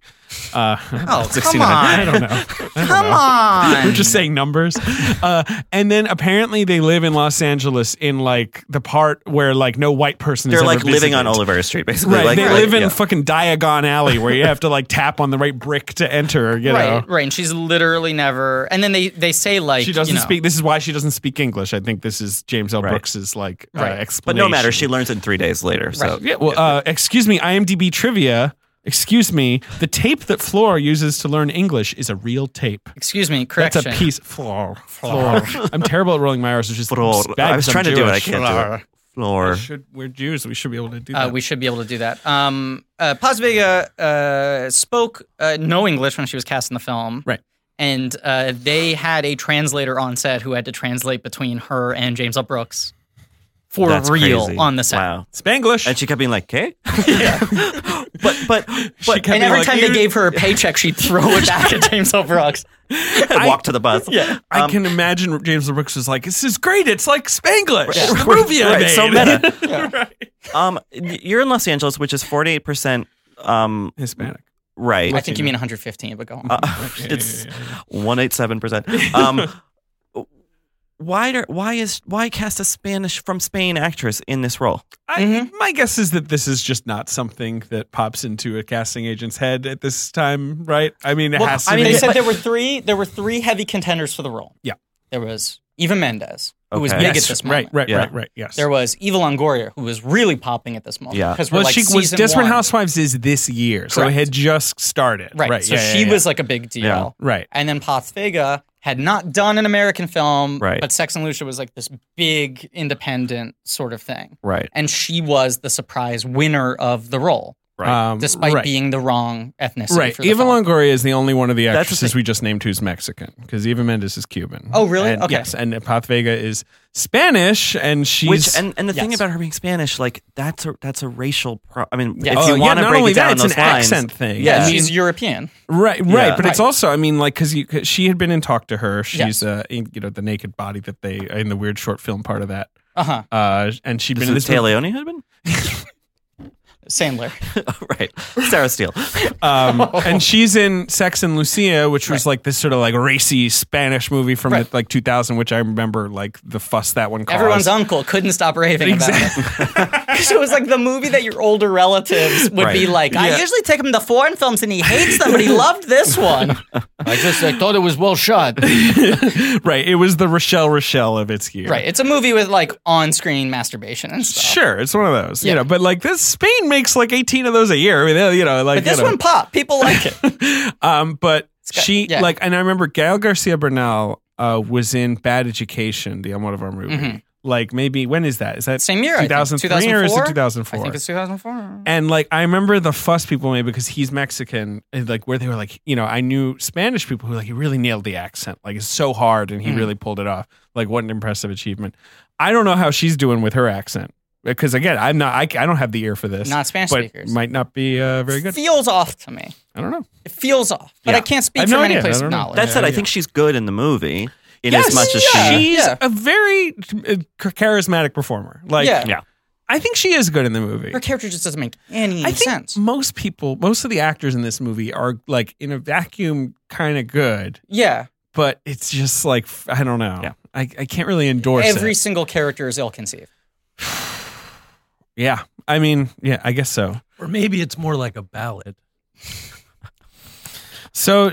C: uh
B: Oh, come
D: 69.
C: i
B: on.
C: don't know I don't
B: Come
C: know.
B: on.
C: we're just saying numbers uh and then apparently they live in los angeles in like the part where like no white person
D: They're
C: is
D: like living on
C: all
D: Oliver Street, basically.
C: right
D: Like,
C: they
D: like,
C: live in
D: yeah.
C: fucking diagon alley where you have to like tap on the right brick to enter you know
B: Right, right. And she's literally never. And then they, they say, like,
C: she doesn't
B: you know,
C: speak. This is why she doesn't speak English. I think this is James L.
D: Right.
C: Brooks's like uh,
B: Right.
D: But
C: explanation.
D: no matter, she learns it three days later. So
C: Yeah, well, uh, excuse me, IMDb trivia. Excuse me, the tape that Floor uses to learn English is a real tape.
B: Excuse me,
C: That's
B: correction.
C: a piece. Floor. Floor. I'm terrible at rolling my R's. It's just
D: Floor.
C: bad
D: I was
C: because I'm
D: trying to do it. I
C: Jewish.
D: can't do it. Floor.
C: Should, we're Jews. We should be able to do
B: Uh,
C: that.
B: we should be able to do that. Um, uh, Paz Vega uh, spoke uh, no English when she was cast in the film.
C: Right.
B: And uh, they had a translator on set who had to translate between her and James L. Brooks for
D: That's
B: real
D: crazy.
B: on the set.
D: Wow.
C: Spanglish.
D: And she kept being like, "Okay." but but but
C: kept
B: And
C: being
B: every
C: like,
B: time
C: "You-
B: they gave her a paycheck, she'd throw it back at James L. Brooks.
D: I walked to the bus. Yeah.
C: I can imagine James L. Brooks was like, "This is great. It's like Spanglish. The movie I
D: Right,
C: made.
D: so meta. Um, you're in Los Angeles, which is 48 percent. Um,
C: Hispanic.
D: right.
B: I think you mean 115, but go on.
D: Uh, it's one eight seven percent. Um, why do, why is why cast a Spanish from Spain actress in this role?
C: I,
D: Mm-hmm.
C: My guess is that this is just not something that pops into a casting agent's head at this time, right? I mean, it has to
B: I mean,
C: be.
B: they said there were three. There were three heavy contenders for the role.
C: Yeah.
B: There was Eva Mendes, who was
D: Okay.
B: big
C: Yes,
B: at this moment.
C: right, right,
D: Yeah.
C: right, right. Yes.
B: There was Eva Longoria, who was really popping at this moment.
D: Yeah.
B: because
C: well,
B: like
C: she was
B: season
C: Desperate
B: one.
C: Housewives is this year, so it
B: Correct.
C: had just started.
B: right? so
C: yeah,
B: she
C: yeah, yeah.
B: was like a big deal,
D: Yeah.
C: Right.
B: And then Paz Vega had not done an American film,
D: Right.
B: But Sex and Lucia was like this big independent sort of thing,
D: Right.
B: and she was the surprise winner of the role,
C: Um,
B: despite
C: right.
B: being the wrong ethnicity.
C: Right.
B: for the
C: Eva
B: film.
C: Longoria is the only one of the
D: That's the
C: actresses
D: thing.
C: we just named who's Mexican because Eva Mendes is Cuban.
B: Oh, really?
C: And-
B: Okay.
C: Yes, and Path Vega is Spanish, and she's
D: Which and, and the thing
B: yes.
D: about her being Spanish, like that's a that's a racial. Pro- I mean,
B: Yeah.
D: if
C: Oh,
D: you
C: yeah,
D: want to
C: not
D: break
C: only
D: it down
C: that, it's
D: those
C: an
D: lines,
C: accent thing.
D: Yeah,
B: Yeah,
C: I
B: she's
C: mean-
B: European.
C: Right, right,
D: Yeah.
C: but it's also, I mean, like, because you, 'cause she had been in talk to her. She's,
B: Yes.
C: uh, in, you know, the naked body that they in the weird short film part of that,
B: Uh huh.
C: uh, and she'd
D: This
C: been in
D: is
C: this
D: Taleone husband.
B: Sandler.
D: right. Sarah Steele.
C: Um, And she's in Sex and Lucia, which was like this sort of like racy Spanish movie from
B: Right.
C: the, like 2000, which I remember like the fuss that one caused.
B: Everyone's uncle couldn't stop raving about it. 'Cause it was like the movie that your older relatives would be like, I usually take him to foreign films and he hates them, but he loved this one.
E: I just I thought it was well shot.
C: right. It was the Rochelle Rochelle of its year.
B: Right. It's a movie with like on screen masturbation and stuff.
C: Sure, it's one of those,
B: Yeah.
C: you know. But like this, Spain makes like eighteen of those a year. I mean, they- you know, like
B: But this
C: you know.
B: one pop. People like it.
C: Um, but
B: got-
C: she
B: yeah.
C: like, and I remember Gail Garcia Bernal uh, was in Bad Education, the Almodovar movie. Like maybe when is that? Is that
B: Mm-hmm. Same year, I think.
C: 2003 or is it
B: 2004?
C: 2004?
B: I think it's 2004.
C: and like I remember the fuss people made because he's Mexican, and like where they were like, you know, I knew Spanish people who were like he really nailed the accent, like it's so hard,
B: Mm.
C: and he really pulled it off. Like what an impressive achievement. I don't know how she's doing with her accent because again, I'm not, I, I don't have the ear for this.
B: Not Spanish
C: but
B: speakers.
C: might not be uh, very good.
B: Feels off to me.
C: I don't know.
B: It feels off. But I can't speak
C: I've
B: from
C: no
B: any
C: idea. I
B: place of
C: don't know.
B: knowledge.
D: That said, I think she's good in the movie in as much as
B: yeah.
D: she.
C: she's
B: Yeah.
C: a very uh, charismatic performer. Like,
B: Yeah.
D: Yeah.
C: I think she is good in the movie.
B: her character just doesn't make any
C: I think
B: sense.
C: most people, most of the actors in this movie are like in a vacuum, kind of good,
B: Yeah.
C: but it's just like f- I don't know.
D: Yeah.
C: I, I can't really endorse
B: Every
C: it.
B: single character is ill conceived.
C: Yeah, I mean, yeah, I guess so.
E: or maybe it's more like a ballad.
C: So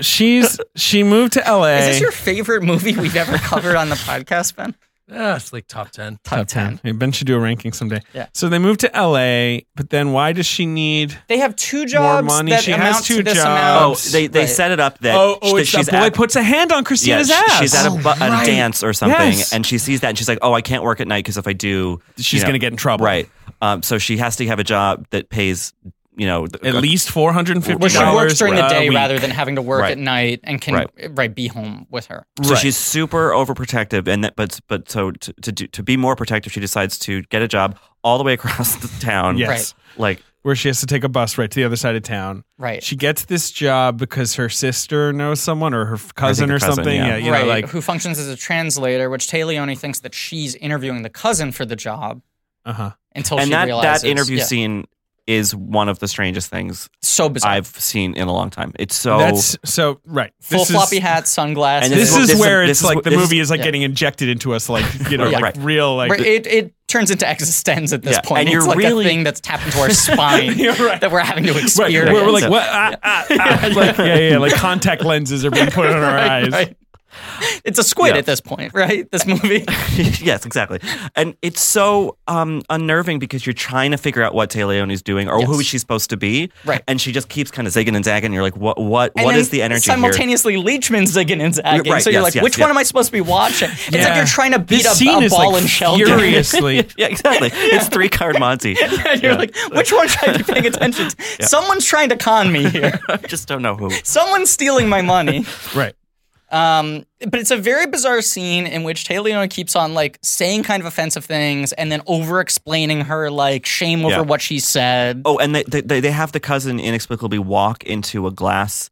C: she's she moved to L.A.
B: Is this your favorite movie we've ever covered on the podcast, Ben?
E: Ah, it's like top ten.
B: Top 10.
C: Hey, ben should do a ranking someday.
B: Yeah.
C: So they moved to L.A., but then why does she need?
B: They have two jobs
C: money.
B: that
C: She has
B: amount
C: two
B: to this
C: jobs.
D: Oh,
B: amount.
D: they, they
B: Right.
D: set it up that,
C: oh, oh,
D: that
C: it's
D: she's
C: a boy
D: at,
C: puts a hand on
D: yeah,
C: Christina's
D: she-
C: ass. Oh,
D: she's at a, bu- at a dance or something,
C: Yes.
D: and she sees that, and she's like, "Oh, I can't work at night because if I do,
C: She's
D: you know,
C: gonna get in trouble.
D: Right. Um, so she has to have a job that pays, you know, uh, th-
C: at least four hundred and fifty
B: Where
C: dollars.
B: she works during the day
C: week.
B: rather than having to work
D: Right.
B: at night and can
D: Right.
B: right. be home with her.
D: So
C: Right.
D: she's super overprotective, and that, but but so to to, do, to be more protective, she decides to get a job all the way across the town.
C: Yes.
B: Right.
D: Like
C: where she has to take a bus right to the other side of town.
B: Right.
C: She gets this job because her sister knows someone or her cousin
D: her
C: or
D: cousin,
C: something. Yeah,
D: yeah.
C: you
B: right.
C: know, like
B: who functions as a translator, which Leone thinks that she's interviewing the cousin for the job
C: uh huh.
B: until she
D: and that
B: realizes
D: that interview
B: yeah,
D: scene is one of the strangest things
B: so bizarre.
D: I've seen in a long time. It's so
C: That's so right.
B: Full
C: This is-
B: floppy hat, sunglasses.
D: And
C: This,
D: This
C: is,
D: is-
C: where
D: this
C: it's
D: is-
C: like the
D: this-
C: movie is like
B: yeah.
C: getting injected into us, like you know,
B: Yeah.
C: like
D: Right.
C: real like.
B: where it, it turns into existence at this
D: Yeah,
B: point.
D: and
B: it's
D: you're
B: like
D: really-
B: a thing that's tapped into our spine that we're having to
C: Right,
B: experience.
C: where we're like, what? Ah, ah, ah. Like, yeah, yeah, yeah, like contact lenses are being put on our eyes.
B: right. It's a squid
D: Yeah.
B: at this point, right? This movie.
D: yes, exactly. And it's so um, unnerving because you're trying to figure out what Leone is doing or who
B: Yes.
D: she's supposed to be.
B: Right.
D: And she just keeps kind of zigging and zagging. And you're like, what what
B: And
D: what
B: then
D: is the energy here?
B: Simultaneously, Leachman's zigging and zagging.
D: Right,
B: so you're
D: yes,
B: like,
D: yes,
B: which
D: yes.
B: one am I supposed to be watching? It's
C: Yeah.
B: like you're trying to beat
C: This
B: up
C: scene
B: a
C: is
B: ball
C: like
B: and shell game.
C: furiously.
D: Yeah, exactly. It's three card Monty.
B: and you're like, which one should I be paying attention to? Someone's trying to con me here.
D: I just don't know who.
B: Someone's stealing my money.
C: right.
B: Um, but it's a very bizarre scene in which Taylor Leone keeps on like saying kind of offensive things and then over explaining her like shame over
D: Yeah.
B: what she said.
D: Oh, and they, they they have the cousin inexplicably walk into a glass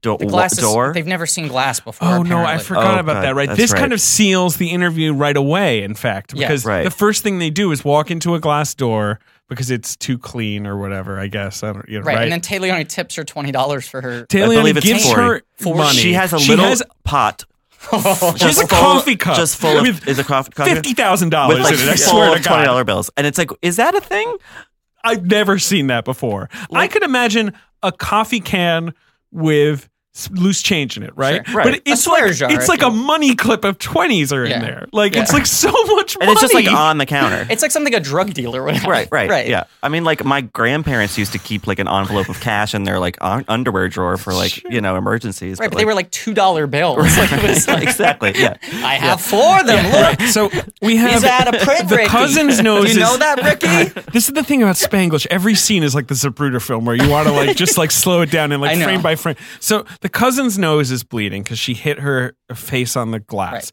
D: do-
B: the glass is-
D: door.
B: They've never seen glass before.
C: Oh no, I
B: apparently.
C: forgot
D: Oh,
C: about
D: God,
C: that. Right,
D: that's
C: this
D: right.
C: kind of seals the interview right away. In fact,
B: Yeah.
C: because
D: Right.
C: the first thing they do is walk into a glass door because it's too clean or whatever. I guess I don't. You know,
B: Right.
C: right.
B: And then Taylor Leone tips her twenty dollars for her.
C: Taylor
D: I believe it's
C: gives
D: forty.
C: her
B: Forty.
C: money.
D: she has a little
C: She has,
D: pot.
C: she has a
D: full-
C: coffee cup.
D: Just full of
C: with
D: is a coffee cup
C: fifty thousand dollars
D: with like
C: in Oh, it. I
D: full
C: swear
D: of
C: to
D: twenty
C: God,
D: dollar bills, and it's like, is that a thing?
C: I've never seen that before. I could imagine a coffee can with s- loose change in it, right?
D: Right.
C: But it's
B: swear
C: like
B: jar,
C: it's
B: if
C: like
B: you
C: a money clip of twenties are
B: Yeah.
C: in there. Like
B: Yeah.
C: it's like so much
D: And
C: money.
D: it's just like on the counter.
B: It's like something a drug dealer would have.
D: Right, right,
B: right.
D: yeah. I mean, like my grandparents used to keep like an envelope of cash in their like un- underwear drawer for like you know emergencies.
B: Right, but they were like two dollar bills. Like, it was like,
D: exactly, yeah.
B: I have four of them. Look,
C: uh, So we have
B: he's out of print.
C: the
B: Ricky.
C: cousin's nose.
B: Do you
C: is-
B: know that, Ricky?
C: This is the thing about Spanglish. Every scene is like the Zapruder film where you want to like just like slow it down and
B: I
C: like
B: know.
C: frame by frame. So the cousin's nose is bleeding because she hit her face on the glass.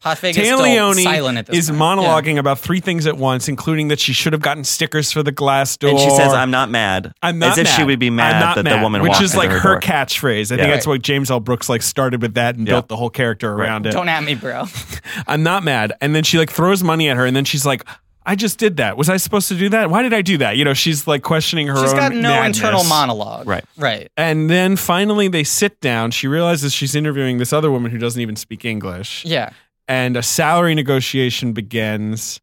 B: Right. Las Vegas
C: Taya
B: still
C: Leone
B: silent at this
C: is
B: point.
C: monologuing about three things at once, including that she should have gotten stickers for the glass door.
D: And she says, "I'm not mad."
C: I'm not
D: as if
C: mad.
D: she would be mad
C: I'm not
D: that the
C: mad,"
D: woman
C: which
D: walked
C: is
D: into
C: like her,
D: door.
C: catchphrase. I think that's what James L. Brooks like started with that and
D: Yeah.
C: built the whole character around it.
B: Don't at me, bro.
C: I'm not mad. And then she like throws money at her, and then she's like, I just did that. Was I supposed to do that? Why did I do that? You know, she's like questioning her
B: She's
C: own
B: got no
C: madness.
B: internal monologue.
D: Right.
B: Right.
C: And then finally they sit down. She realizes she's interviewing this other woman who doesn't even speak English.
B: Yeah.
C: And a salary negotiation begins.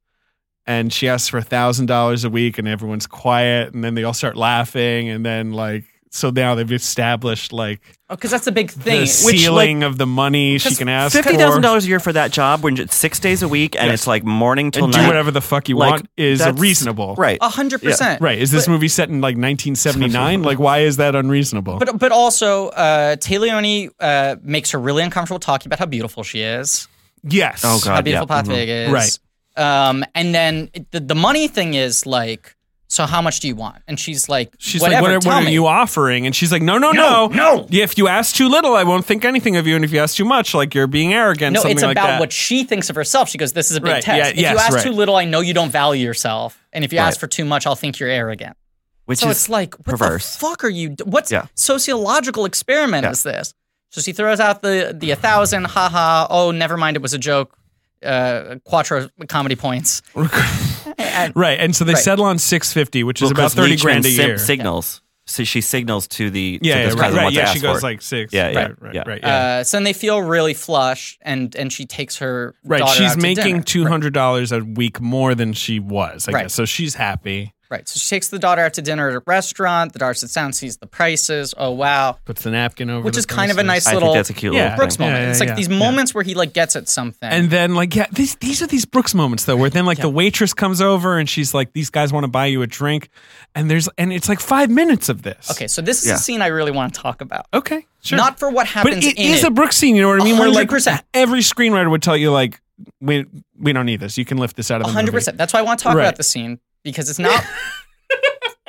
C: And she asks for a thousand dollars a week, and everyone's quiet. And then they all start laughing. And then like, so now they've established like
B: Because Oh, that's a big
C: the
B: thing. Which, like,
C: ceiling of the money she
B: Because
C: can ask
D: Fifty thousand
C: for.
D: dollars a year for that job when it's six days a week and
C: Yes.
D: it's like morning till
C: and
D: night.
C: do whatever the fuck you
D: Like,
C: want is
D: that's-
C: reasonable.
D: Right.
B: a hundred percent.
C: Right. Is this movie set in like 1979? like, why is that unreasonable?
B: But but also, uh, Taleone uh, makes her really uncomfortable talking about how beautiful she is,
C: yes.
D: Oh, God.
B: how beautiful
D: yeah,
B: Path
D: mhm.
B: is,
C: Uh, mm-hmm. Right.
B: Um, and then the, the money thing is like, so how much do you want? And she's like,
C: She's
B: whatever,
C: like, what, are-
B: tell
C: what are
B: me.
C: you offering? And she's like, no, no, no, no. If you ask too little, I won't think anything of you. And if you ask too much, like you're being arrogant.
B: No,
C: something
B: it's
C: like
B: about
C: that.
B: what she thinks of herself. She goes, "This is a big
C: Right,
B: test.
C: yeah,
B: if
C: yes,
B: you ask
C: right.
B: too little, I know you don't value yourself, and if you ask
D: Right.
B: for too much, I'll think you're arrogant."
D: Which
B: so
D: is
B: it's like, what
D: perverse.
B: the fuck are you? d- What's
D: Yeah.
B: sociological experiment
D: Yeah.
B: is this? So she throws out the the a thousand, haha. Oh, never mind, it was a joke. Uh, quattro comedy points.
C: Right. And so they
B: Right.
C: settle on 650, which is
D: Well,
C: about
D: 'cause
C: 30
D: Leachman
C: grand a
D: sim-
C: year.
D: Signals. So she signals to the to
C: yeah, yeah,
D: this
C: right.
D: cousin
C: right.
D: what to
C: Yeah, she
D: ask
C: goes
D: for.
C: like six.
D: Yeah, yeah,
C: right, right,
D: yeah.
C: right. yeah.
B: Uh, so then they feel really flush, and and she takes her
C: Right,
B: daughter
C: she's
B: out to dinner.
C: making two hundred dollars a week more than she was, I
B: Right.
C: guess. So she's happy,
B: Right, so she takes the daughter out to dinner at a restaurant. The daughter sits down, sees the prices. Oh wow,
C: puts the napkin over,
B: which
C: the
B: is kind of a
C: person's-
B: nice
D: I
B: little
D: think that's a cute
C: Yeah.
D: little
B: Brooks
D: thing.
B: moment.
C: Yeah, yeah,
B: it's like
C: yeah,
B: these
C: yeah.
B: moments where he like gets at something.
C: And then like yeah, these these are these Brooks moments though, where then like the waitress comes over and she's like, "These guys want to buy you a drink," and there's and it's like five minutes of this.
B: okay, so this is
D: Yeah.
B: a scene I really want to talk about.
C: okay, sure.
B: Not for what
C: but
B: happens
C: it
B: in
C: is
B: it.
C: a Brooks scene. You know what I mean? Where like
B: 100%.
C: every screenwriter would tell you like, "We we don't need this. You can lift this out of the
B: hundred
C: movie."
B: percent. That's why I want to talk
C: Right.
B: about the scene because it's not.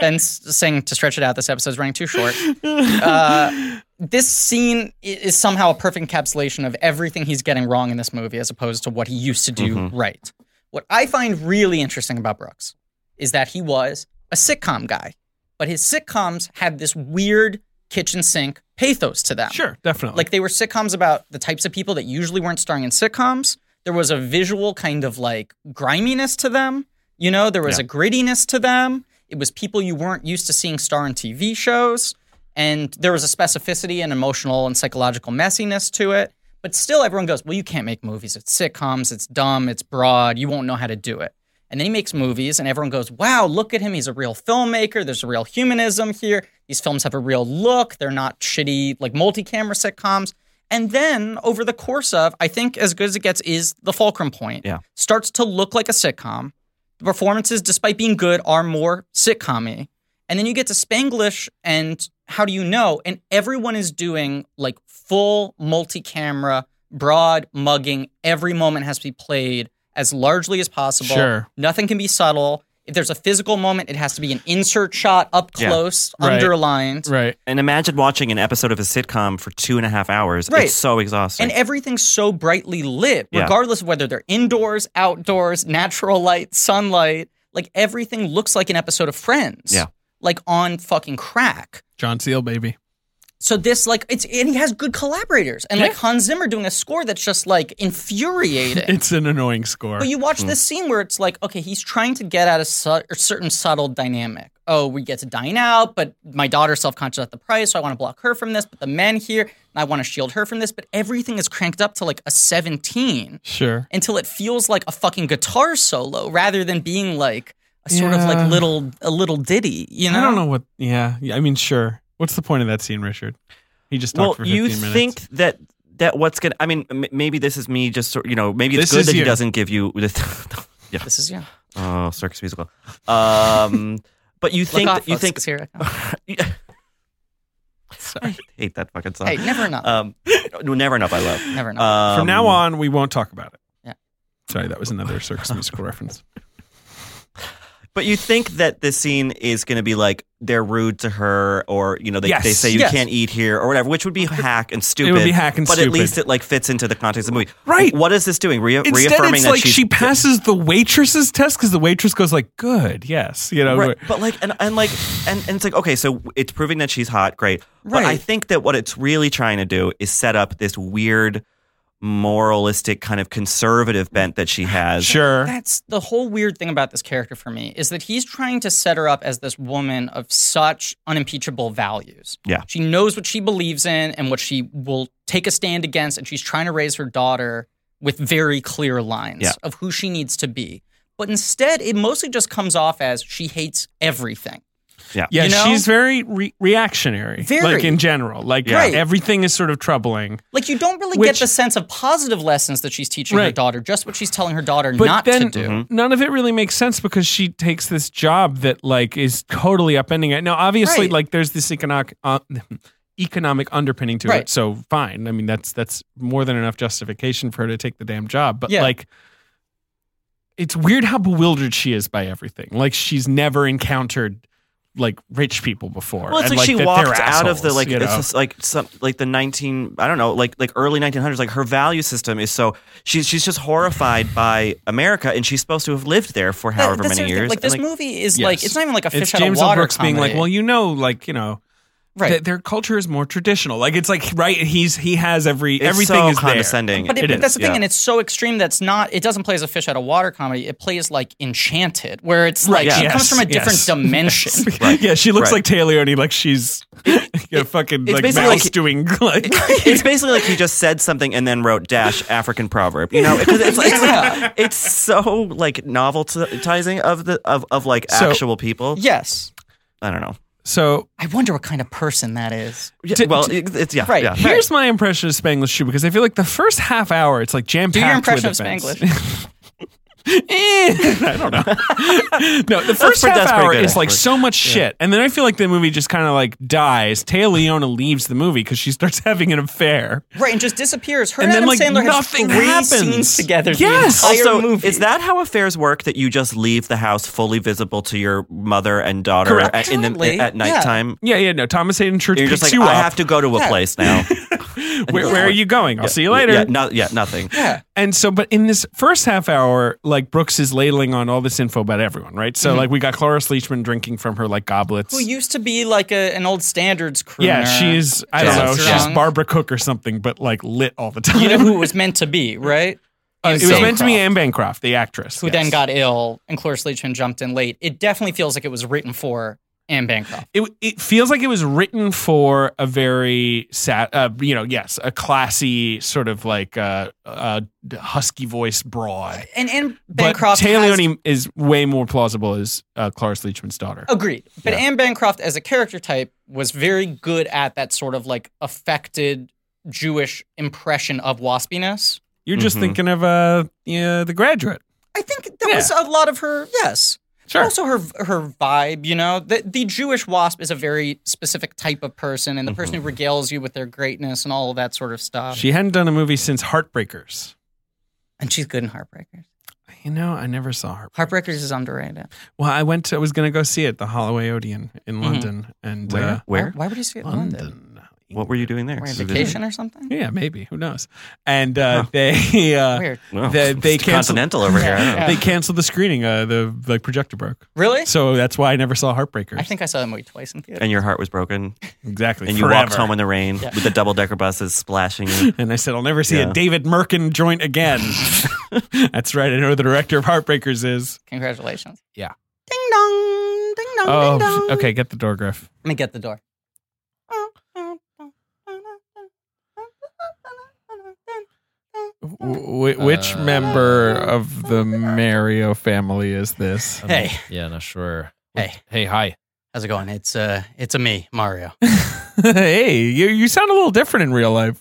B: Ben's saying to stretch it out. This episode's running too short. Uh, this scene i- is somehow a perfect encapsulation of everything he's getting wrong in this movie, as opposed to what he used to do
C: Mm-hmm.
B: right. What I find really interesting about Brooks is that he was a sitcom guy, but his sitcoms had this weird kitchen sink pathos to them.
C: Sure, definitely.
B: Like they were sitcoms about the types of people that usually weren't starring in sitcoms. There was a visual kind of like griminess to them. You know, there was a grittiness to them. It was people you weren't used to seeing star in TV shows. And there was a specificity and emotional and psychological messiness to it. But still, everyone goes, well, you can't make movies. It's sitcoms. It's dumb. It's broad. You won't know how to do it. And then he makes movies, and everyone goes, wow, look at him. He's a real filmmaker. There's a real humanism here. These films have a real look. They're not shitty, like multi camera sitcoms. And then over the course of, I think as good as it gets is the fulcrum point.
D: Yeah.
B: Starts to look like a sitcom. The performances, despite being good, are more sitcom y. And then you get to Spanglish and How Do You Know? And everyone is doing like full multi camera, broad mugging. Every moment has to be played as largely as possible.
C: Sure.
B: Nothing can be subtle. If there's a physical moment, it has to be an insert shot up
D: Yeah.
B: close,
C: Right.
B: underlined.
C: right.
D: And imagine watching an episode of a sitcom for two and a half hours.
B: Right.
D: It's so exhausting.
B: And everything's so brightly lit,
D: Yeah.
B: regardless of whether they're indoors, outdoors, natural light, sunlight. Like everything looks like an episode of Friends.
D: Yeah.
B: Like on fucking crack.
C: John Seal, baby.
B: So this like it's and he has good collaborators and like Hans Zimmer doing a score that's just like infuriating.
C: It's an annoying score.
B: but you watch this scene where it's like okay he's trying to get at a, su- a certain subtle dynamic. Oh, we get to dine out, but my daughter's self conscious at the price, so I want to block her from this. But the men here, and I want to shield her from this. But everything is cranked up to like a seventeen
C: sure.
B: until it feels like a fucking guitar solo rather than being like a sort of
C: Yeah.
B: like little a little ditty. You know?
C: I don't know what. Yeah, yeah. I mean, sure. What's the point of that scene, Richard? He just talked
D: well,
C: for 15
D: you
C: minutes.
D: think that that what's gonna? I mean, m- maybe this is me just sort- you know maybe it's
C: This is
D: good that
C: you.
D: he doesn't give you. the- yeah.
B: This is yeah.
D: Oh, circus musical. Um, but you think
B: Look off,
D: that you
B: folks,
D: think
B: 'cause here.
D: I hate that fucking song.
B: hey, never enough.
D: Um, no, never enough. I love.
B: never enough.
D: Um,
C: From now on, we won't talk about it.
B: Yeah.
C: Sorry, that was another circus musical reference.
D: But you think that this scene is going to be like they're rude to her, or you know they,
C: Yes.
D: they say you
C: Yes.
D: can't eat here or whatever, which would be hack and stupid.
C: be hack and
D: but
C: stupid.
D: at least it like fits into the context of the movie.
C: Right.
D: What is this doing? Re-
C: Instead,
D: reaffirming
C: it's
D: that
C: like
D: she's-
C: she passes the waitress's test because the waitress goes like, "Good, yes," you know.
D: Right. But like, and, and like, and, and it's like, okay, so it's proving that she's hot. Great. But I
B: Right.
D: think that what it's really trying to do is set up this weird moralistic kind of conservative bent that she has.
C: Sure.
B: That's the whole weird thing about this character for me is that he's trying to set her up as this woman of such unimpeachable values.
D: Yeah.
B: She knows what she believes in and what she will take a stand against, and she's trying to raise her daughter with very clear lines
D: Yeah.
B: of who she needs to be. But instead, it mostly just comes off as she hates everything.
C: Yeah,
B: You know?
C: she's very re- reactionary,
B: Very.
C: like in general. Like
B: Yeah. Right.
C: everything is sort of troubling.
B: Like, you don't really
C: Which-
B: get the sense of positive lessons that she's teaching her
C: Right.
B: daughter, just what she's telling her daughter
C: But
B: not
C: then Mm-hmm.
B: to do.
C: none of it really makes sense because she takes this job that like is totally upending it. Now, obviously,
B: Right.
C: like there's this economic uh, economic underpinning to
B: Right.
C: it, so fine. I mean, that's that's more than enough justification for her to take the damn job. But
B: Yeah.
C: like. It's weird how bewildered she is by everything. Like she's never encountered like rich people before.
D: Well, it's
C: and,
D: like, she
C: that they're
D: walked out of the
C: assholes,
D: like
C: you
D: it's
C: know?
D: just like some like the nineteen I don't know like like early nineteen hundreds like her value system is so she's she's just horrified by America and she's supposed to have lived there for
B: That-
D: however
B: that's
D: many
B: the other thing.
D: years.
B: Like, this
D: and,
B: movie is
C: Yes.
B: like, it's not even like a fish
C: it's
B: out
C: James
B: of
C: L.
B: water
C: Brooks being like,
B: comedy.
C: well, you know, like you know,
B: right.
C: th- their culture is more traditional. Like it's like right, he's he has every
D: it's
C: everything
D: so
C: is there.
D: condescending.
B: But, it,
C: It
B: but
C: is,
B: that's the thing,
D: yeah.
B: and it's so extreme that's not. It doesn't play as a fish out of water comedy. It plays like Enchanted, where it's like
C: Right,
B: she
C: yes,
B: comes from a different
C: yes.
B: dimension.
C: Yeah, she looks
D: Right.
C: like Taylor Leone, like she's you know, fucking
D: it's
C: like mouse
D: basically like-
C: doing like
D: it's basically like he just said something and then wrote dash African proverb. You know, 'Cause it's, like, it's, like, it's so like novelizing of the of, of like
C: So-
D: actual people.
B: yes,
D: I don't know.
C: so.
B: I wonder what kind of person that is.
D: Yeah,
C: To-
D: well,
C: to-
D: it- it's yeah,
B: Right.
D: yeah.
C: Here's my impression of Spanglish Shoe because I feel like the first half hour it's like jam
B: Do your
C: packed with
B: impression of
C: events. Eh,
B: Spanglish.
C: I don't know. no, the first
D: pretty-
C: half
D: that's pretty
C: hour
D: good,
C: is like
D: actually.
C: so much shit, and then I feel like the movie just kind of like dies. Taylor Leone leaves the movie because she starts having an affair.
B: right, and just disappears. Her and,
C: And then,
B: Adam Sandler
C: like,
B: have
C: nothing
B: three
C: happens.
B: scenes together.
C: Yes.
B: the entire
D: Also,
B: movie.
D: is that how affairs work? That you just leave the house fully visible to your mother and daughter
C: Correct.
D: at, in the
B: Totally.
D: at nighttime?
C: Yeah, yeah, no. Thomas Hayden Church
D: You're
C: picks
D: just like,
C: you
D: I
C: up.
D: have to go to a
B: Yeah.
D: place now.
C: where, where are you going? I'll see you later.
D: Yeah, no, yeah, nothing.
C: And so, but in this first half hour, like Brooks is ladling on all this info about everyone, right?
B: Mm-hmm.
C: So, like, we got Cloris Leachman drinking from her like goblets.
B: who used to be like a, an old standards crooner?
C: yeah, she's I don't
B: Yeah.
C: know,
B: Drunk.
C: she's Barbara Cook or something, but like lit all the time.
B: You know who it was meant to be, right?
C: Uh, it was
B: Anne
C: meant to be
B: Bancroft,
C: Anne Bancroft, the actress,
B: Who then got ill, and Cloris Leachman jumped in late. It definitely feels like it was written for Anne Bancroft.
C: It, it feels like it was written for a very sad, uh, you know, yes, a classy sort of like uh, uh, husky voice broad.
B: And Anne
C: But
B: Bancroft
C: Taylor
B: has-
C: Leone is way more plausible as uh, Cloris Leachman's daughter.
B: Agreed. But Anne Bancroft as a character type was very good at that sort of like affected Jewish impression of waspiness.
C: You're just
D: Mhm.
C: thinking of uh, yeah, the graduate.
B: I think that was a lot of her, yes.
C: Sure.
B: Also her her vibe, you know. The the Jewish wasp is a very specific type of person and the person who regales you with their greatness and all of that sort of stuff.
C: Mm-hmm. She hadn't done a movie since Heartbreakers.
B: and she's good in Heartbreakers.
C: You know, I never saw her.
B: Heartbreakers is underrated.
C: Well, I went. To, I was going to go see it at the Holloway Odeon in London, and uh,
D: Mm-hmm.
B: Why,
D: Where?
B: why would you see it in London?
C: London.
D: What were you doing there?
B: We're on vacation or something?
C: Yeah, maybe. Who knows? And uh, they uh,
B: Weird.
D: No.
C: They- they
D: oh. It's
C: canceled-
D: continental over here. I don't know.
C: they canceled the screening. Uh, the like projector broke,
B: Really?
C: so that's why I never saw Heartbreakers.
B: I think I saw that movie twice in theater.
D: And your heart was broken,
C: exactly.
D: and you
C: Forever.
D: walked home in the rain with the double decker buses splashing you.
C: And I said, I'll never see
D: Yeah.
C: a David Merkin joint again. that's right. I know who the director of Heartbreakers is.
B: Congratulations.
C: Yeah.
B: Ding dong. Ding dong. ding
C: Oh,
B: dong.
C: okay. Get the door, Griff.
B: Let me get the door.
C: Wh-
D: Uh,
C: which member of the Mario family is this?
E: I'm-
B: Hey.
E: Yeah, not sure.
B: Hey.
E: Hey, hi.
B: How's it going? It's uh, it's a me, Mario.
C: hey, you, you sound a little different in real life.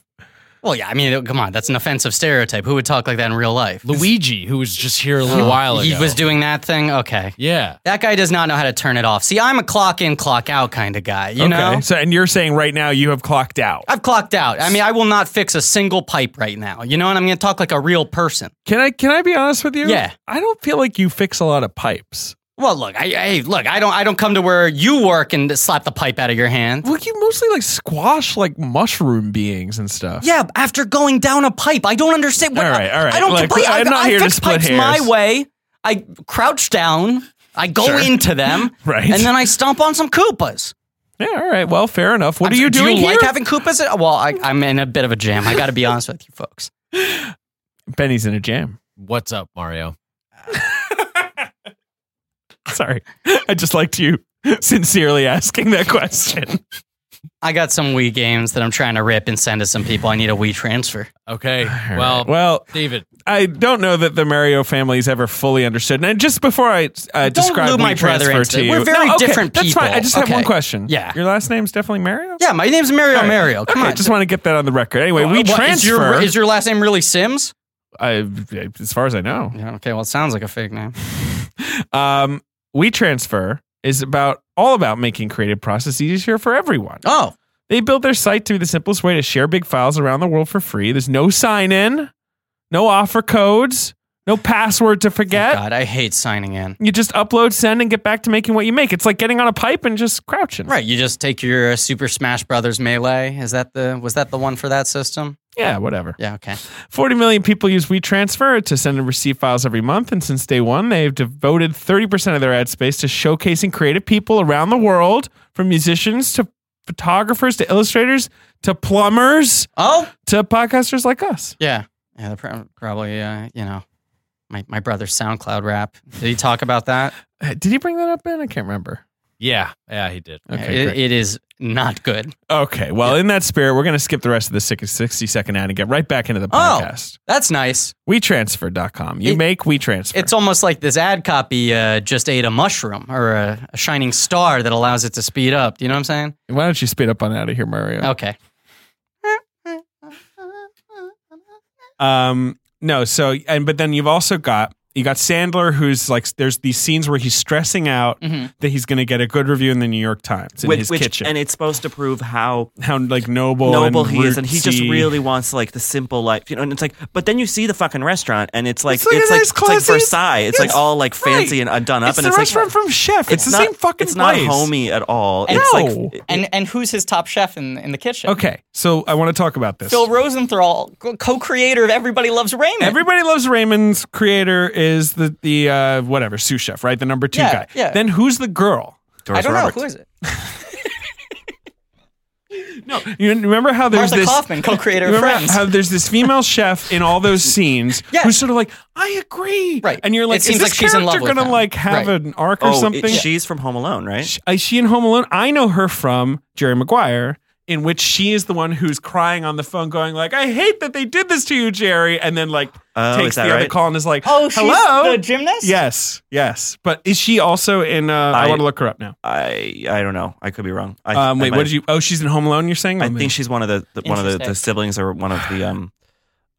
B: Well, yeah, I mean, come on, that's an offensive stereotype. Who would talk like that in real life?
E: Luigi, who was just here a
C: Oh,
E: little while ago.
B: He was doing that thing. Okay,
E: Yeah.
B: that guy does not know how to turn it off. See, I'm a clock in, clock out kind of guy. You know,
C: So, and you're saying right now you have clocked out.
B: I've clocked out. I mean, I will not fix a single pipe right now. You know, and I'm going to talk like a real person.
C: Can I can I be honest with you?
B: Yeah.
C: I don't feel like you fix a lot of pipes.
B: Well, look, I, hey, look, I don't, I don't come to where you work and slap the pipe out of your hand.
C: Well, you mostly like squash like mushroom beings and stuff.
B: Yeah, after going down a pipe, I don't understand. What,
C: All right, all right.
B: I don't
C: Look,
B: complain.
C: I'm
B: I,
C: not
B: I
C: here to
B: fix
C: split
B: pipes
C: hairs.
B: my way. I crouch down. I go into them,
C: Right.
B: and then I stomp on some Koopas.
C: Yeah, all right. Well, fair enough. What
B: I'm
C: are you
B: sorry,
C: doing
B: Do you like
C: here?
B: having Koopas? Well, I, I'm in a bit of a jam. I got to be honest with you, folks.
C: Benny's in a jam.
E: What's up, Mario?
C: Sorry. I just liked you sincerely asking that question.
B: I got some Wii games that I'm trying to rip and send to some people. I need a Wii transfer.
E: Okay. Well,
C: Well,
E: David,
C: I don't know that the Mario family's ever fully understood. And just before I uh, describe
B: loop
C: Wii
B: my brother
C: transfer
B: into
C: to
B: it.
C: you,
B: We're very
C: okay,
B: different
C: That's fine.
B: people.
C: I just have one
B: Okay.
C: question.
B: Yeah.
C: your last name's definitely Mario.
B: Yeah, my name's Mario
C: All right.
B: Mario. Come
C: Okay,
B: on.
C: just want to get that on the record. Anyway,
B: What-
C: we
B: what-
C: transfer.
B: Is your, is your last name really Sims?
C: I- as far as I know,
B: Yeah, okay, well, it sounds like a fake name.
C: um, we transfer is about all about making creative processes easier for everyone.
B: Oh,
C: They build their site to be the simplest way to share big files around the world for free. There's no sign in, no offer codes, no password to forget.
B: God, I hate signing in.
C: you just upload, send, and get back to making what you make. It's like getting on a pipe and just crouching.
B: Right, you just take your uh, Super Smash Brothers Melee. Is that the was that the one for that system?
C: Yeah, whatever.
B: Yeah, okay.
C: 40 million people use WeTransfer to send and receive files every month. And since day one, they've devoted 30% of their ad space to showcasing creative people around the world, from musicians to photographers to illustrators to plumbers
B: Oh,
C: to podcasters like us.
B: yeah, yeah. they're prob- Probably, uh, you know, my my brother's SoundCloud rap. Did he talk about that?
C: Uh, Did you bring that up, Ben? I can't remember.
E: yeah, yeah, he did.
C: Okay,
B: it, it is not good.
C: Okay. Well, in that spirit, we're going to skip the rest of the 60 second ad and get right back into the podcast.
B: That's nice.
C: WeTransfer.com. You
B: It-
C: make WeTransfer.
B: It's almost like this ad copy uh, just ate a mushroom or a, a shining star that allows it to speed up. Do you know what I'm saying?
C: Why don't you speed up on out of here, Mario?
B: Okay.
C: Um, no, so and but then you've also got you got Sandler, who's like there's these scenes where he's stressing out that he's going to get a good review in the New York Times in
D: Which-
C: his
D: Mm-hmm. which-
C: kitchen,
D: and it's supposed to prove how
C: how like noble,
D: noble
C: and
D: he is, and he just
C: rootsy-
D: really wants like the simple life, you know. And it's like, but then you see the fucking restaurant, and it's like
C: It's like a nice
D: it's like, it's
C: classy-
D: like Versailles. It's like
C: Yes,
D: all like fancy
C: right.
D: and uh, done up,
C: It's
D: and
C: the
D: it's
C: restaurant
D: like
C: from Chef. It's, the
D: not-
C: same fucking
D: It's
C: place.
D: not homey at all.
C: No.
D: It's like
B: And and who's his top chef in in the kitchen?
C: okay, so I want to talk about this.
B: Phil Rosenthal, co-creator of Everybody Loves Raymond.
C: Everybody loves Raymond's creator is the the uh, whatever sous chef, right? The number two
B: Yeah,
C: guy.
B: yeah.
C: Then who's the girl?
B: I don't
D: Roberts.
B: know who is it.
C: You remember how there's
B: Martha
C: this
B: Kaufman, co-creator of
C: Remember
B: Friends.
C: how there's this female chef in all those scenes
B: Yes.
C: who's sort of like, I agree,
B: Right.
C: And you're
B: It
C: like,
B: seems
C: is this
B: like she's in love
C: character
B: with
C: gonna
B: him.
C: like have
B: Right.
C: an arc or
D: Oh, it-
C: something?
D: she's from Home Alone, right?
C: Sh- is she in Home Alone? I know her from Jerry Maguire, in which she is the one who's crying on the phone, going like, I hate that they did this to you, Jerry, and then like
D: Oh,
C: takes
D: is that
C: the other
D: right?
C: call and is like,
B: Oh, she's
C: hello.
B: the gymnast.
C: Yes, yes. But is she also in? Uh, I,
D: I-
C: want to look her up now.
D: I I don't know. I could be wrong. I,
C: Um,
D: I
C: wait,
D: might
C: what
D: have-
C: did you? Oh, she's in Home Alone. You're saying?
D: I
C: Oh, maybe.
D: think she's one of the, the one of the, the
B: Interesting.
D: siblings or one of the um.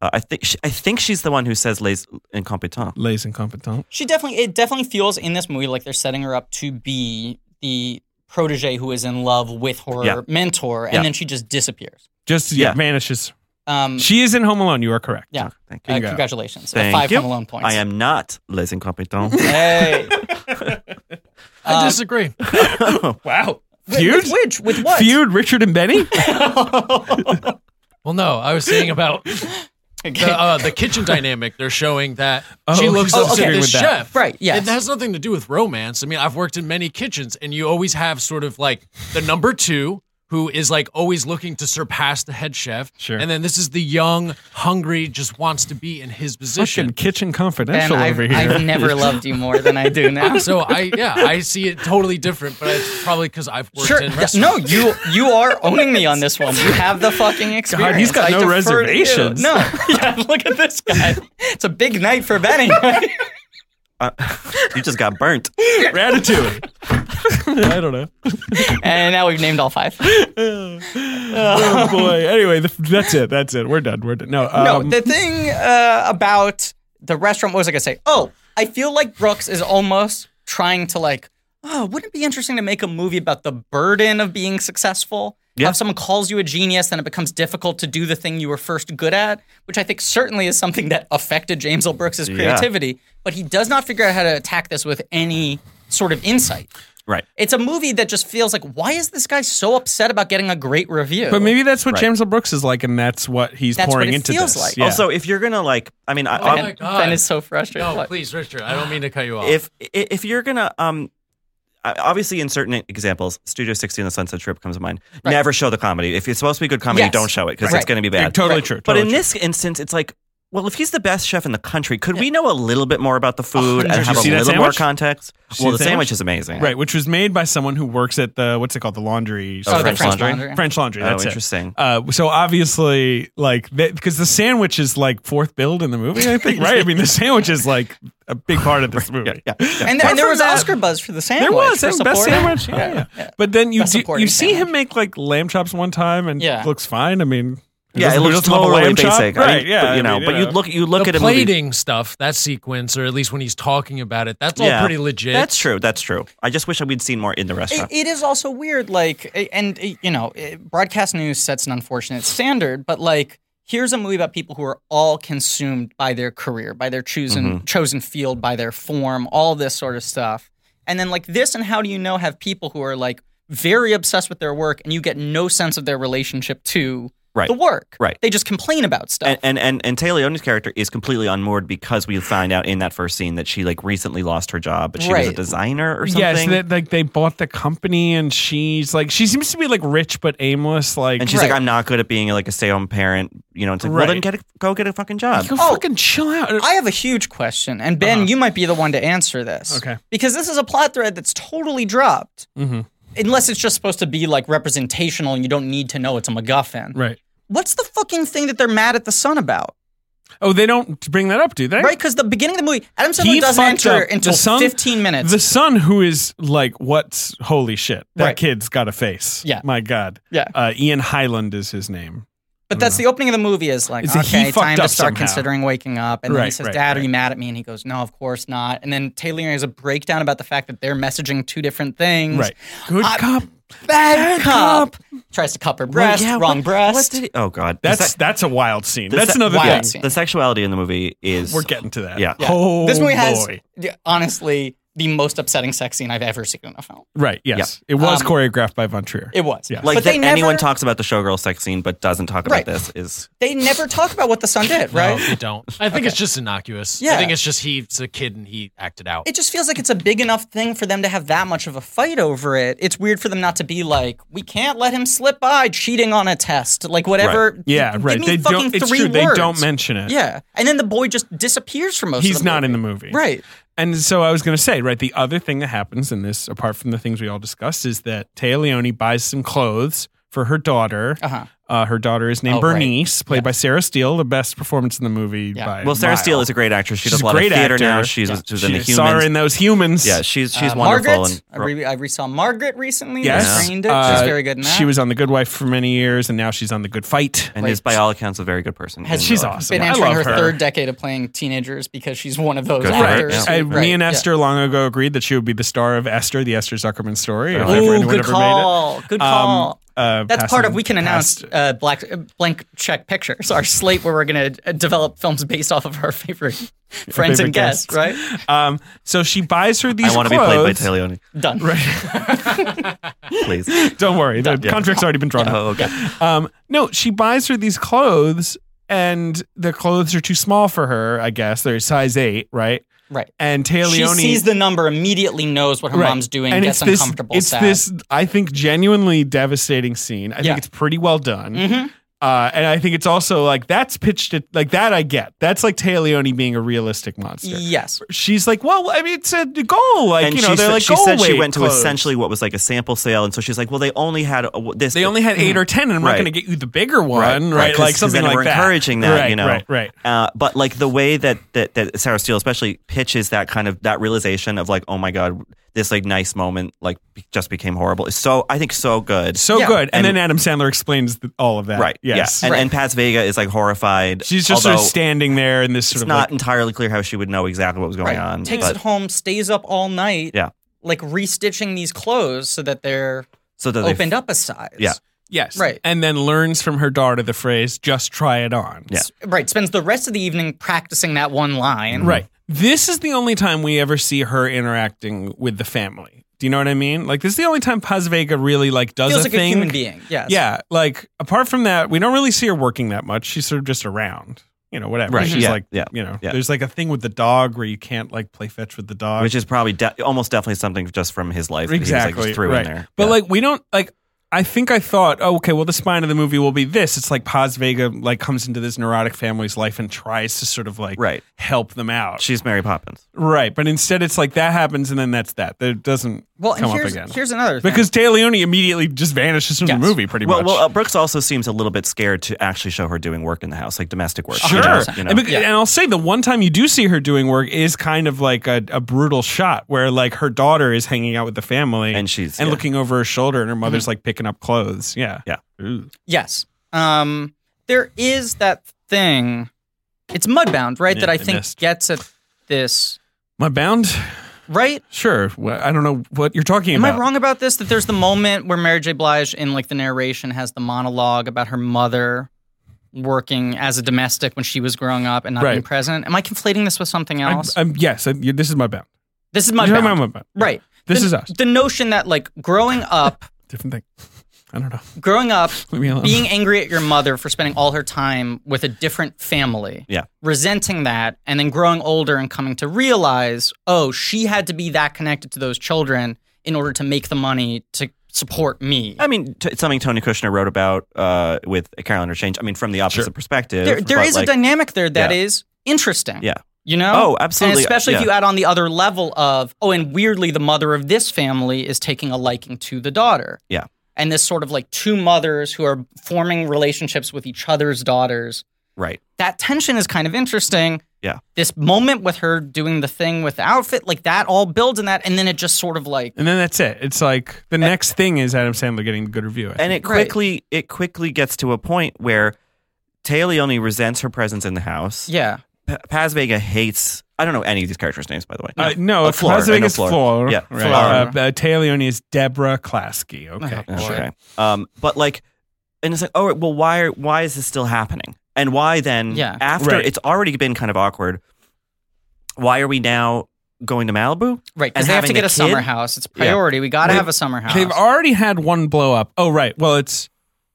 D: Uh, I think she, I think she's the one who says "les incompetents."
C: lays incompetent.
B: She definitely it definitely feels in this movie like they're setting her up to be the protege who is in love with her
D: Yeah.
B: mentor, and
D: Yeah.
B: then she just disappears.
C: Just yeah,
D: Yeah.
C: vanishes.
B: Um,
C: She is in Home Alone. You are correct.
B: yeah.
D: Thank you.
B: Uh,
C: go.
B: congratulations.
D: Thank
B: Five
D: you.
B: Home Alone points.
D: I am not les incompetents.
B: Hey.
C: Um,
E: I disagree.
C: Wow.
B: With
C: Feud?
B: which? With what?
C: Feud Richard and Benny?
E: Well, no, I was saying about the, uh, the kitchen dynamic. They're showing that
C: Oh,
E: she looks
C: oh,
E: up
C: okay.
E: to
C: with
E: this
C: that.
E: chef.
B: Right, yes.
E: It has nothing to do with romance. I mean, I've worked in many kitchens, and you always have sort of like the number two who is like always looking to surpass the head chef.
C: Sure.
E: And then this is the young, hungry, just wants to be in his position.
C: Fucking kitchen
B: Ben,
C: confidential
B: I've,
C: over here.
B: I've never loved you more than I do now.
E: So I, yeah, I see it totally different, but it's probably because I've worked
B: Sure.
E: in
B: th- No,
E: restaurants.
B: you you are owning me on this one. You have the fucking experience.
C: he's got
B: I
C: no
B: defer to you.
C: reservations.
B: No. Yeah, look at this guy. It's a big night for Benny.
D: you just got burnt.
C: Ratatouille. I don't know.
B: and now we've named all five.
C: Oh boy. Anyway, the, that's it. That's it. We're done. We're done. No. Um,
B: No, the thing uh, about the restaurant, what was I gonna say? Oh, I feel like Brooks is almost trying to like, oh, wouldn't it be interesting to make a movie about the burden of being successful? How If someone calls you a genius, then it becomes difficult to do the thing you were first good at, which I think certainly is something that affected James L. Brooks' creativity. But he does not figure out how to attack this with any sort of insight.
D: Right.
B: It's a movie that just feels like, why is this guy so upset about getting a great review?
C: but maybe that's what James L. Brooks is like, and that's what he's
B: That's
C: pouring
B: what it
C: into
B: feels
C: this.
B: like.
C: Yeah.
D: Also, if you're gonna like, I mean, I,
E: Oh
D: I'm-
E: my God.
B: Ben is so frustrated.
E: No,
B: What?
E: please, Richard. I don't mean to cut you off.
D: if i- if you're gonna um I- obviously in certain examples studio 60 and the sunset trip comes to mind never show the comedy if it's supposed to be good comedy
B: Yes.
D: don't show it because
B: Right.
D: it's going to be
C: Yeah,
D: bad
C: totally true.
D: but
C: totally
D: in
C: true.
D: this instance it's like well, if he's the best chef in the country, could we know a little bit more about the food and
C: Did you
D: have a
C: see that
D: little more
C: sandwich?
D: context?
C: see
D: Well, the
C: the
D: sandwich
C: sandwich?
D: is amazing.
C: Right, which was made by someone who works at the what's it called, the laundry.
D: Oh,
B: the
D: French
B: French
D: laundry?
B: laundry.
C: French laundry.
D: Oh,
C: That's it.
D: interesting.
C: Uh, so obviously, like, because the sandwich is like fourth build in the movie, I think, right? I mean, the sandwich is like a big part of this movie.
D: Yeah. yeah.
B: And, th- and there
C: from
B: was
C: that-
B: Oscar buzz for the sandwich.
C: There
B: for
C: was that was the best
B: supporting.
C: sandwich. Yeah, yeah. But then you
B: Best
C: do,
B: supporting
C: you see
B: sandwich.
C: him make like lamb chops one time, and
B: Yeah.
C: it looks fine. I mean,
D: Yeah, it
C: doesn't- who
D: looks
C: doesn't love a
D: totally
C: lamb chop?
D: basic. I
C: right?
D: mean,
C: yeah,
D: but, you
C: I
D: know,
C: mean,
D: but you look, you look
E: the
D: at a movie.
E: plating stuff, that sequence, or at least when he's talking about it, that's
D: Yeah.
E: all pretty legit.
D: That's true. That's true. I just wish we'd seen more in the
B: It,
D: restaurant.
B: it is also weird, like, eh, and eh, you know, eh, broadcast news sets an unfortunate standard, but like, here's a movie about people who are all consumed by their career, by their chosen
D: Mm-hmm.
B: chosen field, by their form, all this sort of stuff, and then like this, and how do you know have people who are like very obsessed with their work, and you get no sense of their relationship to
D: Right.
B: the work,
D: Right.
B: They just complain about stuff.
D: and and and, and Taylor Leone's character is completely unmoored because we find out in that first scene that she like recently lost her job, but she was a
B: Right.
D: designer or
C: Yes,
D: something.
C: that like they bought the company, and she's like she seems to be like rich but aimless. Like
D: and she's like,
B: Right.
D: "I'm not good at being like a stay-home parent," you know. It's like, well, then
C: Right.
D: get a, go get a fucking job.
C: go Oh,
B: Oh.
C: fucking chill out.
B: I have a huge question, and Ben, you might be the one to answer this.
C: Uh-huh. Okay.
B: Because this is a plot thread that's totally dropped.
C: Mhm.
B: Unless it's just supposed to be like representational and you don't need to know it's a MacGuffin.
C: right.
B: What's the fucking thing that they're mad at the son about?
C: Oh, they don't bring that up, do they?
B: Right? Because the beginning of the movie, Adam Sandler
C: He
B: doesn't
C: fucked
B: enter
C: up. The
B: until
C: son-
B: 15 minutes.
C: The son who is like, what's holy shit? That
B: Right.
C: kid's got a face.
B: Yeah.
C: My God.
B: Yeah.
C: Uh, Ian Highland is his name.
B: but that's the opening of the movie is like,
C: Is that he
B: okay,
C: fucked
B: time to
C: up
B: start
C: somehow.
B: considering waking up. And then he
C: Right,
B: says,
C: right,
B: Dad, are
C: right.
B: you mad at me? And he goes, No, of course not. And then Taylor has a breakdown about the fact that they're messaging two different things.
C: Right. Good
B: I-
C: cop.
B: Bad, cup. Tries to cup her
D: Well,
B: breast,
D: yeah,
B: wrong
D: what-
B: breast.
D: What did he, oh God, The
C: That's
D: se-
C: that's a wild scene.
D: the
C: That's
D: se-
C: another
B: wild
C: thing.
B: scene.
D: the sexuality in the movie is
C: We're getting to that.
D: Yeah. Yeah.
C: Oh,
B: this movie has
C: boy.
B: yeah, honestly the most upsetting sex scene I've ever seen in a film.
C: Right. Yes. It was
B: Um,
C: choreographed by Von Trier.
B: It was.
C: Yeah.
D: like
B: but
D: that
B: they never,
D: anyone talks about the showgirl sex scene but doesn't talk about
B: Right.
D: this is
B: They never talk about what the son did, right?
E: No, they don't. I think it's just innocuous.
B: Yeah.
E: I think it's just he's a kid and he acted out.
B: It just feels like it's a big enough thing for them to have that much of a fight over it. It's weird for them not to be like, we can't let him slip by cheating on a test, like whatever.
C: yeah.
B: Give
C: Right.
B: me
C: They
B: fucking
C: don't. It's
B: three
C: true. They
B: words.
C: don't mention it.
B: Yeah, and then the boy just disappears for most.
C: He's
B: of the
C: not in
B: movie.
C: the movie.
B: Right.
C: And so I was going to say, right, the other thing that happens in this, apart from the things we all discussed, is that Taya Leone buys some clothes for her daughter.
B: Uh-huh.
C: Uh, her daughter is named
B: Oh, right.
C: Bernice, played by Sarah Steele, the best performance in the movie
B: Yeah.
C: by
D: well Sarah
C: mile.
D: Steele is a great actress she
C: Uh, She's
D: does a
C: a
D: lot
C: great
D: of theater
C: actor.
D: now she's, she's in the
C: She saw her
D: humans
C: in those humans.
D: yeah she's she's
B: Uh,
D: wonderful
B: Margaret, I,
D: and
B: re- I resaw Margaret recently.
C: Yes.
B: I screened it.
C: Uh,
B: She's very good in that.
C: She was on The Good Wife for many years, and now she's on The Good Fight.
D: and is by all accounts a very good person
B: Has
D: in
C: She's
D: real life.
C: awesome.
B: been
C: I
B: entering
C: love
B: her,
C: her.
B: third decade of playing teenagers because she's one of those
D: Good for her,
B: actors.
D: yeah.
C: I,
B: who- right,
C: me and
B: yeah.
C: Esther long ago agreed that she would be the star of Esther, the Esther Zuckerman story. if
D: Ooh,
C: ever
B: Ooh,
C: anyone
B: good
C: ever
B: call. Good
C: Made it. Um,
B: call.
C: uh,
B: That's part of
C: passing-
B: we can announce
C: past-
B: uh, black uh, blank check pictures, our slate where we're going to develop films based off of our favorite friends
C: favorite
B: and guests,
C: guests.
B: right?
C: Um, so she buys her these
D: I want to be
C: clothes.
D: played by Taylor Leone
B: Done. Right.
D: please
C: Don't worry, the contract's already been drawn up.
D: oh okay
C: Um, no, she buys her these clothes, and the clothes are too small for her. I guess they're size eight, right?
B: Right.
C: And Taylor
B: She
C: Leone
B: sees the number, immediately knows what her
C: Right.
B: mom's doing,
C: and
B: gets
C: it's this,
B: uncomfortable.
C: It's
B: sad.
C: this, I think, genuinely devastating scene.
B: Yeah.
C: I
B: Mm-hmm.
C: think it's pretty well done. Uh, and I think it's also like that's pitched at like that. I get that's like Taylor Leone being a realistic monster.
B: Yes.
C: She's like, well, I mean, it's a goal. Like
D: and
C: you
D: she,
C: know, they're
D: sa-
C: like
D: she
C: goal
D: said she
C: weight
D: went to
C: clothes.
D: essentially what was like a sample sale and so she's like well they only had uh, this
C: They only had 8 or ten, and I'm
D: Right.
C: not going to get you the bigger one, right?
D: Right, right, 'cause-
C: like
D: 'cause
C: something
D: then
C: like
D: we're
C: that.
D: encouraging that,
C: right,
D: you know.
C: right, right.
D: Uh, but like the way that, that that Sarah Steele especially pitches that kind of that realization of like, oh my god, this like nice moment like be- just became horrible is so I think so good.
C: So
B: Yeah.
C: good. And,
D: And-
C: then Adam Sandler explains th- all of that.
D: right.
C: Yes.
D: Yeah. And, and Paz Vega is like horrified.
C: She's just
D: although
C: sort of standing there in this sort
D: It's
C: of
D: not
C: like,
D: entirely clear how she would know exactly what was going
B: Right.
D: on.
B: Takes
D: but-
B: it home, stays up all night,
D: Yeah.
B: like restitching these clothes so that they're
D: so that they-
B: opened up a size.
D: Yeah.
C: yes.
B: Right.
C: And then learns from her daughter the phrase, just try it on.
D: Yeah.
B: Right. Spends the rest of the evening practicing that one
D: Mm-hmm.
B: line.
C: Right. This is the only time we ever see her interacting with the family. Do you know what I mean? Like this is the only time Paz Vega really like does
B: Feels
C: a
B: like
C: thing.
B: a human being. Yes.
C: Yeah. Like apart from that, we don't really see her working that much. She's sort of just around. You know, whatever.
D: Right.
C: She's
D: Yeah.
C: like
D: Yeah.
C: you know,
D: Yeah.
C: there's like a thing with the dog where you can't like play fetch with the dog.
D: Uh, which is probably de- almost definitely something just from his life that he was, like,
C: exactly
D: just threw
C: right.
D: in there.
C: But
D: Yeah.
C: like we don't like I think I thought, oh, okay, well, the spine of the movie will be this. It's like Paz Vega like comes into this neurotic family's life and tries to sort of like
D: Right.
C: help them out.
D: She's Mary Poppins.
C: right, but instead it's like that happens and then that's that. That doesn't
B: Well, and
C: come
B: here's,
C: up again.
B: here's another thing.
C: because Taya Leone immediately just vanishes from the movie pretty
D: Well,
C: much.
D: well, uh, Brooks also seems a little bit scared to actually show her doing work in the house, like domestic work.
C: Sure.
D: You know, you know.
C: And, bec- and I'll say the one time you do see her doing work is kind of like a, a brutal shot where like her daughter is hanging out with the family
D: And she's-
C: and
D: yeah. Mm-hmm.
C: looking over her shoulder and her mother's like picking up clothes. Yeah.
D: Yeah.
C: Ooh.
B: Yes. Um, there is that thing. It's Mudbound, right? that
C: Yeah,
B: I
C: I
B: think
C: missed.
B: gets at this,
C: My bound?
B: right?
C: Sure. Well, I don't know what you're talking
B: Am
C: about.
B: I wrong about this? That there's the moment where Mary J. Blige, in like the narration, has the monologue about her mother working as a domestic when she was growing up and not being
C: Right.
B: present. Am I conflating this with something
C: I'm-
B: else?
C: I'm- yes, I, you- this is my bound.
B: this is
C: You're talking about
B: Mudbound,
C: my bound.
B: right?
C: This
B: the,
C: is us.
B: The notion that like growing up,
C: Different thing. I don't know.
B: growing up,
C: Leave me alone.
B: being angry at your mother for spending all her time with a different family,
D: Yeah.
B: resenting that, and then growing older and coming to realize, oh, she had to be that connected to those children in order to make the money to support me.
D: I mean, t- it's something Tony Kushner wrote about uh, with Carolyn Interchange. I mean, from the opposite perspective.
B: There, there
D: but,
B: is
D: like,
B: a dynamic there that is
D: yeah.
B: interesting.
D: Yeah.
B: You know?
D: Oh, absolutely.
B: And especially if
D: Yeah.
B: you add on the other level of, oh, and weirdly, the mother of this family is taking a liking to the daughter.
D: Yeah.
B: And this sort of like two mothers who are forming relationships with each other's daughters.
D: Right.
B: That tension is kind of interesting.
D: Yeah.
B: This moment with her doing the thing with the outfit, like that all builds in that. And then it just sort of like,
C: And then that's it. It's like
D: Eh.
C: the next thing is Adam Sandler getting a good review. I
D: and
C: think.
D: it quickly it quickly gets to a point where Taya Leone resents her presence in the house.
B: yeah.
D: P- Paz Vega hates. I don't know any of these characters' names, by the way.
C: uh, no,
D: Oh, Floor.
C: Las
D: I know
C: Vegas
D: Floor.
C: Floor.
D: Yeah,
C: right.
D: Floor.
C: Uh, uh, Taya Leone is Deborah Klasky. Okay.
D: Okay. Um, but like, and it's like, oh, well, why are, why is this still happening? And why then?
B: Yeah.
D: After
C: Right.
D: it's already been kind of awkward. Why are we now going to Malibu?
B: Right.
D: And
B: Because they have
D: having
B: to get
D: the
B: a summer
D: kid?
B: house. It's a
D: Yeah.
B: priority. We got to
C: They've-
B: have a summer house.
C: They've already had one blow up. Oh, right. Well, it's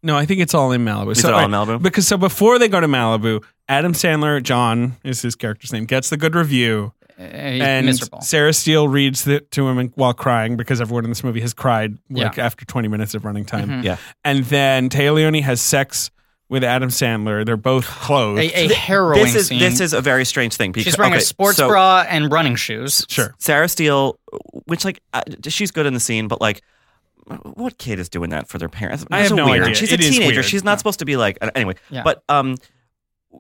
C: no. I think it's all in Malibu.
D: Is it all in Malibu?
C: Because so before they go to Malibu, Adam Sandler, John is his character's name, gets the good review,
B: Eh, he's
C: and
B: miserable.
C: Sarah Steele reads it to him while crying because everyone in this movie has cried like
B: Yeah.
C: after twenty minutes of running time.
D: Yeah.
C: and then Taya Leone has sex with Adam Sandler. They're both clothed.
B: a, a harrowing
D: this is
B: scene.
D: this is a very strange thing. Because,
B: She's wearing
D: okay,
B: a sports
D: so
B: bra and running shoes.
C: sure.
D: Sarah Steele, which like uh, she's good in the scene, but like. What kid is doing that for their parents?
C: I have
D: It's
C: no
D: weird.
C: idea.
D: She's
C: It
D: a
C: is
D: teenager.
C: weird.
D: She's not supposed to be like uh, anyway.
B: Yeah.
D: But um,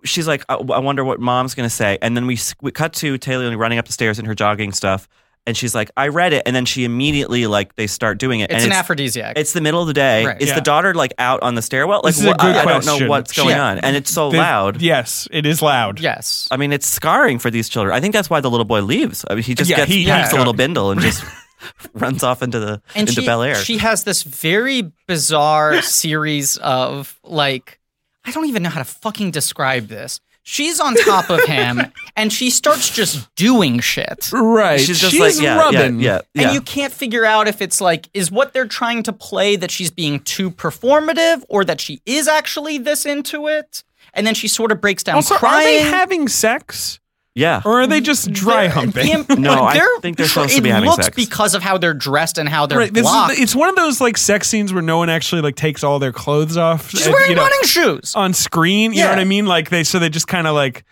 D: she's like, I, I wonder what mom's gonna say. And then we, s- we cut to Taylor running up the stairs in her jogging stuff, and she's like, I read it. And then she immediately like they start doing it.
B: It's
D: and
B: an
D: it's,
B: aphrodisiac.
D: It's the middle of the day.
B: Right.
D: Is
C: Yeah.
D: the daughter like out on the stairwell? Like
C: This is a
D: what-
C: good
D: I, I don't know
C: question.
D: what's going
C: Yeah.
D: on, and it's so
C: They-
D: loud.
C: Yes, it is loud.
B: yes.
D: I mean, it's scarring for these children. I think that's why the little boy leaves. I mean, he just
C: Yeah,
D: gets
C: he-
D: packs
C: yeah.
D: a little bindle and just runs off into the
B: And
D: into
B: she,
D: Bel Air.
B: she has this very bizarre series of like I don't even know how to fucking describe this. She's on top of him and she starts just doing shit.
C: Right.
D: She's just like yeah,
C: rubbing.
D: yeah, yeah, yeah.
B: And you can't figure out if it's like, is what they're trying to play that she's being too performative or that she is actually this into it? And then she sort of breaks down
C: Also,
B: crying.
C: are they having sex
D: yeah.
C: or are they just dry humping?
B: Pam-
D: No,
B: but
D: I think they're supposed to
B: it
D: be having
B: looks
D: sex.
B: because of how they're dressed and how they're
C: Right, this is,
B: blocked.
C: it's one of those like sex scenes where no one actually like takes all their clothes off.
B: She's
C: and,
B: wearing
C: you know,
B: running shoes.
C: on screen. You
B: Yeah.
C: know what I mean? Like they so they just kind of like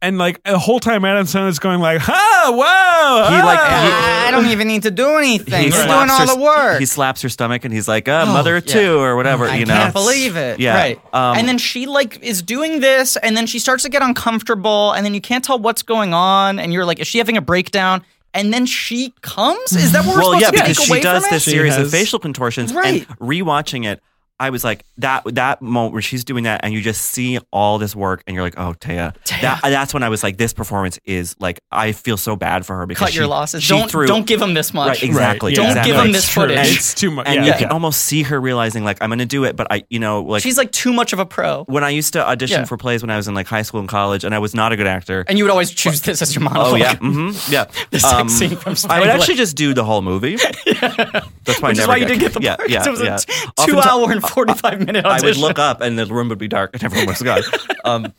C: and like the whole time Adam Sandler's going like, "Huh, whoa!"
D: He, like,
C: huh."
D: he-
B: I don't even need to do anything.
D: He
B: You're doing
D: slaps
B: all
D: her-
B: the work. Oh,
D: He slaps her stomach and he's like, uh, mother of
B: yeah.
D: two or whatever,
B: I
D: you know.
B: can't believe it.
D: Yeah.
B: Right.
D: Um,
B: and then she like is doing this, and then she starts to get uncomfortable, and then you can't tell what's going on, and you're like, is she having a breakdown? And then she comes. Is that what we're
D: well,
B: supposed
D: yeah,
B: to take
D: because she
B: away
D: does
B: from
D: this
B: it?
D: series
C: has-
D: of facial contortions
B: Right.
D: and rewatching it. I was like that that moment where she's doing that, and you just see all this work, and you're like, "Oh, Taya." That, that's when I was like, "This performance is like, I feel so bad for her because
B: Cut your
D: she-
B: losses.
D: she
B: Don't
D: threw-
B: don't give him this much.
D: Right, exactly.
C: Right,
B: Don't
D: exactly.
B: give him
C: It's
B: this
C: true.
B: footage.
C: And it's too much.
D: And
C: yeah.
D: you can almost see her realizing, like, I'm going to do it, but I, you know, like
B: She's like too much of a pro,
D: when I used to audition
B: Yeah.
D: for plays when I was in like high school and college, and I was not a good actor.
B: and you would always choose this as your monologue.
D: oh yeah, hmm yeah.
B: The sex scene from
D: I would
B: Spangler.
D: actually just do the whole movie. That's why I
B: Which is
D: never
B: why you
D: got-
B: didn't get the
D: yeah,
B: part.
D: Yeah,
B: it was
D: yeah.
B: a t- two
D: Oftentimes-
B: hour and 45 minute
D: I
B: audition.
D: would look up and the room would be dark and everyone was gone. Um,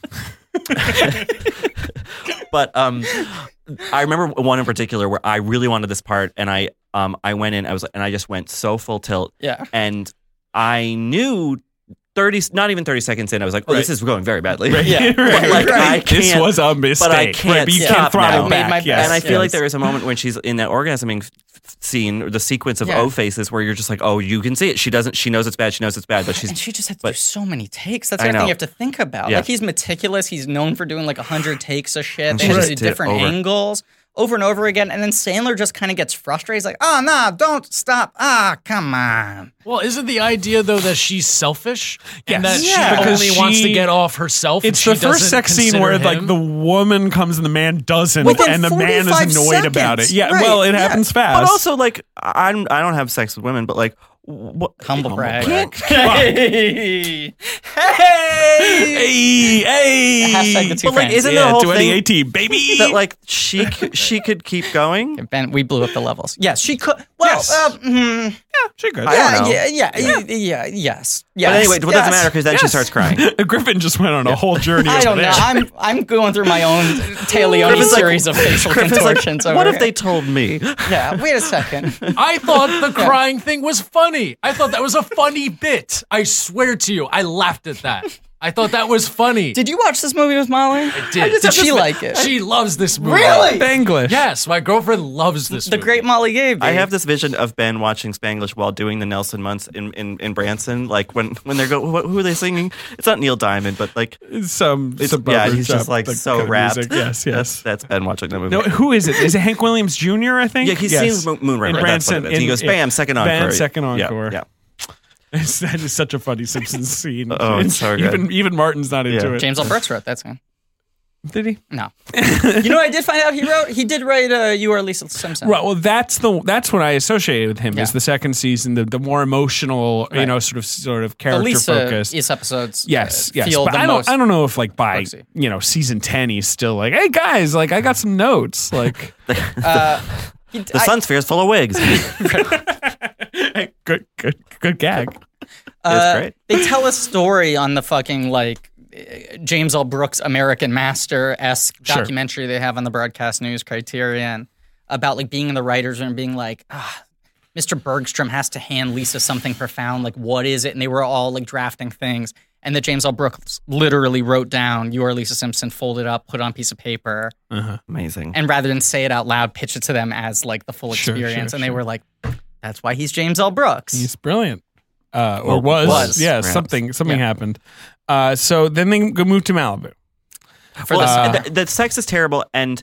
D: but um, I remember one in particular where I really wanted this part and I um, I went in I was and I just went so full tilt
B: Yeah.
D: and I knew 30, not even 30 seconds in, I was like, oh, this is going very badly.
F: Yeah.
D: But, like, I can't,
C: this was a mistake.
D: can't
C: but you
D: stop
C: can't throttle
D: now.
C: back.
B: Made my
C: yes.
D: and I
B: Yes,
D: feel like there is a moment when she's in that orgasming f- f- scene or the sequence of
F: Yeah.
D: O faces where you're just like, oh, you can see it. She doesn't, she knows it's bad. She knows it's bad, but she's
B: And she just had to
D: but-
B: do so many takes. That's
D: I
B: the other
D: know.
B: thing you have to think about.
D: Yeah.
B: Like he's meticulous. He's known for doing like hundred takes of shit.
D: And
B: They
D: she
B: just
D: just
B: do
D: did it
B: different
D: over.
B: angles over and over again. And then Sandler just kind of gets frustrated. He's like, "Oh no, don't stop! Ah, come on."
E: Well, isn't the idea though that she's selfish and
C: Yes.
E: that
C: Yeah.
E: she
C: Because
E: only wants to
C: she-
E: get off herself? and
C: It's
E: she
C: the first
E: doesn't
C: sex scene
E: consider
C: where
E: him?
C: like the woman comes and the man doesn't,
B: Within
C: and the man is
B: 45
C: annoyed about it.
B: seconds.
C: Yeah,
B: Right.
C: well, it
B: Yeah.
C: happens fast.
D: But also, like, I'm I don't have sex with women, but like, what?
B: Humble brag. Hey,
C: hey, hey,
B: Hashtag the two
D: But, like,
B: friends.
D: isn't the
C: yeah,
D: whole thing
C: 2018, baby.
D: that like she c- she could keep going?
B: Ben, we blew up the levels. Yes, she could. Well,
C: Yes.
B: uh, mm,
C: she could.
D: I don't
B: yeah,
D: know.
B: yeah, yeah, yeah, yeah, yes, yes.
D: But anyway, it
B: yes.
D: doesn't matter because then she starts crying.
C: Griffin just went on a whole journey.
B: I don't
C: over
B: know.
C: there.
B: I'm I'm going through my own Taleone
D: Griffin's like-
B: series of facial
D: Griffin's like,
B: contortions. over
D: what if
B: here."
D: they told me?
B: Yeah, wait a second.
E: I thought the crying thing was funny. I thought that was a funny bit. I swear to you, I laughed at that. I thought that was funny.
B: Did you watch this movie with Molly? I
E: did.
B: Did she like it?
E: She loves this movie.
B: really?
C: English.
E: Yes, my girlfriend loves this
B: The
E: movie.
B: great Molly Gabe.
D: I have this vision of Ben watching Spanglish while doing the Nelson Muntz in, in, in Branson. Like when when they go, who, who are they singing? It's not Neil Diamond, but like
C: Some,
D: it's,
C: some
D: yeah,
C: bubble
D: he's just
C: shop,
D: like so
C: kind of
D: rapt.
C: music. Yes, yes.
D: That's Ben watching that movie.
C: No, who is it? Is it Hank Williams Jr.? I think.
D: yeah, he's
C: yes.
D: seen Moon Moonraker.
C: In
D: that's what it
C: Branson,
D: is. he
C: in-
D: goes,
C: in-
D: bam, second encore.
C: Bam, second
D: Yeah,
C: encore.
D: yeah.
C: It's- that is such a funny Simpsons scene.
D: Oh, it's so good.
C: Even even Martin's not into
D: Yeah.
C: it.
B: James L. Brooks wrote that song.
C: Did he?
B: No. you know what I did find out he wrote? He did write uh, You Are Lisa Simpson.
C: Right. Well, that's the that's what I associated with him
B: Yeah.
C: is the second season, the, the more emotional, you
B: Right.
C: know, sort of sort of
B: The
C: character
B: Lisa
C: focused.
B: is episodes. uh,
C: Yes, yes,
B: Feel
C: but
B: the
C: I don't.
B: most.
C: I don't know if like by
B: Brooksy.
C: you know season ten, he's still like, hey guys, like I got some notes, like
B: He-
D: The
B: I-
D: sun sphere's full of wigs.
C: good, good, good gag.
D: That's
B: uh,
D: great.
B: They tell a story on the fucking like uh, James L. Brooks American Master esque documentary they have on the broadcast news Criterion about like being in the writers room, and being like, ah, Mr. Bergstrom has to hand Lisa something profound. Like, what is it? And they were all like drafting things. And that James L. Brooks literally wrote down, "You are Lisa Simpson," folded up, put on a piece of paper,
D: Amazing.
B: and rather than say it out loud, pitch it to them as like the full
C: Sure,
B: experience.
C: sure,
B: and they
C: sure.
B: were like, "That's why he's James L. Brooks."
C: He's brilliant. Uh, or
D: Or
C: was,
B: was,
C: yeah,
D: perhaps.
C: something something
B: Yeah.
C: happened. Uh, so then they go move to Malibu.
B: for
D: well,
B: this-
D: it's- the, the sex is terrible, and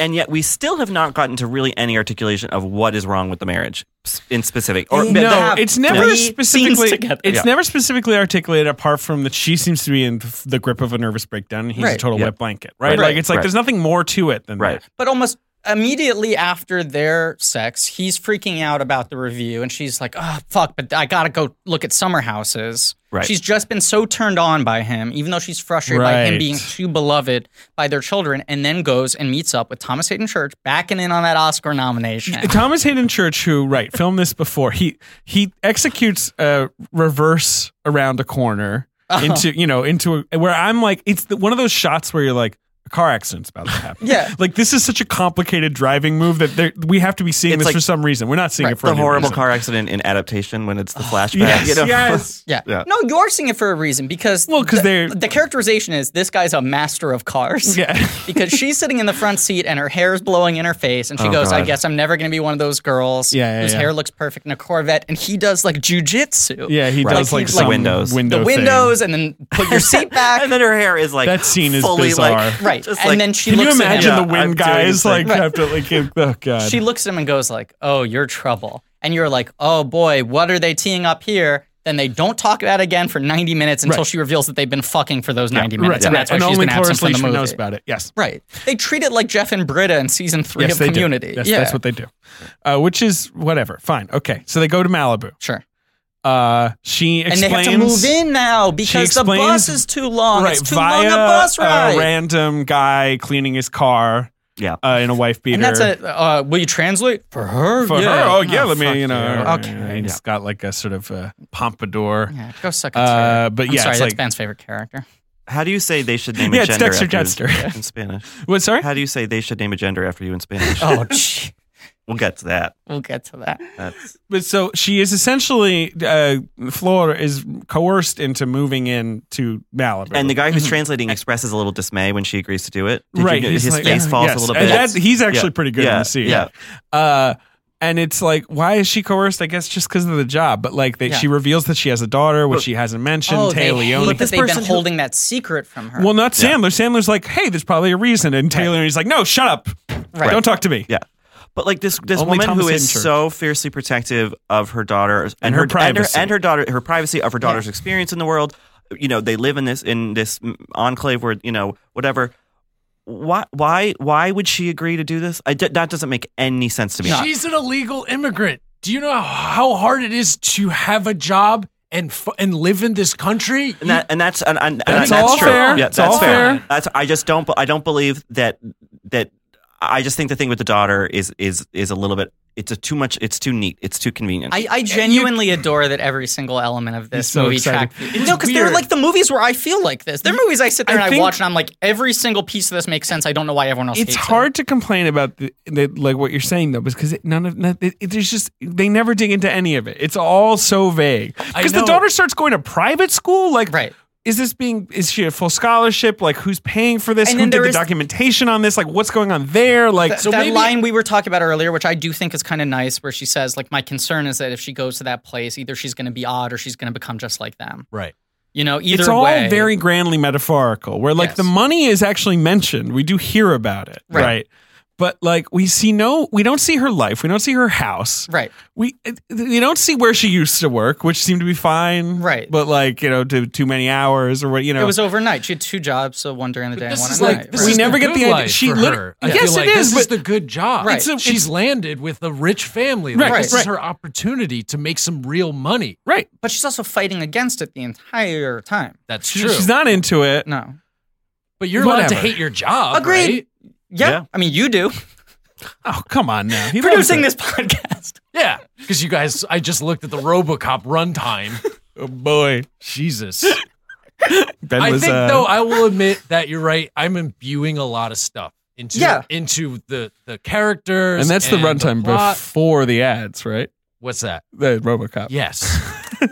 D: and yet we still have not gotten to really any articulation of what is wrong with the marriage s- in specific. Or
C: no,
B: have
C: it's never
B: three
C: specifically.
B: scenes together.
C: It's
D: Yeah.
C: never specifically articulated apart from that she seems to be in th- the grip of a nervous breakdown and he's a
B: Right.
C: total
D: Yeah.
C: wet blanket, right?
D: Right.
C: Like it's like
D: Right.
C: there's nothing more to it than
D: Right.
C: that.
B: but almost immediately after their sex, he's freaking out about the review, and she's like, "Oh fuck!" But I gotta go look at summer houses.
D: Right.
B: She's just been so turned on by him, even though she's frustrated by him
C: Right.
B: being too beloved by their children, and then goes and meets up with Thomas Hayden Church, backing in on that Oscar nomination.
C: Thomas Hayden Church, who right filmed this before, he he executes a reverse around a corner
D: Uh-huh.
C: into you know into a, where I'm like it's the, one of those shots where you're like a car accident's about to happen.
B: Yeah.
C: like this is such a complicated driving move that there- we have to be seeing
D: It's
C: this
D: like
C: for some reason. We're not seeing it for
D: the
C: any
D: horrible
C: reason.
D: car accident in adaptation when it's the flashback.
C: Yes,
D: you know?
C: yes.
B: Yeah.
D: Yeah.
B: No, you're seeing it for a reason because
C: Well, 'cause
B: the-
C: they're-
B: the characterization is this guy's a master of cars.
C: Yeah.
B: because she's sitting in the front seat and her hair's blowing in her face, and she
D: Oh,
B: goes, "I
D: God.
B: guess I'm never going to be one of those girls
C: Yeah, yeah,
B: whose
C: yeah.
B: hair looks perfect in a Corvette." And he does like jujitsu.
C: Yeah, he
D: Right.
C: does
B: Like,
C: like,
B: he- like
C: some
D: windows.
C: window
B: the
C: thing.
B: windows, and then put your seat back.
D: and then her hair is like
C: That scene is
D: fully
C: bizarre.
D: like
B: right,
D: just
B: and
D: like-
B: then she
C: Can you
B: looks
C: imagine
B: at
C: the
B: him.
D: Yeah, I'm
C: wind
D: doing
C: guys
D: this thing.
C: like have to like give- oh god.
B: she looks at him and goes like, "Oh, you're trouble." And you're like, "Oh boy, what are they teeing up here?" Then they don't talk about it again for 90 minutes until she reveals that they've been fucking for those 90 minutes, and that's why she's
C: only
B: been absent
C: Cloris
B: from the
C: Leachman
B: movie.
C: knows about it. Yes.
B: Right. They treat it like Jeff and Britta in season three
C: Yes,
B: of
C: they
B: Community.
C: do. That's,
B: yeah.
C: that's what they do. Uh, which is whatever. Fine. Okay. So they go to Malibu.
B: Sure.
C: Uh, she
B: And
C: explains.
B: they have to move in now because the
C: explains-
B: bus is too long.
C: Right,
B: it's too
C: via
B: long a bus
C: a
B: ride.
C: random guy cleaning his car
D: yeah.
C: uh, in a wife beater.
B: and that's a, uh, will you translate? For her?
C: for
B: yeah.
C: her. Oh yeah, let me. You know.
B: Okay.
C: And He's got like a sort of uh, pompadour.
B: Yeah, go suck a
C: Uh,
B: uh,
C: but
B: I'm
C: yeah,
B: sorry,
C: it's
B: that's
C: like-
B: Ben's favorite character.
D: How do you say they should name a
C: Yeah, it's
D: gender
C: Dexter
D: after you
C: Dexter.
D: in Spanish?
C: What? Sorry.
D: How do you say they should name a gender after you in Spanish?
B: Oh, gee.
D: We'll get to that.
B: We'll get to that.
D: That's
C: But so she is essentially uh, Flora is coerced into moving in to Malibu,
D: and the guy who's translating expresses a little dismay when she agrees to do it. Did you
C: Mm-hmm. right,
D: know-
C: he's
D: his
C: like-
D: face
C: yeah,
D: falls
C: yes.
D: a little
C: And
D: bit.
C: that's- he's actually
D: Yeah.
C: pretty good in
D: Yeah,
C: the scene.
D: yeah.
C: Uh, and it's like, why is she coerced? I guess just because of the job. But like, they,
B: Yeah.
C: she reveals that she has a daughter, which she hasn't mentioned.
B: Oh, they
C: Taylor Leone.
B: hate that
D: this
B: they've been
D: person who-
B: holding that secret from her.
C: Well, not Sandler. Sandler's like, hey, there's probably a reason. And Taylor Leone's like, no, shut up.
B: Right.
C: Don't talk to me.
D: Yeah. But like this this
C: Only
D: woman
C: Thomas
D: who is
C: Hayden Church.
D: so fiercely protective of her daughter and,
C: her
D: and her
C: privacy.
D: and her daughter her privacy of her daughter's experience in the world. You know, they live in this in this mm, enclave where, you know, whatever. Why why why would she agree to do this? I d- that doesn't make any sense to me.
E: She's an illegal immigrant. Do you know how hard it is to have a job and f- and live in this country?
D: and, that, and that's and, and,
C: That's
D: and that's
C: all
D: true.
C: fair.
D: Yeah,
C: It's
D: that's
C: all
D: fair.
C: fair.
D: That's I just don't. I don't believe that that. I just think the thing with the daughter is is is a little bit. It's a too much. It's too neat. It's too convenient.
B: I, I genuinely adore that every single element of this
C: so
B: movie
C: excited.
B: track. no, because they're
C: weird.
B: like the movies where I feel like this. They're movies I sit there
C: I
B: and
C: think-
B: I watch and I'm like, every single piece of this makes sense. I don't know why everyone else
C: It's
B: hates it.
C: hard to complain about the, the like what you're saying though, because it, none of none, it, it- there's just they never dig into any of it. It's all so vague. Because the
E: know.
C: daughter starts going to private school, like
B: Right.
C: Is this being is she a full scholarship? Like who's paying for this?
B: And
C: Who
B: then
C: did
B: there
C: the
B: is-
C: documentation on this? Like what's going on there? Like
B: Th- that line we were talking about earlier, which I do think is kind of nice, where she says, like, my concern is that if she goes to that place, either she's going to be odd or she's going to become just like them.
E: Right.
B: You know, either
C: it's all
B: way.
C: very grandly metaphorical, where like
B: Yes.
C: the money is actually mentioned. We do hear about it,
B: Right.
C: right. But like we see no, we don't see her life. We don't see her house.
B: Right.
C: We we don't see where she used to work, which seemed to be fine.
B: Right.
C: But like you know, to too many hours or what you know.
B: It was overnight. She had two jobs, so one during the day and one
E: This
B: at
E: is
B: night.
E: like
B: right.
E: this
C: We
E: is
C: never
E: the
C: get
E: good
C: the idea-
E: life
C: she
E: for
C: lit-
E: her. I
C: Yes,
E: feel
C: it
E: like
C: is,
E: This is
C: but-
E: the good job.
B: Right. It's
C: a-
E: She's
C: it's-
E: landed with a rich family. Like,
C: Right,
E: This
C: right.
E: is her opportunity to make some real money.
C: right.
B: but she's also fighting against it the entire time.
E: That's
C: She-
E: true.
C: She's not into it.
B: No.
E: but you're allowed to
C: Whatever.
E: hate your job.
B: Agreed.
E: right?
B: Yeah.
D: Yeah.
B: I mean, you do.
C: Oh come on now. He
B: Producing
C: loves
B: this podcast.
E: Yeah. Because you guys, I just looked at the RoboCop runtime.
C: it. Oh boy.
E: Jesus.
C: Ben
E: I
C: was,
E: think
C: uh,
E: though I will admit that you're right. I'm imbuing a lot of stuff into
B: Yeah.
E: into the the characters,
C: and that's the runtime
E: plot.
C: before the ads, right?
E: What's that?
C: The RoboCop.
E: Yes.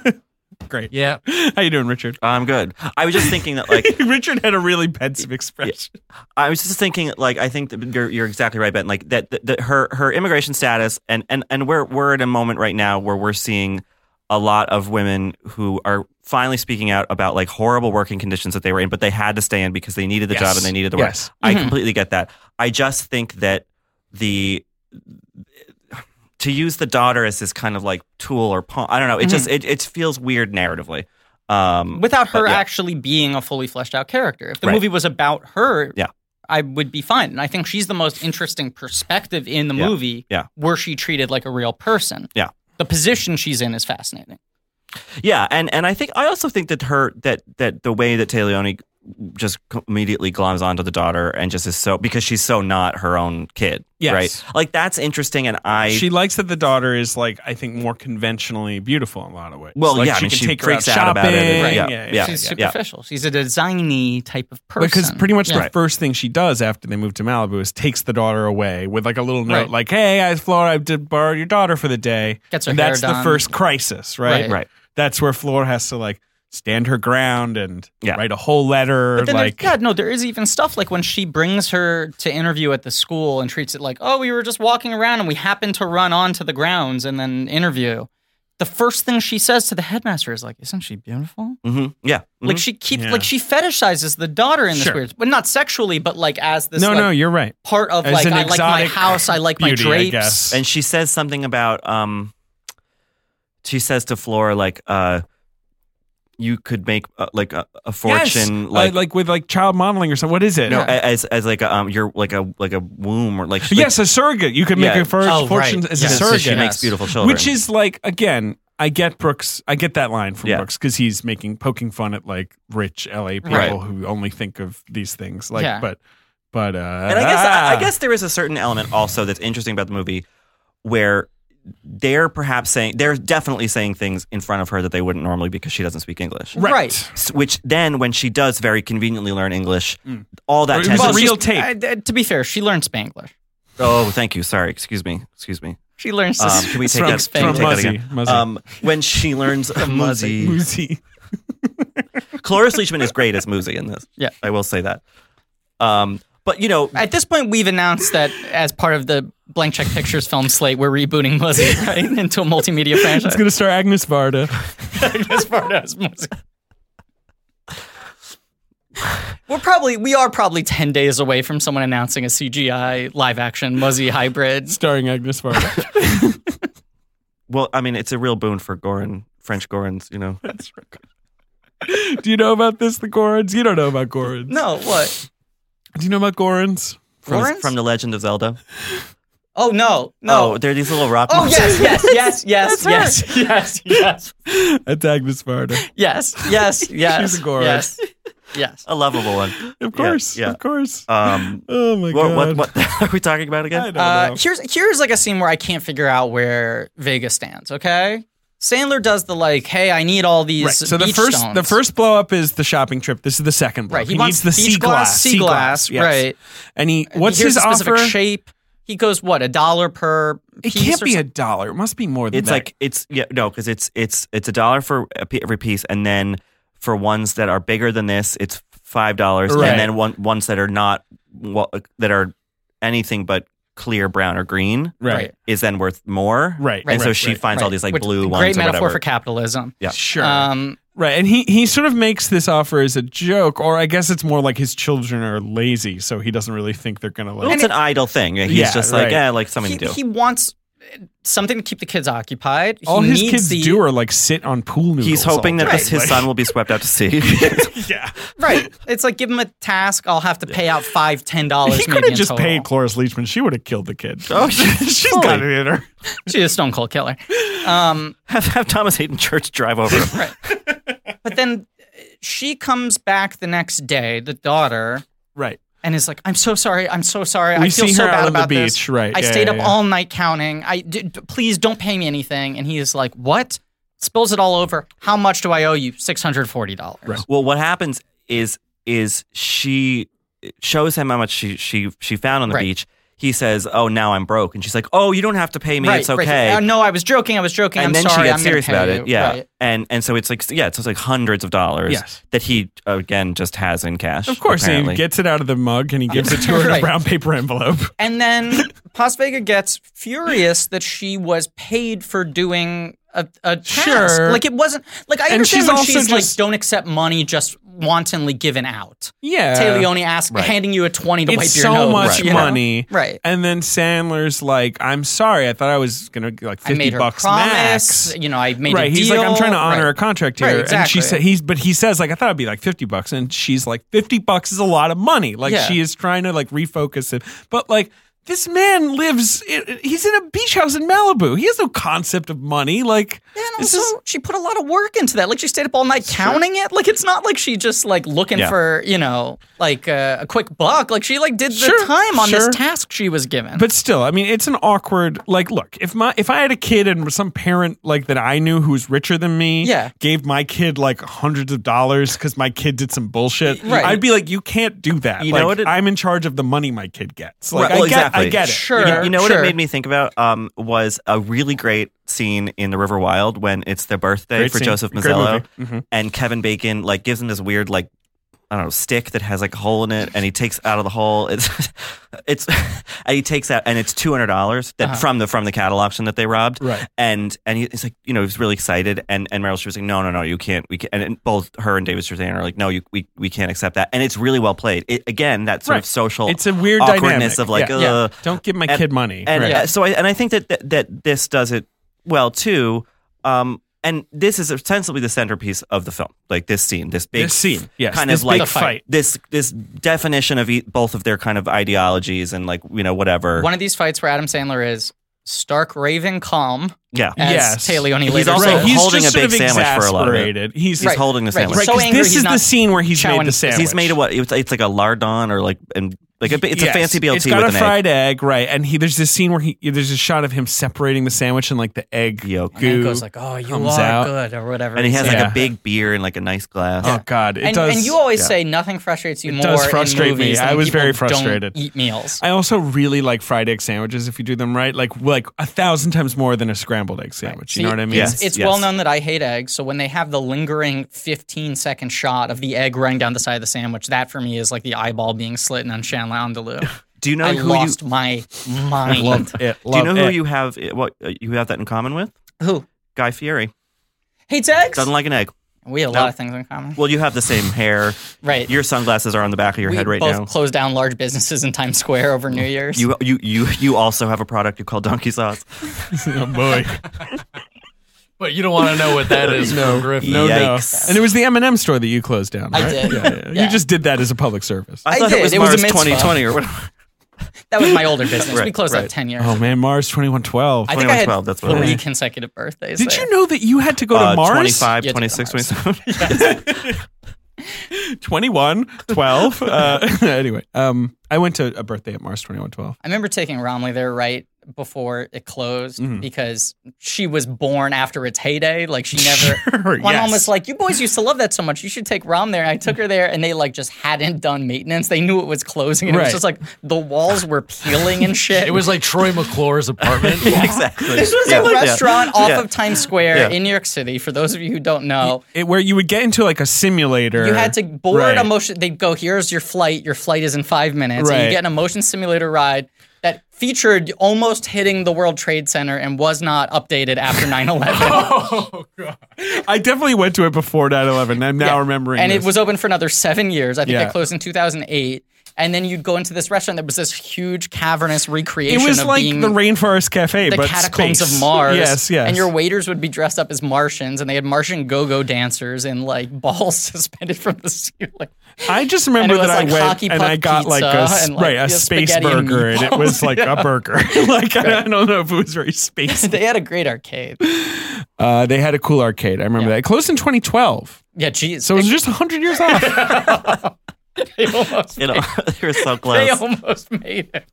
C: Great.
E: Yeah.
C: How you doing, Richard?
D: I'm good. I was just thinking that like
C: Richard had a really pensive expression.
D: I was just thinking, like, I think that you're, you're exactly right, Ben. Like that, that, that her her immigration status, and and and we're we're at a moment right now where we're seeing a lot of women who are finally speaking out about like horrible working conditions that they were in, but they had to stay in because they needed the job
E: Yes.
D: and they needed the work.
C: Yes.
D: I
B: Mhm.
D: completely get that. I just think that the to use the daughter as this kind of like tool or pawn, I don't know. It just it, it feels weird narratively. Um,
B: without her
D: But, yeah.
B: actually being a fully fleshed out character. If the
D: Right.
B: movie was about her,
D: Yeah.
B: I would be fine. And I think she's the most interesting perspective in the
D: Yeah.
B: movie
D: Yeah.
B: were she treated like a real person.
D: Yeah.
B: The position she's in is fascinating.
D: Yeah, and and I think I also think that her that that the way that Taleone just immediately gloms onto the daughter and just is so because she's so not her own kid,
C: Yes.
D: right? Like that's interesting, and I
C: she likes that the daughter is like I think more conventionally beautiful in a lot of ways.
D: Well,
C: Like,
D: yeah, I
C: she
D: mean,
C: can
D: she
C: take her
D: freaks
C: out
D: out about
C: shopping.
D: it and- Right. yeah, yeah,
B: she's
D: yeah.
B: superficial. She's a designy type of person.
C: Because pretty much
B: Yeah.
C: the first thing she does after they move to Malibu is takes the daughter away with like a little note
B: Right.
C: like, "Hey, I Flora, I did borrow your daughter for the day."
B: Gets her
C: and
B: hair
C: that's the
B: done.
C: first crisis, right?
B: Right.
D: Right.
C: That's where Flora has to like stand her ground and
D: Yeah.
C: write a whole letter.
B: But then there's-
C: like,
B: yeah, no, there is even stuff like when she brings her to interview at the school and treats it like, oh, we were just walking around and we happened to run onto the grounds and then interview. The first thing she says to the headmaster is like, "Isn't she beautiful?"
D: Mhm, yeah,
B: Like
D: mhm.
B: she keeps
C: Mm-hmm. Yeah.
B: like she fetishizes the daughter in this
C: Sure.
B: weird, but not sexually, but like as this
C: no,
B: like,
C: no, you're right.
B: part of
C: As
B: like
C: an
B: I like my
C: exotic
B: house, I like
C: Beauty,
B: my drapes.
C: I guess.
D: and she says something about um, she says to Flora like uh, you could make uh, like a, a fortune
C: Yes. Uh,
D: like.
C: like with like child modeling or something. What is it?
D: no, a- as as like a, um, you're like a like a womb or like she-
C: yes, a surrogate. You can make
D: Yeah.
C: a fir-
E: Oh,
C: fortune
E: right.
C: as
E: Yes.
C: a
D: like,
C: surrogate.
D: she makes beautiful children,
C: Which is like again, I get Brooks. I get that line from
D: Yeah.
C: Brooks because he's making poking fun at like rich LA people
D: Right.
C: who only think of these things. Like,
B: Yeah.
C: but but uh, and
D: And I guess I, I guess there is a certain element also that's interesting about the movie where they're perhaps saying they're definitely saying things in front of her that they wouldn't normally because she doesn't speak English.
C: right.
B: Right.
D: S- Which then, when she does very conveniently learn English, all that
C: It was
D: tension-
B: uh,
C: a real tape.
B: I- I- to be fair, she learned Spanglish.
D: Oh, thank you. Sorry. Excuse me. Excuse me.
F: She learns to
D: Um, can we take
F: from
D: that, can we
F: Spain.
D: take that again?
C: Muzzy, muzzy.
D: Um, when she learns Muzzy.
C: Muzi.
D: Cloris Leachman is great as Muzi in this.
F: Yeah.
D: I will say that. Um, but, you know,
B: At this point, we've announced that as part of the Blank Check Pictures film slate, we're rebooting Muzzy right, into a multimedia franchise.
C: It's going to star Agnes Varda.
B: as far as Muzzy. We're probably we are probably ten days away from someone announcing a CGI live action Muzzy hybrid.
C: starring Agnes Varda.
D: well, I mean, it's a real boon for Goran, French Gorans, you know.
C: Do you know about this, the Gorans? You don't know about Gorans.
B: No, what?
C: Do you know about Gorans?
D: From,
B: Gorans?
D: from The Legend of Zelda.
B: Oh no, no.
D: Oh, they're these little rock
B: Oh
D: monsters.
B: yes, yes, yes, yes, yes, yes, yes,
C: That's Agnes Varda.
B: yes, yes, yes.
C: She's a Goran.
B: Yes, yes.
D: A lovable one.
C: Of course.
D: Yeah.
C: Of course.
D: Um,
C: oh my
D: what,
C: god.
D: what, what are we talking about
C: I
D: again?
C: don't
B: Uh,
C: know.
B: here's here's like a scene where I can't figure out where Vega stands. Okay, Sandler does the like, hey, I need all these.
C: Right. So the
B: beach
C: first
B: stones.
C: the first blow up is the shopping trip. This is the second blow.
B: Right,
C: He,
B: he wants
C: needs the
B: beach
C: sea
B: glass,
C: glass.
B: sea glass, right.
C: And he what's
B: Here's
C: his
B: a specific
C: offer?
B: shape. He goes what a dollar per.
C: It
B: piece
C: can't
B: or
C: be a
B: something?
C: dollar. It must be more than
D: It's
C: that.
D: like it's yeah no because it's it's it's a dollar for a pe- every piece and then for ones that are bigger than this it's five dollars
C: Right.
D: and then one ones that are not well, uh, that are anything but clear brown or green
C: right.
D: is then worth more
C: Right.
D: and so
C: right,
D: she
C: right.
D: finds
B: Right.
D: all these like
B: Which-
D: blue ones
B: Great
D: or
B: metaphor
D: whatever.
B: for capitalism.
D: yeah
C: Sure.
B: Um,
C: Right, and he he sort of makes this offer as a joke, or I guess it's more like his children are lazy, so he doesn't really think they're gonna
D: well,
C: like.
D: it's an idle thing he's
C: Yeah,
D: just like
C: right.
D: yeah like something
B: he,
D: to do
B: he wants something to keep the kids occupied. He
C: all his
B: needs
C: kids
B: the,
C: do are like sit on pool noodles.
D: he's hoping
C: all
D: that
C: day.
D: this, his
C: Like-
D: son will be swept out to sea
C: yeah,
B: Right. It's like give him a task. I'll have to pay out five, ten dollars.
C: he could have just paid Cloris Leachman. She would have killed the kid. Oh, she's got it in her.
B: She's a stone cold killer. Um,
D: have, have Thomas Hayden Church drive over him.
B: but then uh, she comes back the next day, the daughter,
C: Right.
B: and is like, "I'm so sorry. I'm so sorry.
C: We
B: I feel
C: see
B: so
C: her
B: bad
C: out on the
B: about this.
C: beach, right,
B: I
C: yeah,
B: stayed
C: yeah,
B: up
C: yeah.
B: all night counting. I d- d- please don't pay me anything." And he is like, "What?" Spills it all over. How much do I owe you? Six hundred forty dollars.
D: Well, what happens is is she shows him how much she she she found on the
B: Right.
D: beach. He says, "Oh, now I'm broke," and she's like, "Oh, you don't have to pay me. it's okay."
B: Uh, no, I was joking. I was joking.
D: and
B: I'm
D: then
B: sorry.
D: she gets
B: I'm gonna
D: serious
B: pay
D: about
B: you.
D: it, yeah.
B: Right.
D: And and so it's like yeah, so it's like hundreds of dollars
C: Yes.
D: that he again just has in cash.
C: Of course,
D: apparently.
C: he gets it out of the mug and he gives it to her in a
B: Right.
C: brown paper envelope.
B: And then Paz Vega gets furious that she was paid for doing a, a task.
C: Sure.
B: Like it wasn't like I
C: And
B: understand
C: she's
B: when
C: also
B: she's like
C: just-
B: don't accept money just wantonly given out.
C: Yeah,
B: Tay Leone asked handing you a twenty to
C: Uh, it's
B: wipe your
C: so
B: nose.
C: much
B: you know?
C: money,
B: Right.
C: And then Sandler's like, "I'm sorry, I thought I was gonna get, like
B: I
C: fifty
B: made her
C: bucks
B: promise.
C: max."
B: You know, I made
C: right,
B: a
C: he's
B: deal.
C: like, "I'm trying to honor a
B: right.
C: contract here,"
B: Right,
C: and she
B: exactly.
C: said, "He's," but he says, "Like I thought it'd be like fifty bucks," and she's like, 50 bucks is a lot of money." Like
B: Yeah.
C: she is trying to like refocus him, but like. This man lives. i- i- He's in a beach house in Malibu. He has no concept of money. Like
B: And
C: this
B: also,
C: is-
B: she put a lot of work into that. Like she stayed up all night counting it. Like it's not like she just like looking
D: Yeah.
B: for you know like uh, a quick buck. Like she like did the
C: Sure,
B: time on
C: sure.
B: this task she was given.
C: But still, I mean, it's an awkward. Like, look, if my if I had a kid and some parent like that I knew who was richer than me,
B: Yeah.
C: gave my kid like hundreds of dollars because my kid did some bullshit,
B: Right.
C: I'd be like, you can't do that.
D: You
C: like,
D: know what it-
C: I'm in charge of the money my kid gets. Like,
D: Right, well,
C: I get, I
D: exactly.
C: get it.
B: Sure.
D: You, you know what
B: sure.
D: it made me think about um, was a really great scene in The River Wild when it's the birthday
C: Great
D: for
C: scene.
D: Joseph
C: Great
D: Mazzello
C: movie. Mhm.
D: and Kevin Bacon like gives him this weird like I don't know stick that has like a hole in it and he takes out of the hole it's it's and he takes out and it's two hundred dollars that from the from the cattle auction that they robbed
C: Uh-huh. Right.
D: and and he- he's like you know he's really excited and and Meryl Streep was like no no no you can't we can't and, and both her and David Strathairn are like no you we, we can't accept that and it's really well played it, again that sort
C: Right.
D: of social
C: It's a weird
D: awkwardness
C: dynamic.
D: of like
C: Yeah.
D: uh,
C: Don't give my
D: And-
C: kid money.
D: and
C: Right.
D: uh, so I, and I think that, that that this does it well too. Um, and this is ostensibly the centerpiece of the film, like this scene, this big
C: This scene, yes,
D: kind
C: this
D: of like
C: big fight.
D: this this definition of e- both of their kind of ideologies and like you know whatever.
B: One of these fights where Adam Sandler is stark raving calm
D: yeah,
B: as
C: Yes.
B: Tay Leone
D: He's
B: later
D: also
B: says.
C: right. He's
D: holding
C: just
D: a
C: sort
D: big
C: of
D: sandwich for a lot of it.
C: exaspirated. He's
D: he's holding the
B: right. So
D: sandwich.
C: Right, 'cause
B: angry
C: this
B: he's
C: is the
B: not
C: scene where he's
B: chowing-
C: made the sandwich.
D: He's made a what? It's, it's like a lardon or like and Like a, it's
C: Yes.
D: a fancy BLT
C: It's got
D: with
C: a
D: an egg.
C: fried egg. right? And he there's this scene where he there's a shot of him separating the sandwich and like the egg
D: Yolk.
C: goo.
B: And goes like, "Oh, you
C: comes
B: are
C: out.
B: good," or whatever.
D: And he has like
C: Yeah.
D: a big beer and like a nice glass.
C: oh god, it
B: and,
C: does.
B: and you always say nothing frustrates you more.
C: does
B: in
C: frustrate me.
B: movies than
C: I
B: when
C: was
B: people
C: very
B: don't
C: frustrated.
B: eat meals.
C: I also really like fried egg sandwiches if you do them right, like like a thousand times more than a scrambled egg sandwich. You know
B: See,
C: what I mean?
B: It's,
D: Yes,
B: it's
D: yes.
B: well known that I hate eggs, so when they have the lingering 15 second shot of the egg running down the side of the sandwich, that for me is like the eyeball being slit in Unshan Laundaloo.
D: Do you know
B: I
D: who
B: lost my mind.
C: It-
D: you? Do you
C: love
D: know who
C: it.
D: you have? What uh, you have that in common with?
B: Who
D: Guy Fieri
B: hates eggs?
D: doesn't like an egg.
B: we have a
D: No.
B: lot of things in common.
D: Well, you have the same hair.
B: Right.
D: Your sunglasses are on the back of your
B: we
D: head right
B: both
D: now.
B: closed down large businesses in Times Square over New Year's.
D: You you you you also have a product you call donkey sauce.
C: oh boy.
E: But you don't want to know what that is no, Griffin.
C: No,
D: Yikes.
C: no. And it was the M&M store that you closed down,
B: I
C: right?
B: did.
C: Yeah, yeah.
B: Yeah.
C: You just did that as a public service.
D: I
B: I
D: thought it
B: did.
D: was
B: It was a
D: Mars
B: mitzvah.
D: 2020 or whatever.
B: that was my older business. we
D: Right,
B: closed
D: right.
B: that 10 years.
C: Oh man, Mars 2112.
B: I think I had
D: 2112, that's what it
B: three
D: was.
B: consecutive birthdays.
C: Did
B: there.
C: you know that you had to go to
D: Uh,
C: Mars?
D: 25,
B: Yeah,
D: 26,
B: Mars.
D: 27.
C: 21, 12. uh, anyway, um, I went to a birthday at Mars 2112.
B: I remember taking Romley there right before it closed because she was born after its heyday. Like she never.
C: Sure,
B: my mom
C: yes.
B: was like, "You boys used to love that so much. You should take Rom there." And I took her there, and they like just hadn't done maintenance. They knew it was closing, and it
C: Right.
B: was just like the walls were peeling and shit.
E: It was like Troy McClure's apartment.
D: exactly.
B: This was
D: Yeah,
B: a
D: yeah,
B: restaurant off
D: yeah.
B: of Times Square
D: Yeah.
B: in New York City. For those of you who don't know,
C: It, where you would get into like a simulator.
B: You had to board
C: Right.
B: a motion. They'd go, here's your flight. Your flight is in five minutes. And
C: Right.
B: you get in a motion simulator ride that featured almost hitting the World Trade Center and was not updated after 9 11.
C: Oh, I definitely went to it before 9 11. I'm now remembering.
B: and it
C: this.
B: was open for another seven years. I think
C: Yeah.
B: it closed in 2008. And then you'd go into this restaurant that was this huge cavernous recreation.
C: It was
B: of
C: like
B: being
C: the Rainforest Cafe,
B: the
C: but
B: catacombs
C: space.
B: of Mars.
C: Yes, yes.
B: And your waiters would be dressed up as Martians, and they had Martian go-go dancers and like balls suspended from the ceiling.
C: I just remember
B: And it
C: that
B: was,
C: I
B: like,
C: went
B: hockey
C: and
B: puck
C: I got like a
B: pizza
C: s-
B: and, like,
C: right a
B: yeah,
C: space
B: spaghetti and
C: burger, and, it was
B: meatballs.
C: like a burger. like I, I don't know if it was very space.
B: they had a great arcade.
C: Uh, they had a cool arcade. I remember that. It closed in 2012,
B: Yeah, geez.
C: so it was just 100 years off.
B: they almost,
D: You know, you're so
B: they
D: close.
B: almost made it.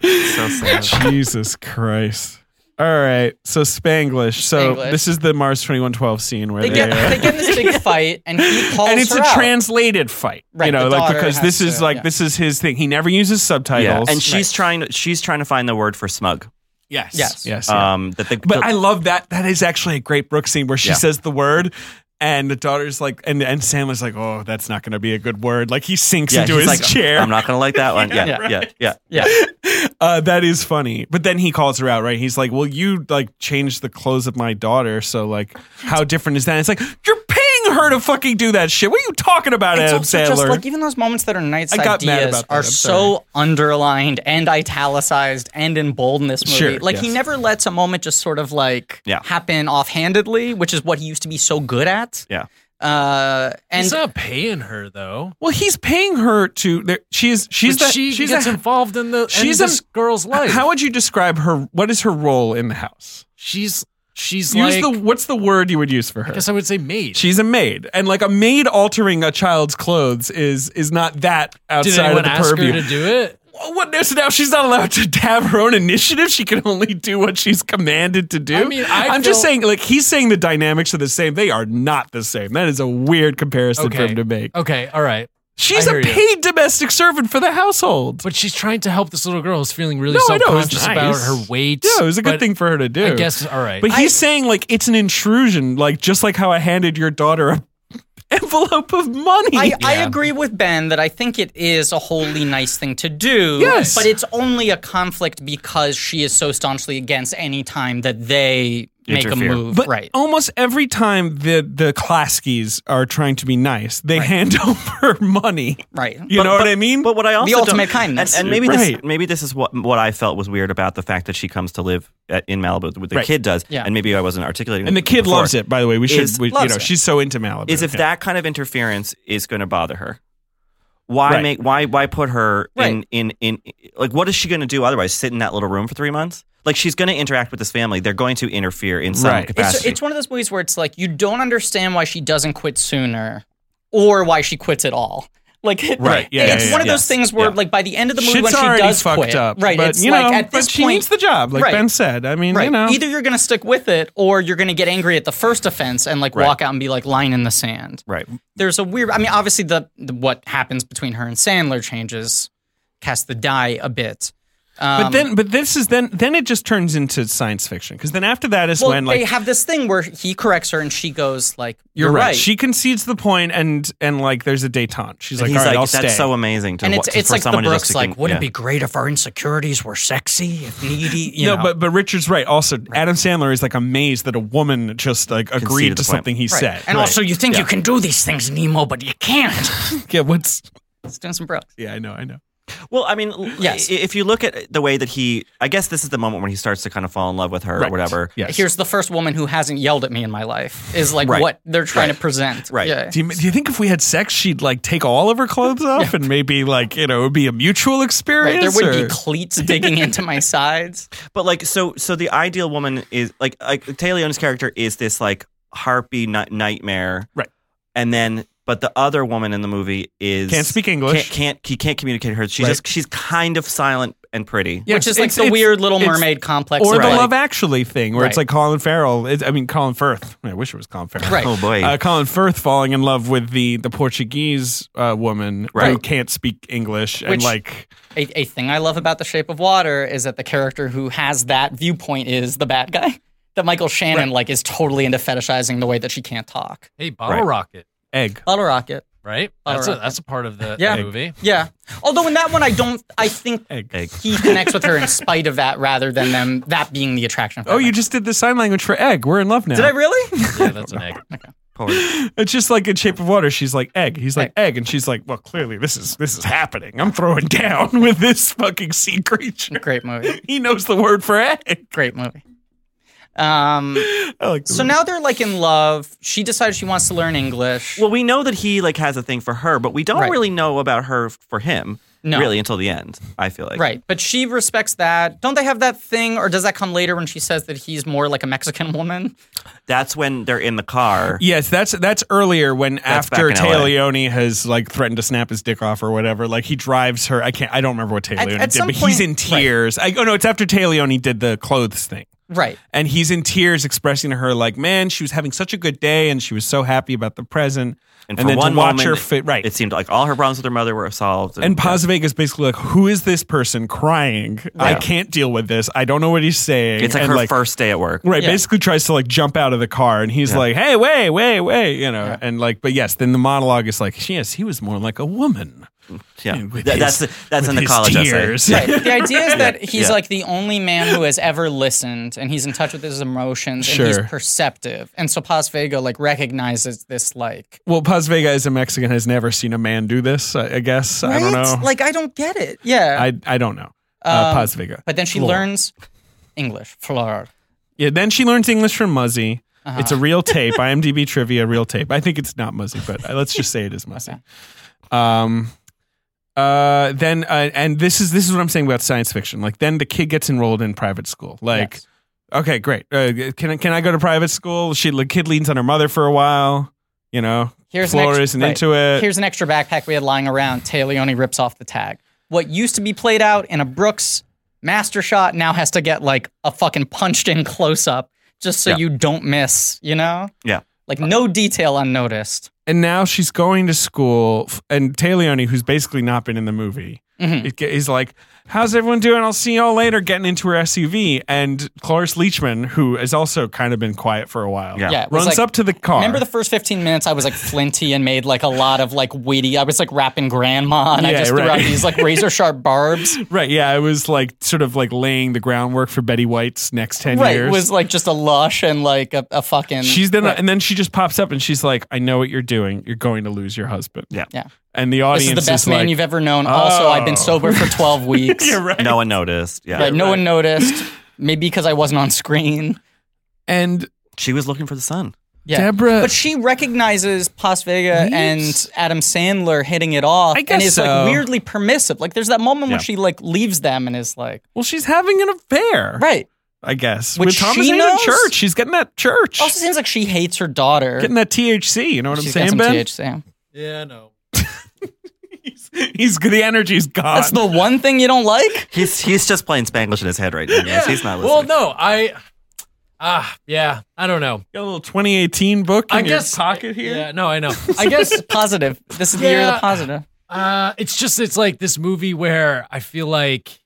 D: so sad.
C: Jesus Christ. All right, so Spanglish. So
B: Spanglish.
C: this is the Mars 2112 scene where
B: They
C: they,
B: get,
C: uh,
B: they get in this big fight, and he calls
C: and it's
B: her
C: a
B: out.
C: translated fight, you
B: Right,
C: know,
B: the
C: like
B: daughter
C: because
B: has
C: this is
B: to-
C: like
B: yeah.
C: this is his thing. He never uses
D: Yeah,
C: subtitles,
D: and she's trying to she's trying to find the word for smug.
C: yes,
B: Yes.
C: yes, yeah.
D: Um, that the
C: But
D: the-
C: I love that. That is actually a great Brooke scene where she
D: Yeah.
C: says the word. And the daughter's like, and, and Sam was like, oh, that's not going to be a good word. Like he sinks
D: yeah,
C: into
D: he's
C: his
D: like,
C: chair.
D: I'm not gonna like that one. Yeah, yeah,
B: Yeah,
D: yeah, yeah.
B: Yeah,
C: uh, that is funny. But then he calls her out, right? He's like, well, you like changed the clothes of my daughter. So like, how different is that? it's like, you're paying her to fucking do that shit. What are you talking about,
B: it's
C: Adam
B: also
C: Sandler?
B: just like even those moments that are nice
C: I got mad
B: ideas
C: about that,
B: are
C: I'm
B: so underlined and italicized and in bold in this movie.
C: Sure,
B: like he
C: yes.
B: never lets a moment just sort of like
D: Yeah.
B: happen offhandedly, which is what he used to be so good at.
D: Yeah.
B: Uh, and
E: He's not paying her though.
C: well, he's paying her to. there- She's she's
E: But
C: that,
E: she
C: she's
E: gets
C: a,
E: involved in the
C: she's
E: she's
C: a-
E: this girl's
B: Oh,
E: life.
C: How would you describe her? What is her role in the house?
E: she's she's
C: Use
E: like
C: the what's the word you would use for her?
E: I guess I would say maid.
C: She's a maid, and like a maid altering a child's clothes is is not that
E: Did
C: outside of
E: anyone
C: the
E: ask
C: purview.
E: her to do it?
C: Well, what now? So now she's not allowed to have her own initiative. She can only do what she's commanded to do.
E: I mean, I
C: am just
E: feel-
C: saying, like he's saying the dynamics are the same. They are not the same. That is a weird comparison for
E: Okay.
C: him to make.
E: Okay, all right.
C: She's
E: I
C: a
E: hear you.
C: paid domestic servant for the household.
E: But she's trying to help this little girl who's feeling really
C: No, I know, it was
E: self-conscious about
C: nice.
E: her weight.
C: yeah, it was a good
E: but
C: thing for her to do.
E: I guess all right.
C: But he's saying like it's an intrusion, like just like how I handed your daughter a envelope of money.
B: I, I
E: Yeah.
B: agree with Ben that I think it is a wholly nice thing to do.
C: Yes.
B: But it's only a conflict because she is so staunchly against any time that they make
D: Interfere.
B: a move.
C: but oh,
B: right.
C: almost every time the the Klaskys are trying to be nice, they hand over money.
B: Right.
C: You know what I mean?
D: But what I also
B: ultimate
D: don't,
B: kindness.
D: and, and maybe
C: Right.
D: this maybe this is what what I felt was weird about the fact that she comes to live at, in Malibu. What the
C: Right.
D: kid does,
B: Yeah.
D: and maybe I wasn't articulating.
C: and the
D: it
C: kid
D: before,
C: loves it. By the way, we should
D: Is-
C: we, you know
B: loves it.
C: she's so into Malibu.
D: Is if
C: Yeah.
D: that kind of interference is going to bother her. Why
C: Right.
D: make why why put her
B: Right.
D: in, in in like what is she going to do otherwise? Sit in that little room for three months? Like she's going to interact with this family. They're going to interfere in some
C: Right. It's-
B: It's,
D: capacity.
B: it's one of those movies where it's like you don't understand why she doesn't quit sooner or why she quits at all. Like it,
C: Right, yeah,
B: it's
C: yeah,
B: one of
C: yeah,
B: those things where
C: yeah.
B: like by the end of the movie
C: Shit's
B: when she
C: already
B: does
C: fucked
B: quit,
C: up.
B: right?
C: But
B: it's
C: you know,
B: like at
C: but
B: this
C: she
B: point,
C: needs the job, like
B: Right.
C: Ben said. I mean,
B: right?
C: you know,
B: Either you're gonna stick with it, or you're gonna get angry at the first offense and like
D: Right.
B: walk out and be like line in the sand.
D: Right.
B: There's a weird. I mean, obviously the, the what happens between her and Sandler changes, cast the die a bit. Um,
C: But then, but this is then. Then it just turns into science fiction because then after that is
B: well,
C: when
B: they
C: like
B: have this thing where he corrects her and she goes like, "You're,
C: She concedes the point, and and like there's a detente. She's like,
D: he's
C: all right,
D: like,
C: I'll
D: that's
C: stay.
D: so amazing to
B: And
D: wa-
B: it's
D: to-
B: it's
D: for
B: like the
D: someone to just
B: Brooks
D: to
B: like,
D: con-
B: wouldn't it
D: yeah.
B: be great if our insecurities were sexy, if needy? You
C: no,
B: know?
C: but but Richard's right. Also, Adam Sandler is like amazed that a woman just like agreed
D: Conceded
C: to
D: the
C: something he
B: Right.
C: said.
B: And
C: Right.
B: also, you think you can do these things, Nemo, but you can't.
C: yeah, what's
B: Let's do some Brooks.
C: yeah, I know, I know.
D: Well, I mean, l-
B: Yes.
D: i- if you look at the way that he, I guess this is the moment when he starts to kind of fall in love with her or
C: Right.
D: whatever.
C: Yes.
B: Here's the first woman who hasn't yelled at me in my life. Is like
D: Right.
B: what they're trying to present.
D: Right.
B: Yeah.
C: do you, do you think if we had sex, she'd like take all of her clothes off and maybe like you know it would be a mutual
B: Right,
C: experience?
B: there would
C: or-
B: be cleats digging into my sides.
D: But like, so, so the ideal woman is like, like Taleon's character is this like harpy ni- nightmare,
C: Right.
D: And then, but the other woman in the movie is
C: can't speak
D: can't,
C: English.
D: can't he can't communicate her. She's
C: Right.
D: just she's kind of silent and pretty.
C: Yeah,
B: which is like
C: it's-
B: the
C: it's-
B: weird Little
C: it's-
B: Mermaid complex.
C: Or
B: of,
C: the
B: like-
C: Love Actually thing, where it's
B: Right.
C: like Colin Farrell. It's, I mean, Colin Firth. I wish it was Colin Farrell.
B: Right.
D: Oh boy.
C: uh, Colin Firth falling in love with the the Portuguese uh, woman who
D: Right.
C: can't speak English and
B: Which-
C: like
B: A, a thing I love about The Shape of Water is that the character who has that viewpoint is the bad guy. That Michael Shannon like is totally into fetishizing the way that she can't talk.
E: Hey, Bottle
D: Right.
E: Rocket,
C: egg.
B: Bottle Rocket.
E: right?
B: Bottle
E: that's a
B: Rocket.
E: that's a part of the
B: Yeah.
E: movie.
B: Yeah. Although in that one, I don't. I think
C: Egg.
D: Egg.
B: he connects with her in spite of that, rather than them that being the attraction.
C: Oh, you just did the sign language for egg. We're in love now.
B: did I really?
E: Yeah, that's an egg.
D: Poor-
C: It's just like in Shape of Water. She's like egg. He's like egg, and she's like, well, clearly this is this is happening. I'm throwing down with this fucking sea creature.
B: Great movie.
C: He knows the word for egg.
B: Great movie. Um.
C: I like the
B: So now they're like in love. She decides she wants to learn English.
D: Well, we know that he like has a thing for her, but we don't
B: Right.
D: really know about her f- for him
B: No.
D: really until the end. I feel like
B: Right, but she respects that. Don't they have that thing, or does that come later when she says that he's more like a Mexican woman?
D: that's when they're in the car.
C: Yes, that's that's earlier when after
D: back in LA.
C: Taleone has like threatened to snap his dick off or whatever, like he drives her. I can't. I don't remember what Taleone
B: at
C: did,
B: some
C: but he's
B: point-
C: in tears. I, oh no, it's after Taleone did the clothes thing,
B: Right.
C: and he's in tears expressing to her like, "Man, she was having such a good day, and she was so happy about the present."
D: And,
C: And
D: for
C: then to
D: one
C: watch
D: moment,
C: her fit- right.
D: It seemed like all her problems with her mother were solved.
C: And Pazaveg is basically like, "Who is this person crying? I can't deal with this. I don't know what he's saying."
D: it's like
C: and
D: her first day at work.
C: Right,
B: Yeah.
C: basically tries to like jump out of the car, and he's like, "Hey, wait, wait, wait," you know, and like, but yes, then the monologue is like, "Yes, he was more like a woman."
D: Yeah,
C: with
D: Th-
C: his-
D: that's that's
C: with
D: in the
C: his
D: college essay.
C: tears.
B: Right. The idea is that he's
D: Yeah.
B: like the only man who has ever listened, and he's in touch with his emotions, and
C: Sure.
B: he's perceptive. And so Paz Vega like recognizes this, like
C: Well, Paz Vega as a Mexican has never seen a man do this. I, I guess I don't know.
B: Right? Um, Like I don't get it. Yeah.
C: I I don't know. Uh, Paz Vega.
B: but then she
C: Flor.
B: learns English. Flor.
C: Yeah. Then she learns English from Muzzy.
B: Uh-huh.
C: It's a real tape. IMDb trivia, real tape. I think it's not Muzzy, but uh, let's just say it is Muzzy. Um. Uh, then uh, and this is this is what I'm saying about science fiction. Like then the kid gets enrolled in private school. Like,
B: Yes.
C: okay, great. Uh, can I can I go to private school? She the kid leans on her mother for a while. You know,
B: Here's an
C: Flora
B: ex-
C: isn't
B: right.
C: into it.
B: Here's an extra backpack we had lying around. Taleone rips off the tag. What used to be played out in a Brooks master shot now has to get like a fucking punched in close up just so
D: Yeah.
B: you don't miss, you know?
D: Yeah.
B: Like no detail unnoticed.
C: and now she's going to school f- and Taleone, who's basically not been in the movie
B: Mm-hmm.
C: it ge- is like how's everyone doing i'll see y'all later getting into her suv and cloris leachman who has also kind of been quiet for a while
D: Yeah.
B: Yeah, it was
C: runs
B: like-
C: up to the car
B: Remember the first 15 minutes I was like flinty and made like a lot of like witty. I was like rapping grandma and I
C: Yeah,
B: just threw
C: right.
B: out these like razor sharp barbs.
C: right yeah it was like sort of like laying the groundwork for betty white's next 10
B: Right. It
C: years
B: was like just a lush and like a, a fucking
C: she's then and then she just pops up and she's like i know what you're doing you're going to lose your husband
D: Yeah.
B: Yeah.
C: and the
B: This
C: audience
B: is the best man
C: like,
B: you've ever known. Also, I've
C: "Oh."
B: been sober for 12 weeks.
C: You're right.
D: No one noticed. Yeah,
B: Right, no one noticed. Maybe because I wasn't on screen.
C: and
D: she was looking for the sun.
B: Yeah.
C: Deborah-
B: But she recognizes Pas Vega
C: Leaves?
B: and Adam Sandler hitting it off
C: I
B: and
C: guess
B: is
C: so.
B: like weirdly permissive. Like there's that moment when
D: Yeah.
B: she like leaves them and is like,
C: well she's having an affair
B: right.
C: i guess
B: Which
C: with thomas
B: she
C: Hayden
B: knows?
C: church she's getting that church
B: Also seems like she hates her daughter.
C: getting that THC. You know what
B: She's
C: I'm saying,
B: got some
C: Ben?
B: THC.
E: Yeah, no.
C: He's the energy's gone.
B: That's the one thing you don't like?
D: He's he's just playing Spanglish in his head right now. Yes, he's not listening.
E: Well, no, I. Ah, yeah, I don't know.
C: Got a little 2018 book in
E: I
C: your
E: guess-
C: pocket here.
E: Yeah, no, I know. I guess
B: Positive. This is the year of the
E: Yeah.
B: positive.
E: uh, it's just it's like this movie where I feel like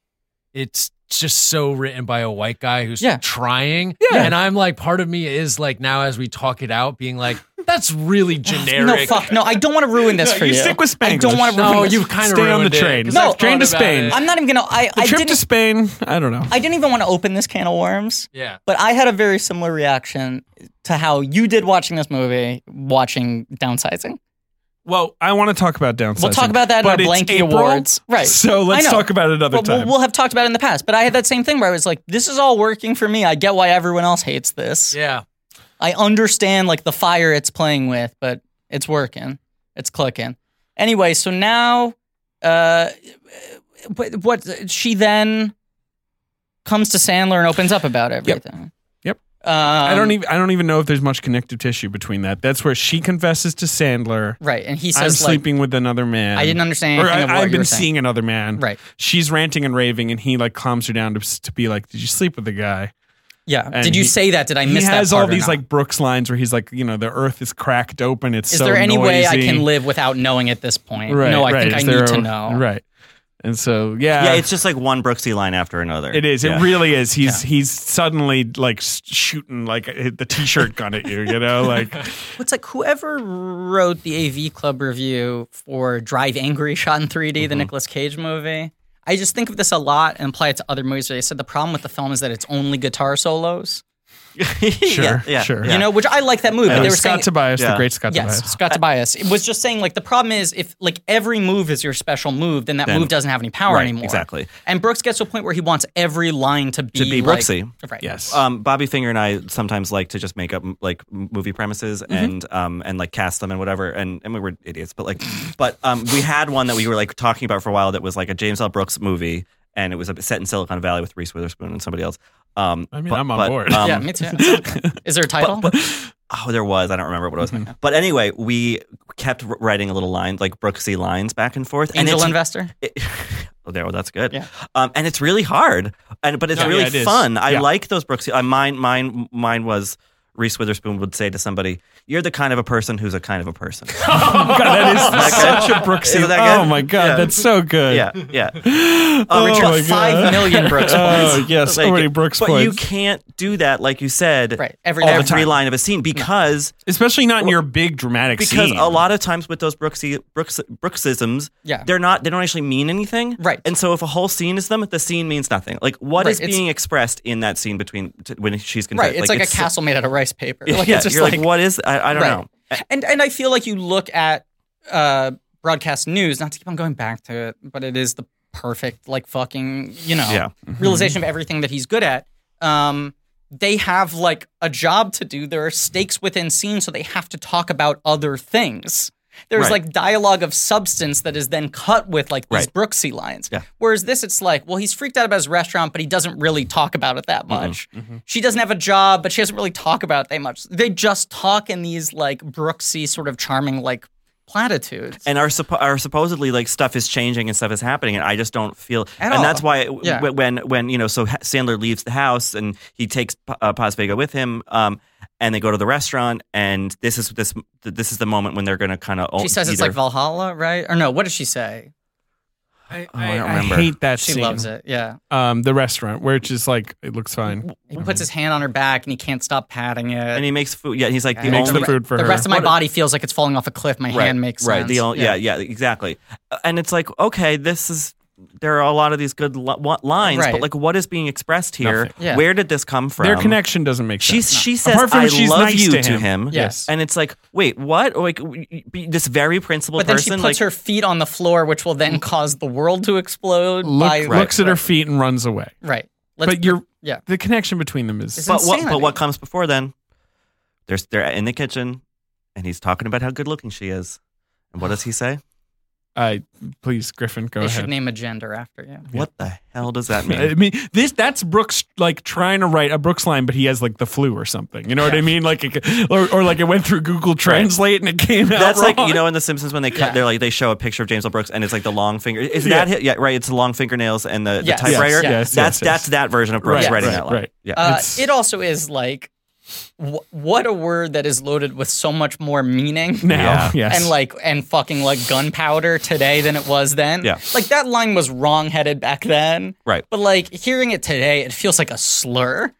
E: it's just so written by a white guy who's
B: Yeah.
E: trying. Yeah, and I'm like, part of me is like now as we talk it out, being like, that's really generic.
B: No, fuck. No, I don't want to ruin this for you.
C: you stick with
B: I don't
C: Spanglish.
B: want to ruin
E: No,
B: this.
E: you've kind of
C: Stay on the train.
B: No,
C: train to Spain.
B: I'm not even going to. I,
C: The
B: I,
C: trip
B: didn't,
C: to Spain. I don't know.
B: I didn't even want to open this can of worms,
E: yeah.
B: but I had a very similar reaction to how you did watching this movie, watching Downsizing.
C: Well, I want to talk about downsizing.
B: We'll talk about that in our
C: but it's
B: Blanky
C: April,
B: Awards. Right.
C: So let's
B: I know.
C: talk about it another
B: But we'll,
C: time.
B: we'll have talked about it in the past. But I had that same thing where I was like, this is all working for me. I get why everyone else hates this.
E: Yeah.
B: I understand like the fire it's playing with, but it's working. It's clicking. Anyway, so now uh what, what she then comes to Sandler and opens up about everything.
C: Yep.
B: Um,
C: I don't e- even. I don't even know if there's much connective tissue between that. That's where she confesses to Sandler.
B: Right, and he
C: I'm
B: says like
C: sleeping with another man.
B: I didn't understand
C: Or
B: anything
C: I,
B: of what
C: I've
B: you were
C: been
B: saying.
C: seeing another man.
B: Right.
C: She's ranting and raving, and he like calms her down to to be like, "Did you sleep with the guy?"
B: Yeah.
C: And
B: Did you
C: he-
B: say that? Did I miss
C: he
B: that?
C: has
B: part
C: all
B: or
C: these
B: not?
C: like Brooks lines where he's like, you know, the Earth is cracked open. It's
B: Is
C: so
B: there any way I
C: noisy."
B: can live without knowing at this point?
C: Right,
B: no, I
C: right.
B: think
C: Is
B: I
C: there
B: need
C: a-
B: to know.
C: Right. And so yeah,
D: yeah, it's just like one Brooksy line after another.
C: It is.
D: Yeah.
C: It really is. He's he's suddenly like s- shooting like uh, the t-shirt gun at you. You know, like
B: It's like whoever wrote the AV Club review for Drive Angry, shot in 3D,
C: Mm-hmm.
B: the Nicolas Cage movie. I just think of this a lot and apply it to other movies. Where they said the problem with the film is that it's only guitar solos,
C: sure,
D: Yeah, yeah,
C: sure.
D: yeah.
B: you know. Which I like that movie.
C: And
B: but
C: it
B: they
C: was
B: were
C: Scott
B: saying
C: Tobias,
D: Yeah.
C: the great Scott
B: yes,
C: Tobias.
B: Scott Tobias. It was just saying like the problem is if like every move is your special move, then that
D: Then-
B: move doesn't have any power
D: Right,
B: anymore.
D: exactly.
B: And Brooks gets to a point where he wants every line to be
D: To be
B: like-
D: Brooksy.
B: Right.
C: Yes.
D: Um, Bobby Finger and I sometimes like to just make up m- like m- movie premises
C: Mm-hmm.
D: and um and like cast them and whatever and and we were idiots but like but um we had one that we were like talking about for a while that was like a James L Brooks movie and it was set in Silicon Valley with Reese Witherspoon and somebody else. Um,
C: I mean,
D: but-
C: I'm on
D: but,
C: board.
D: um,
B: yeah, me too. Is there a title?
D: Oh, there was. I don't remember what it was.
C: Mm-hmm.
D: But anyway, we kept r- writing a little line, like Brooksy lines back and forth.
B: Angel
D: and it's-
B: Investor.
D: it- oh, there, well, that's good.
B: Yeah.
D: Um, and it's really hard, and but it's
C: Yeah,
D: really
C: yeah, it is.
D: fun. I
C: Yeah.
D: like those Brooks. Uh, mine, mine, mine was Reese Witherspoon would say to somebody, "You're the kind of a person who's a kind of a person."
C: Oh God, that is
D: that
C: such
D: good?
C: a Brooksy.
D: Isn't that
C: Oh
D: good?
C: my God,
D: Yeah.
C: that's so good.
D: yeah, yeah. Uh,
C: Oh
B: Richard,
C: my
B: five
C: God.
B: million Brooks points.
C: Oh yes, so
D: Like,
C: many Brooks
D: but you
C: points.
D: can't do that, like you said,
B: Right, every
D: every
B: time.
D: line of a scene because
C: Especially not in your big dramatic
D: because
C: scene.
D: a lot of times with those Brooksy Brooks Brooksisms,
B: Yeah.
D: they're not they don't actually mean anything,
B: Right.
D: And so if a whole scene is them, the scene means nothing. Like what
B: Right,
D: is
B: it's-
D: being expressed in that scene between t- when she's confessed?
B: Right. It's like, a castle made out of rice paper. Like
D: yeah,
B: it's just
D: you're like,
B: like,
D: what is? I, I don't
B: Right.
D: know.
B: and and I feel like you look at uh broadcast news, not to keep on going back to it, but it is the perfect like fucking, you know,
D: Yeah. Mm-hmm.
B: realization of everything that he's good at. Um they have like a job to do. There are stakes within scenes, so they have to talk about other things. There's
D: Right.
B: like dialogue of substance that is then cut with like these
D: Right.
B: Brooksy lines.
D: Yeah.
B: Whereas this, it's like, well, he's freaked out about his restaurant, but he doesn't really talk about it that
D: Mm-hmm.
B: much. She doesn't have a job, but she doesn't really talk about it that much. They just talk in these like Brooksy sort of charming like platitudes.
D: and our suppo- our supposedly like stuff is changing and stuff is happening, and I just don't feel.
B: At
D: and
B: all.
D: that's why w-
B: Yeah.
D: w- when when you know, so Ha- Sandler leaves the house and he takes P- uh, Paz Vega with him, um, and they go to the restaurant, and this is this this is the moment when they're going to kind of.
B: she says it's like Valhalla, right? Or no, what does she say?
C: I,
D: I
C: I
D: don't remember.
C: hate that
B: She
C: scene.
B: loves it. Yeah.
D: Oh.
C: Um, the restaurant where it's just like it looks fine.
B: He puts his hand on her back and he can't stop patting it.
D: and he makes food. Yeah, he's like the
B: And
C: Makes
D: only
C: the food for
B: the
C: her.
B: rest of my body feels like it's falling off a cliff. My
D: right,
B: hand makes
D: right.
B: sense.
D: The only, yeah. yeah, exactly. Uh, And it's like okay, this is there are a lot of these good li- wa- lines,
B: Right.
D: but like what is being expressed here?
C: Nothing.
B: Yeah.
D: Where did this come from?
C: Their connection doesn't make sense.
D: She's, Um, she says,
C: Apart from
D: "I
C: she's
D: love
C: nice
D: you"
C: to
D: to
C: him.
D: him.
B: Yes.
D: and it's like, wait, what? Oh, Like w- y- be- this very principled
B: But then
D: person,
B: she puts
D: like,
B: her feet on the floor, which will then cause the world to explode.
C: Look-
B: by,
C: looks at her feet and runs away.
B: Right. Let's,
C: but you're
B: yeah.
C: the connection between them is
B: Is
D: but what? But
B: insanity.
D: what comes before then? There's they're in the kitchen, and he's talking about how good looking she is, and what does he say?
C: Uh, please, Griffin, go
B: They
C: ahead.
B: should name a gender after you.
D: What the hell does that mean?
C: I mean, this that's Brooks like trying to write a Brooks line, but he has like the flu or something. You know what I mean? Like, it, or, or like it went through Google Translate and it came out.
D: That's like
C: wrong.
D: you know in The Simpsons when they cut, they're like they show a picture of James L. Brooks and it's like the long finger. Is that hit? Yeah, right. It's the long fingernails and the, the
B: Yes. Yes, yes,
D: typewriter.
B: yes,
D: that's
C: yes.
D: that's that version of Brooks
C: Right,
D: writing
C: right,
D: that line.
C: right.
D: Yeah.
B: Uh,
C: It's-
B: it also is like, wh- what a word that is loaded with so much more meaning.
C: now. Yes,
B: and like and fucking like gunpowder today than it was then.
D: Yeah.
B: Like that line was wrongheaded back then.
D: Right.
B: But like hearing it today, it feels like a slur.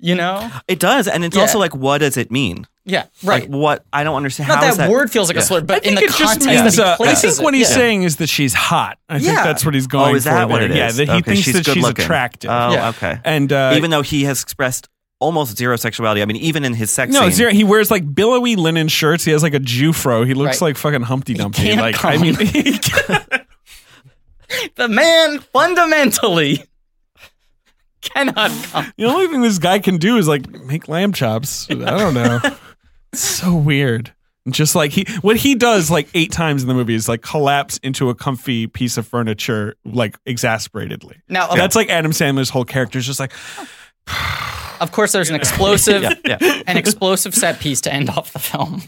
B: You know?
D: it does, and it's
B: Yeah.
D: also like, what does it mean?
B: Yeah. Right.
D: Like, what I don't understand.
B: Not
D: how is
B: that,
D: that
B: word feels like a
D: yeah.
B: slur,
C: I
B: but in
C: think
B: the
C: it just
B: context
C: means.
B: he
C: Uh, I
B: places
C: think what
B: it.
C: he's
B: Yeah.
C: saying is that she's hot. I think
B: Yeah.
C: that's what he's going
D: Oh, is
C: for
D: that what
C: there.
D: it is?
C: Yeah, that he
D: Okay,
C: thinks that she's
D: good-looking.
C: attractive.
D: Oh,
B: Yeah.
D: okay.
C: and uh,
D: even though he has expressed almost zero sexuality, I mean, even in his sex
C: No,
D: scene,
C: zero. He wears like billowy linen shirts. He has like a Jufro. He looks
B: Right.
C: like fucking Humpty Dumpty.
B: can't
C: like I
B: come.
C: mean, he can't-
B: The man fundamentally cannot come.
C: the only thing this guy can do is like make lamb chops. I don't know. It's so weird. Just like he, what he does like eight times in the movie is like collapse into a comfy piece of furniture, like exasperatedly.
B: Now,
C: That's like Adam Sandler's whole character is just like
B: of course, there's an explosive,
D: yeah.
B: an explosive set piece to end off the film.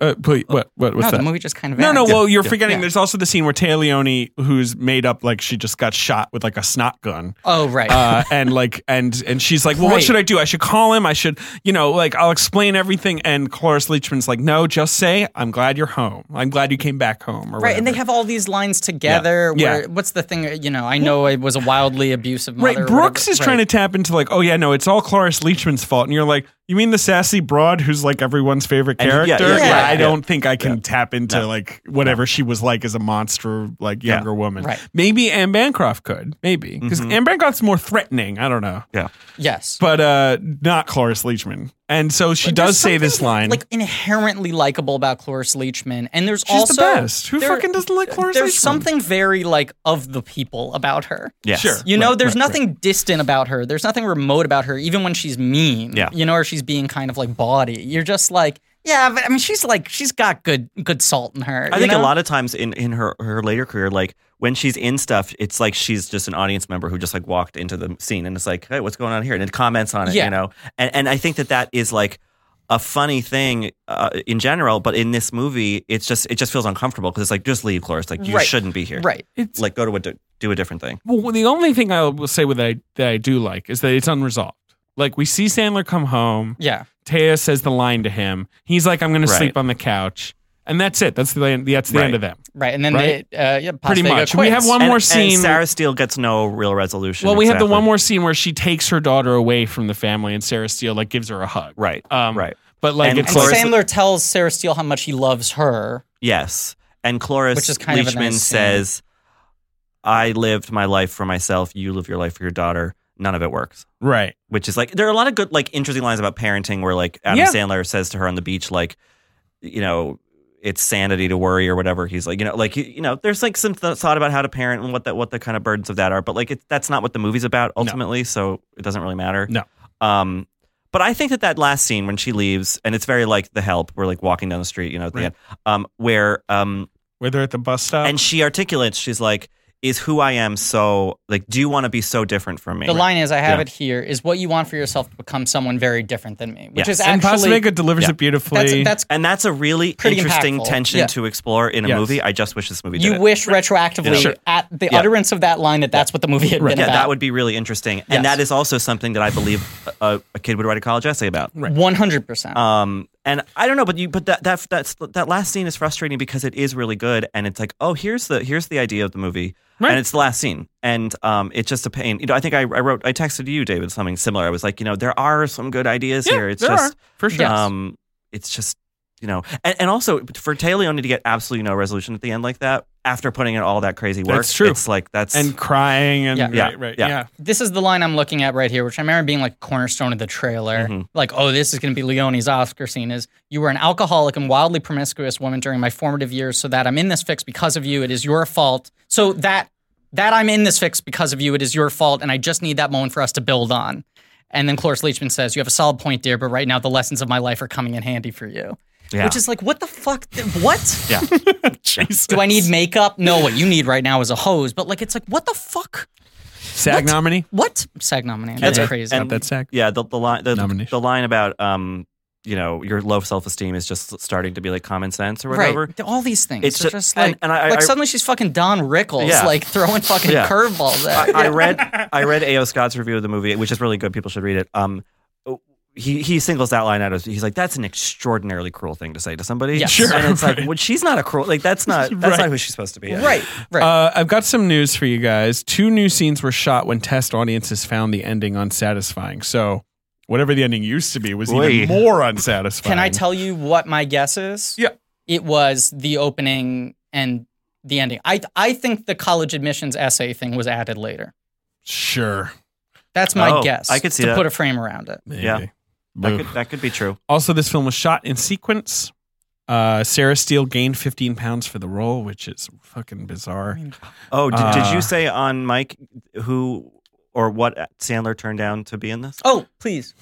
C: Uh, please, what? What? What's
B: no,
C: that?
B: the movie just kind of
C: no, no.
B: ends.
C: Well, you're forgetting.
B: Yeah.
C: There's also the scene where Taylor Leone, who's made up like she just got shot with like a snot gun,
B: oh right,
C: uh, and like, and and she's like, well, what
B: Right.
C: should I do? I should call him. I should, you know, like I'll explain everything. And Cloris Leachman's like, no, just say I'm glad you're home. I'm glad you came back home. Or
B: Right, and they have
C: whatever.
B: all these lines together.
C: Yeah.
B: Where, What's the thing? You know, I know it was a wildly abusive mother.
C: Right, Brooks is trying to tap into like, oh yeah, no, it's all Cloris Leachman's fault, and you're like, you mean the sassy broad who's like everyone's favorite
D: And- yeah,
C: character?
D: yeah,
B: yeah,
C: I
D: yeah.
C: don't think I can tap into like whatever she was like as a monster, like younger woman.
B: Right. Mm-hmm.
C: Maybe Anne Bancroft could, maybe because Anne Bancroft's more threatening. I don't know,
D: yeah.
B: Yes,
C: but uh, not Cloris Leachman, and so she
B: There's
C: does say this
B: something,
C: line.
B: like inherently likable about Cloris Leachman, and there's
C: She's
B: also
C: the best. Who
B: there-
C: fucking doesn't like Cloris
B: There's
C: Leachman?
B: something very like of the people about her.
D: Yes.
C: Sure.
B: You know,
C: Right,
B: there's
C: right,
B: nothing distant about her. There's nothing remote about her, even when she's mean.
D: Yeah.
B: You know, or she's being kind of like bawdy. You're just like, yeah, but I mean, she's like, she's got good, good salt in her.
D: I think a lot of times in, in her, her later career, like when she's in stuff, it's like she's just an audience member who just like walked into the scene and it's like, hey, what's going on here? And it comments on it,
B: Yeah.
D: you know? And, and I think that that is like a funny thing uh, in general, but in this movie, it's just, it just feels uncomfortable because it's like, just leave, Cloris. Like, you
B: Right.
D: shouldn't be here.
B: Right.
C: It's-
D: Like, go to a, do a different thing.
C: Well, the only thing I will say with that I, that I do like is that it's unresolved. Like we see Sandler come home.
B: Yeah.
C: Taya says the line to him. He's like, "I'm going to
D: Right.
C: sleep on the couch," and that's it. That's the end- that's the
D: Right.
C: end of them.
B: Right. And then
C: Right?
B: they, uh, yeah,
C: Pretty
B: Paz Vega
C: much. We have
B: quits.
C: one
D: And-
C: more
D: and
C: scene.
D: Sarah Steele gets no real resolution.
C: well, we have the
D: exactly.
C: one more scene where she takes her daughter away from the family, and Sarah Steele like gives her a hug.
D: Right.
C: Um,
D: right.
C: But like
D: And
C: it's
B: And
C: like,
D: Cloris-
B: Sandler tells Sarah Steele how much he loves her.
D: Yes. And Cloris
B: Which is kind of a
D: Leachman
B: nice scene.
D: says, I lived my life for myself. You live your life for your daughter. None of it works.
C: right.
D: Which is like, there are a lot of good, like, interesting lines about parenting where, like, Adam
C: Yeah.
D: Sandler says to her on the beach, like, you know, it's sanity to worry or whatever. He's like, you know, like, you, you know, there's like some th- thought about how to parent and what that, what the kind of burdens of that are. But like, it's that's not what the movie's about ultimately. So it doesn't really matter.
C: No.
D: Um, but I think that that last scene when she leaves, and it's very like the help, we're like walking down the street, you know, at the
C: Right. Oh.
D: end, um, where um,
C: Where they're at the bus stop.
D: and she articulates, she's like, is who I am so, like, do you want to be so different from me?
B: The line is, I have
D: Yeah.
B: it here, is what you want for yourself to become someone very different than me, which
D: Yes.
B: is
C: and
B: actually,
C: Pasvega delivers
D: Yeah.
C: it beautifully.
B: that's, that's,
D: and that's a really
B: Pretty
D: interesting
B: impactful.
D: tension
B: Yeah.
D: to explore in a
C: Yes.
D: movie. I just wish this movie did
B: you
D: it.
B: wish retroactively
D: Sure.
B: at the
D: Yeah.
B: utterance of that line that that's what the movie had been
D: yeah,
B: about.
D: that would be really interesting.
B: Yes.
D: And that is also something that I believe a, a kid would write a college essay about. Right.
B: 100%.
D: Um, and I don't know, but you, but that that that's, that last scene is frustrating because it is really good, and it's like, oh, here's the here's the idea of the movie, and it's the last scene, and um, it's just a pain. You know, I think I, I wrote, I texted you, David, something similar. I was like, you know, there are some good ideas here. It's
C: there
D: just
C: are, for sure.
D: um, it's just you know, and, and also for Taylor to get absolutely no resolution at the end like that after putting in all that crazy work.
C: That's true.
D: It's like that's
C: and crying and
B: Yeah.
C: right,
D: Yeah.
C: right,
D: Yeah.
C: yeah.
B: this is the line I'm looking at right here, which I remember being like cornerstone of the trailer.
D: Mm-hmm.
B: Like, oh, this is going to be Leone's Oscar scene. Is you were an alcoholic and wildly promiscuous woman during my formative years, so that I'm in this fix because of you. It is your fault. So that that I'm in this fix because of you. It is your fault, and I just need that moment for us to build on. And then Cloris Leachman says, "You have a solid point, dear, but right now the lessons of my life are coming in handy for you."
D: Yeah.
B: which is like, what the fuck? Th- What?
D: Yeah.
B: Do I need makeup? No, what you need right now is a hose. But like, it's like, what the fuck?
C: SAG nominee.
B: What? SAG nominee. That's
D: Yeah.
B: crazy.
D: And-
C: That SAG.
D: Yeah, the, the line the,
C: Nomination.
D: the line about um, you know, your low self esteem is just starting to be like common sense or
B: right.
D: whatever.
B: All these things.
D: It's
B: It's
D: ju-
B: just,
D: and-
B: like,
D: and I-
B: like
D: I-
B: suddenly she's fucking Don Rickles,
D: Yeah.
B: like throwing fucking
D: Yeah.
B: curveballs at.
D: I, I read I read A.O. Scott's review of the movie, which is really good. People should read it. Um, he he singles that line out as he's like, "That's an extraordinarily cruel thing to say to somebody."
B: Yes. Sure,
D: and it's like, well, she's not a cruel. Like that's not that's not who she's supposed to be.
B: Right. Right.
C: Uh, I've got some news for you guys. Two new scenes were shot when test audiences found the ending unsatisfying. So, whatever the ending used to be was
D: Oy.
C: even more unsatisfying.
B: Can I tell you what my guess is?
C: Yeah.
B: It was the opening and the ending. I I think the college admissions essay thing was added later.
C: Sure.
B: That's my
D: Oh,
B: guess.
D: I could see
B: to
D: that.
B: put a frame around it.
C: Maybe.
D: Yeah. That
C: Boo.
D: could that could be true.
C: Also, this film was shot in sequence. Uh, Sarah Steele gained 15 pounds for the role, which is fucking bizarre.
D: Oh, did, did
C: Uh.
D: you say on Mike who or what Sandler turned down to be in this?
B: Oh, please.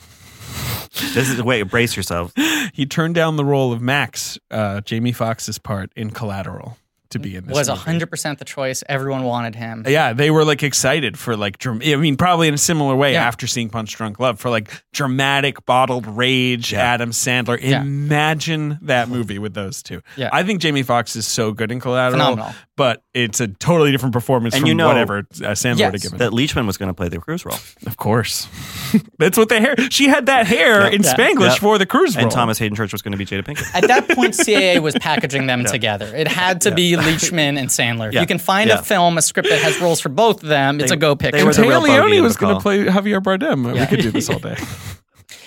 D: This is wait, brace yourself.
C: he turned down the role of Max, uh, Jamie Foxx's part in Collateral, to be in this.
B: Was
C: movie.
B: hundred percent the choice. Everyone wanted him.
C: Yeah, they were like excited for like, dram- I mean, probably in a similar way
B: Yeah.
C: after seeing Punch Drunk Love for like dramatic bottled rage,
D: Yeah.
C: Adam Sandler.
B: Yeah.
C: Imagine that movie with those two.
B: Yeah.
C: I think Jamie Foxx is so good in Collateral,
B: Phenomenal.
C: but it's a totally different performance
D: And
C: from
D: you know
C: whatever uh, Sandler would have
B: Yes.
C: given.
D: That Leachman was going to play the cruise role,
C: of course, that's what the hair. She had that hair in
B: Yeah.
C: Spanglish
D: Yeah.
C: for the cruise role.
D: and Thomas Hayden Church was going to be Jada Pinkett.
B: At that point, CAA was packaging them together. It had to be Leachman and Sandler.
D: Yeah.
B: You can find
D: Yeah.
B: a film, a script that has roles for both of them. It's
D: They-
B: a go
D: they
B: picture.
D: were the
C: Taya
D: real bogey
C: Leone
D: in
C: was
D: the
C: going to
D: call.
C: play Javier Bardem. We
B: Yeah.
C: could do this all day.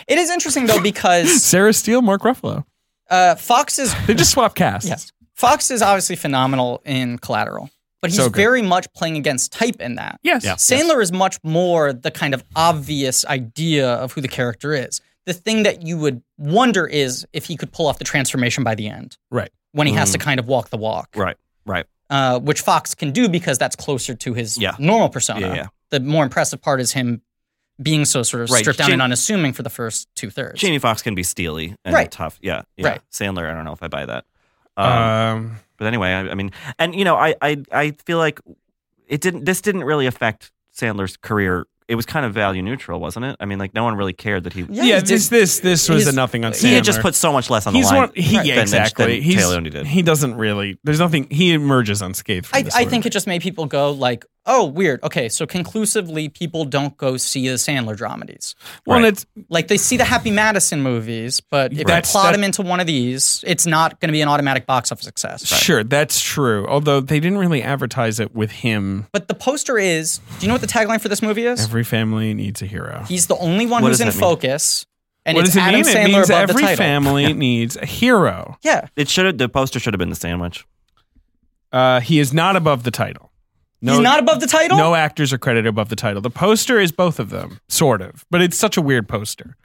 B: It is interesting though because
C: Sarah Steele, Mark Ruffalo.
B: uh, Fox is
C: They just swap casts.
B: Yes. Fox is obviously phenomenal in Collateral, but he's
C: So good.
B: very much playing against type in that.
C: Yes.
B: Sandler is much more the kind of obvious idea of who the character is. The thing that you would wonder is if he could pull off the transformation by the end.
C: Right.
B: When he
D: Mm.
B: has to kind of walk the walk,
D: Right, right.
B: uh, which Fox can do because that's closer to his
D: Yeah.
B: normal persona.
D: Yeah, yeah.
B: The more impressive part is him being so sort of
D: Right.
B: stripped down
D: Jam-
B: and unassuming for the first two thirds.
D: Jamie Foxx can be steely and
B: Right.
D: tough. Yeah, yeah.
B: Right. Uh,
D: Sandler, I don't know if I buy that. Um,
C: Um,
D: but anyway, I, I mean, and you know, I, I I feel like it didn't. This didn't really affect Sandler's career. It was kind of value neutral, wasn't it? I mean, like no one really cared that he.
B: Yeah,
C: yeah,
B: he
C: this
B: did-
C: this this was
B: he's-
C: a nothing on Sandler.
D: He had just put so much less on the
C: He's
D: line.
C: one. He,
B: Right.
C: yeah,
D: than-
C: exactly.
D: than
C: he's,
D: Taylor Leone did.
C: He doesn't really. There's nothing. He emerges unscathed. From
B: I,
C: this
B: I
C: movie.
B: think it just made people go like, oh, weird. Okay, so conclusively, people don't go see the Sandler dramedies.
C: Well,
D: Right.
C: it's
B: Like they see the Happy Madison movies, but if
C: That's-
B: you plot
C: that-
B: them into one of these, it's not going to be an automatic box office success.
C: sure that's true. Although they didn't really advertise it with him.
B: But the poster is. Do you know what the tagline for this movie is?
C: Every family needs a hero.
B: He's the only one
D: What
B: who's
D: does
B: in
D: that mean?
B: focus, and
C: what
B: it's
C: does it
B: Adam
C: mean?
B: Sandler
C: it means
B: above
C: every
B: the title.
C: family needs a hero.
B: Yeah,
D: It should have. The poster should have been the sandwich.
C: Uh, he is not above the title. No,
B: he's not above the title.
C: No actors are credited above the title. The poster is both of them, sort of, but it's such a weird poster.